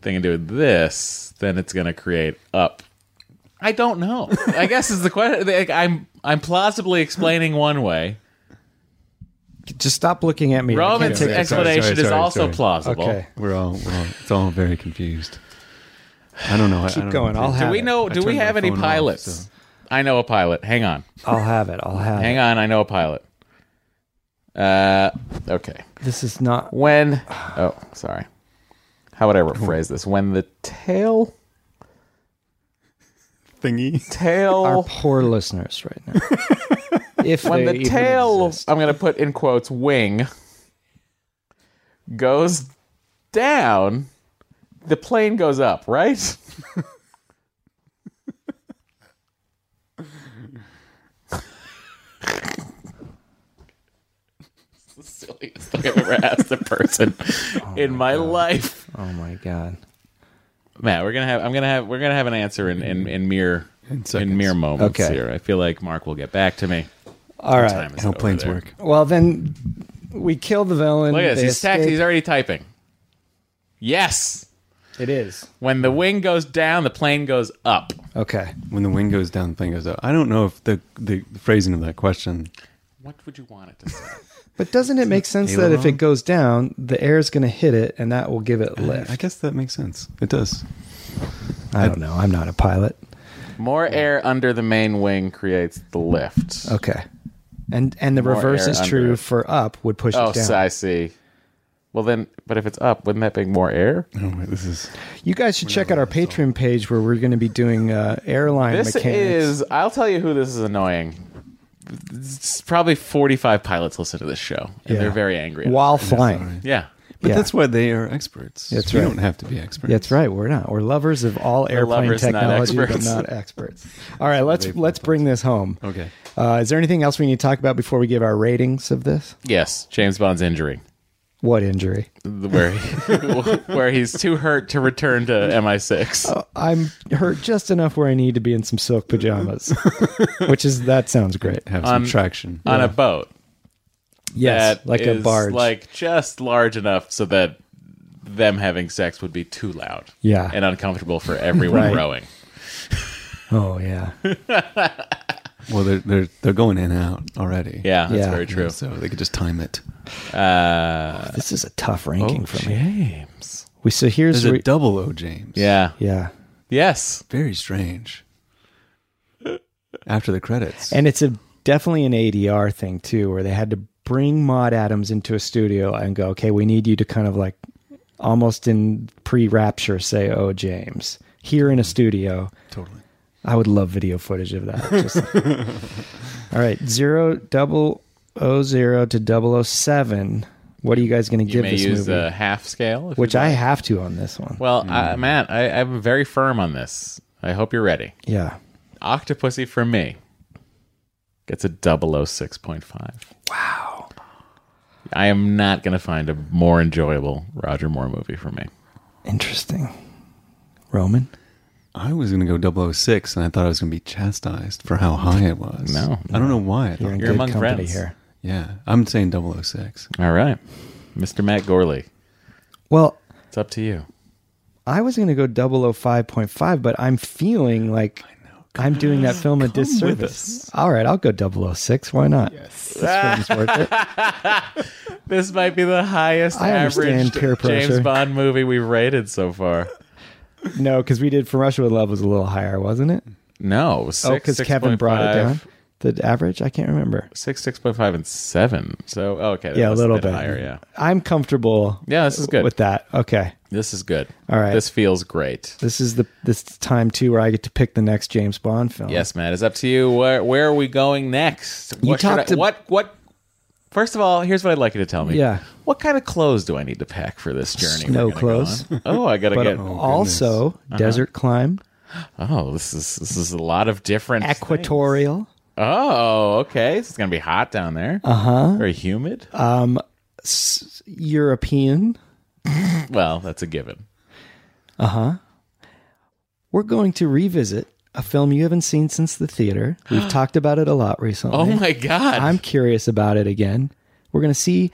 S5: thing and do this, then it's going to create up. I don't know. I guess is the question like, I'm I'm plausibly explaining one way.
S4: Just stop looking at me. I can't
S5: Roman's
S4: take
S8: sorry,
S4: this.
S5: explanation
S8: sorry,
S5: is
S8: sorry,
S5: also
S8: sorry.
S5: plausible.
S4: Okay,
S8: We're all we're all it's all very confused. I don't know. I- I,
S4: keep
S8: don't
S4: going.
S8: know.
S4: I'll
S5: Do
S4: have.
S5: we
S4: it.
S5: know
S8: I
S5: do we
S8: turned my
S5: have any
S8: phone off,
S5: pilots?
S8: so-
S5: I know a pilot. Hang on.
S4: I'll have it. I'll have.
S5: Hang
S4: it.
S5: on, I know a pilot. Uh, okay.
S4: This is not.
S5: When? Oh, sorry. How would I rephrase this? When the tail
S8: thingy.
S4: Our
S5: tail
S4: poor listeners right now. if
S5: when
S4: they
S5: the
S4: even
S5: tail
S4: exist.
S5: I'm gonna put in quotes wing goes down, the plane goes up, right? It's the silliest thing I've ever asked a person in Oh my life.
S4: Oh my god.
S5: Matt, we're gonna have I'm gonna have we're gonna have an answer in in, in mere in,
S8: seconds.
S5: mere moments
S4: Okay.
S5: here. I feel like Mark will get back to me.
S4: All right.
S5: Time is
S8: How
S5: over
S8: planes
S5: there.
S8: work.
S4: Well, then we kill the villain.
S5: Look at this.
S4: they
S5: He's, tax-
S4: escape.
S5: he's already typing. Yes.
S4: It is
S5: When the wing goes down, the plane goes up.
S4: okay.
S8: When the wing goes down, the plane goes up. I don't know if the the phrasing of that question.
S5: What would you want it to say?
S4: But doesn't it make sense that if it goes down, the air is going to hit it, and that will give it lift?
S8: I guess that makes sense. It does.
S4: I don't know. I'm not a pilot.
S5: More air under the main wing creates the lift.
S4: Okay. And and the
S5: More
S4: reverse
S5: air
S4: is
S5: under
S4: true
S5: it.
S4: for up would push
S5: Oh,
S4: it down.
S5: so I see. Well then, but if it's up, wouldn't that be more air?
S8: Oh wait, this is
S4: You guys should check out our Patreon page where we're going to be doing uh, airline
S5: This
S4: mechanics.
S5: is. I'll tell you who this is annoying. It's probably forty-five pilots listen to this show, and
S4: Yeah.
S5: they're very angry. at us.
S4: while flying.
S5: Yeah.
S8: But
S4: Yeah.
S8: that's why they are experts.
S4: That's
S8: You
S4: right.
S8: don't have to be experts.
S4: That's right. We're not. We're lovers of all airplane
S5: lovers, not
S4: technology, but
S5: experts.
S4: not experts. All right, let's let's bring this home.
S8: Okay.
S4: Uh, is there anything else we need to talk about before we give our ratings of this?
S5: Yes, James Bond's injury,
S4: What injury?
S5: where he, where he's too hurt to return to MI6.
S4: Oh. I'm hurt just enough where I need to be in some silk pajamas, which is that sounds great.
S8: Have some traction.
S4: uh,
S5: on a boat.
S4: Yes,
S5: that
S4: like a
S5: is,
S4: barge.
S5: Like just large enough so that them having sex would be too loud.
S4: Yeah.
S5: And uncomfortable for everyone
S4: Right.
S5: rowing.
S4: oh yeah,
S8: well, they're they're they're going in and out already.
S5: Yeah, that's
S4: Yeah.
S5: very true.
S8: So they could just time it.
S5: Uh,
S4: this is a tough
S5: Oh,
S4: ranking for me.
S5: James.
S4: We so
S8: There's
S4: here's
S8: a
S4: re-
S8: double O, James.
S5: Yeah.
S4: yeah,
S5: Yes.
S8: Very strange. After the credits.
S4: and it's a definitely an ADR thing too, where they had to bring Maud Adams into a studio and go, okay, we need you to kind of like almost in pre-rapture say, oh James, here in a studio.
S8: totally.
S4: I would love video footage of that. Just all right, zero double o zero to double o seven. What are you guys going to
S5: You
S4: give
S5: may
S4: this
S5: use
S4: movie?
S5: the half scale. if
S4: Which
S5: you'd
S4: I Hmm.
S5: like.
S4: have to on this one.
S5: Well, uh, Matt, I, I'm very firm on this. I hope you're ready.
S4: yeah.
S5: Octopussy for me gets a 006.5. Wow. I am not going to find a more enjoyable Roger Moore movie for me.
S4: Interesting. Roman?
S8: I was going to go 006, and I thought I was going to be chastised for how high it was.
S5: No.
S8: I don't know why. I
S4: You're in
S8: thought,
S5: You're
S4: good
S5: among
S4: company
S5: friends.
S4: here.
S8: yeah. I'm saying 006.
S5: All right. Mr. Matt Gorley,
S4: Well,
S5: it's up to you.
S4: I was going to go 005.5, but I'm feeling like I'm doing that film a disservice. All right, I'll go 006. Why not? Yes. This film's worth it.
S5: This might be the highest
S4: I understand
S5: average
S4: peer
S5: James
S4: pressure.
S5: Bond movie we've rated so far.
S4: No, because we did For Russia with Love was a little higher, wasn't it?
S5: No, it was
S4: Oh,
S5: Mm-hmm. six,
S4: because Kevin brought it
S5: 6.5,
S4: down. The average? I can't remember.
S5: Six, six point five, and seven. So oh, okay, that
S4: yeah, a
S5: was
S4: little bit.
S5: higher. Yeah,
S4: I'm comfortable.
S5: Yeah, this is good.
S4: with that. Okay,
S5: this is good.
S4: All right.
S5: this feels great.
S4: this is the this time too where I get to pick the next James Bond film.
S5: Yes, Matt, it's up to you. Where where are we going next?
S4: You
S5: What should
S4: talked
S5: I-
S4: ab-
S5: what what First of all, here's what I'd like you to tell me.
S4: Yeah.
S5: What kind of clothes do I need to pack for this journey? we're
S4: Snow
S5: gonna go
S4: clothes.
S5: on? Oh, I gotta
S4: But uh,
S5: get.
S4: also
S5: Uh-huh.
S4: desert climb,
S5: Oh, this is this is a lot of different. things.
S4: equatorial.
S5: Oh, okay. So it's gonna be hot down there. Uh
S4: Uh-huh.
S5: huh. Very humid.
S4: um, European.
S5: well, that's a given.
S4: We're going to revisit a film you haven't seen since the theater. We've talked about it a lot recently.
S5: Oh my god.
S4: I'm curious about it again. We're going to see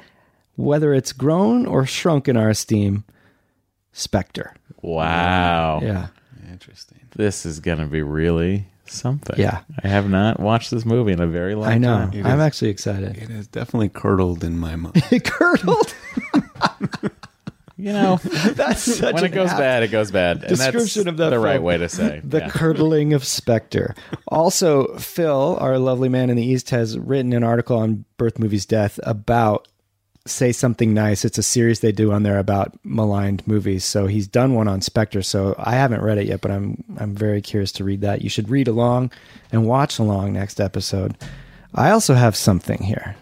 S4: whether it's grown or shrunk in our esteem. Spectre.
S5: wow.
S4: Yeah.
S8: Interesting.
S5: This is gonna be really something.
S4: Yeah.
S5: I have not watched this movie in a very long
S4: I know.
S5: time.
S4: I'm actually excited.
S8: It has definitely curdled in my mind.
S4: It curdled.
S5: You know,
S4: That's such
S5: when it
S4: an
S5: goes
S4: apt
S5: bad, it goes bad. And
S4: description
S5: that's
S4: of that
S5: the right
S4: film.
S5: way to say
S4: The
S5: yeah.
S4: curdling of Spectre. Also, Phil, our lovely man in the East, has written an article on Birth Movies Death about Say Something Nice. It's a series they do on there about maligned movies. So he's done one on Spectre. So I haven't read it yet, but I'm I'm very curious to read that. You should read along and watch along next episode. I also have something here.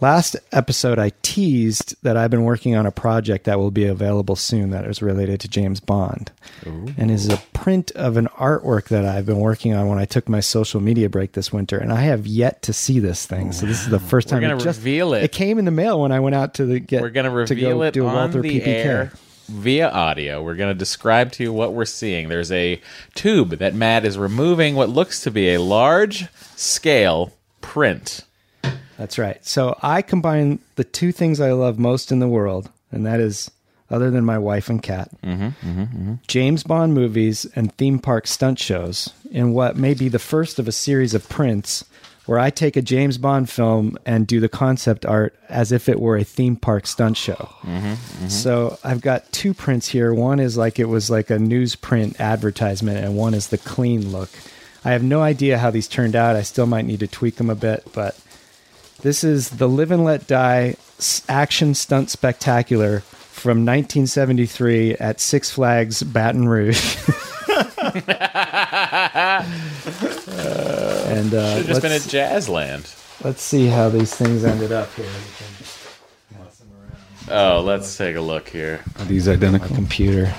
S4: Last episode, I teased that I've been working on a project that will be available soon that is related to James Bond and is a print of an artwork that I've been working on when I took my social media break this winter. And I have yet to see this thing. So, this is the first
S5: We're
S4: time
S5: gonna reveal it.
S4: It came in the mail when I went out to the get
S5: We're going to
S4: to
S5: reveal
S4: go
S5: it
S4: do a
S5: on
S4: Walther
S5: the
S4: PPK.
S5: air via audio. We're going to describe to you what we're seeing. There's a tube that Matt is removing what looks to be a large scale print.
S4: That's right. So I combine the two things I love most in the world, and that is, other than my wife and cat, James Bond movies and theme park stunt shows in what may be the first of a series of prints where I take a James Bond film and do the concept art as if it were a theme park stunt show. Mm-hmm. So I've got two prints here. One is like it was like a newsprint advertisement, and one is the clean look. I have no idea how these turned out. I still might need to tweak them a bit, but this is the Live and Let Die s- action stunt spectacular from 1973 at Six Flags Baton Rouge. and uh,
S5: It's just been
S4: let's-
S5: at Jazzland.
S4: let's see how these things ended up here.
S5: Oh, let's take a look here.
S8: Are these identical?
S4: Computer.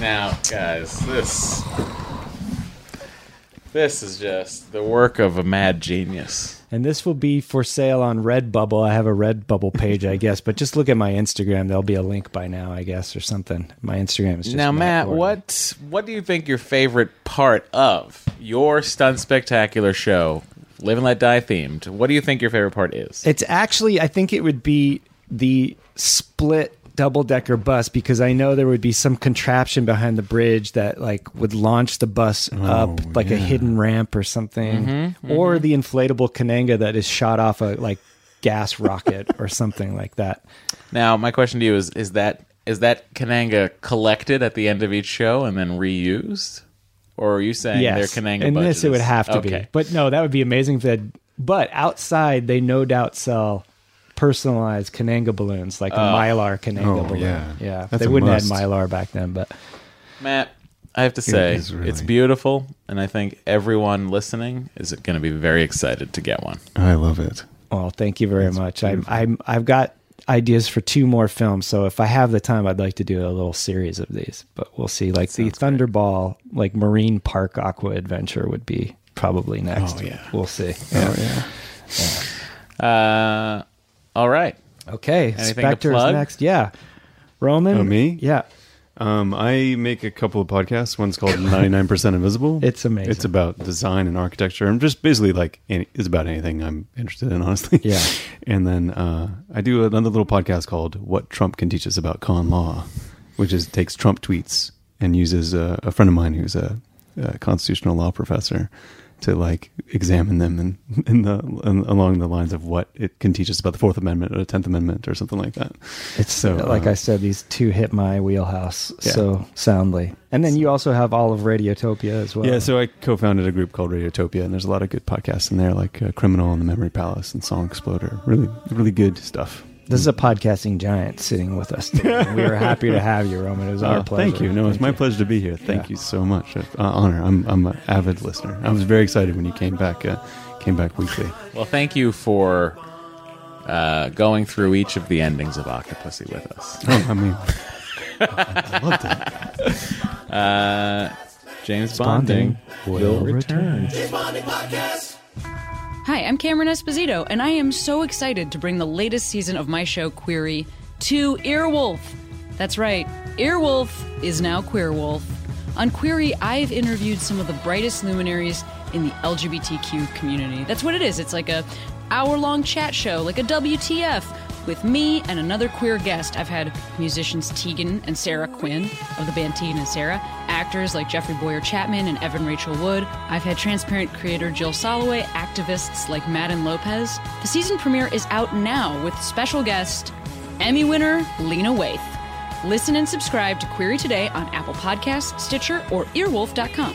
S5: Now, guys, this this is just the work of a mad genius.
S4: And this will be for sale on Redbubble. I have a Redbubble page, I guess, but just look at my Instagram. There'll be a link by now, I guess, or something. My Instagram is just
S5: now, Matt,
S4: Gordon.
S5: what what do you think your favorite part of your stunt spectacular show, Live and Let Die themed? What do you think your favorite part is?
S4: It's actually, I think it would be the split double decker bus because I know there would be some contraption behind the bridge that like would launch the bus
S5: Oh,
S4: up like a hidden ramp or something,
S5: Mm-hmm,
S4: or the inflatable Kananga that is shot off a like gas rocket or something like that.
S5: now, my question to you is: is that is that Kananga collected at the end of each show and then reused, or are you saying
S4: yes,
S5: their Kananga?
S4: in
S5: budget
S4: this it would
S5: is-
S4: have to be.
S5: Okay.
S4: But no, that would be amazing if they. Had, but outside, they no doubt sell personalized Kananga balloons, like a Mylar Kananga
S8: Oh,
S4: balloon.
S8: yeah.
S4: yeah.
S8: That's
S4: they
S8: a
S4: wouldn't
S8: must.
S4: add Mylar back then, but
S5: Matt, I have to say,
S8: is really-
S5: it's beautiful, and I think everyone listening is going to be very excited to get one.
S8: I love it.
S4: Well, thank you very much. I'm, I'm, I've got ideas for two more films, so if I have the time, I'd like to do a little series of these. But we'll see. Like the Thunderball, like Marine Park Aqua Adventure, would be probably next.
S8: Oh, yeah.
S4: we'll see.
S8: Oh yeah.
S5: Uh, all right.
S4: Okay,
S5: Anything to
S4: Spectre is
S5: plug?
S4: next. Yeah, Roman.
S8: Oh, me?
S4: Yeah,
S8: Um, I make a couple of podcasts. One's called 99% Invisible.
S4: It's amazing.
S8: It's about design and architecture. I'm just basically like, any, it's about anything I'm interested in, honestly.
S4: Yeah.
S8: And then uh, I do another little podcast called What Trump Can Teach Us About Con Law, which is takes Trump tweets and uses a, a friend of mine who's a, a constitutional law professor to like examine them and in the in, along the lines of what it can teach us about the Fourth Amendment or the Tenth Amendment or something like that.
S4: it's so like
S8: uh,
S4: I said, these two hit my wheelhouse
S8: Yeah.
S4: so soundly. And then you also have all of Radiotopia as well.
S8: Yeah, so I co-founded a group called Radiotopia, and there's a lot of good podcasts in there, like uh, Criminal and the Memory Palace and Song Exploder. Really, really good stuff.
S4: this is a podcasting giant sitting with us. Today. and we were happy to have you, Roman. It was
S8: Oh,
S4: our pleasure.
S8: Thank you. No, it's my pleasure to be here. Thank you so much. Uh, honor. I'm, I'm an avid listener. I was very excited when you came back. Uh, Came back weekly.
S5: Well, thank you for uh, going through each of the endings of Octopussy with us.
S8: Oh, I mean, I love that.
S5: James Bonding, will return.
S9: Hi, I'm Cameron Esposito, and I am so excited to bring the latest season of my show, Query, to Earwolf. That's right, Earwolf is now Queerwolf. On Query, I've interviewed some of the brightest luminaries in the LGBTQ community. That's what it is. It's like a hour-long chat show, like a WTF, with me and another queer guest. I've had musicians Tegan and Sarah Quinn of the band Tegan and Sarah, actors like Jeffrey Boyer Chapman and Evan Rachel Wood. I've had transparent creator Jill Soloway, activists like Madden Lopez. The season premiere is out now with special guest Emmy winner Lena Waithe. Listen and subscribe to Query Today on Apple Podcasts, Stitcher, or earwolf.com.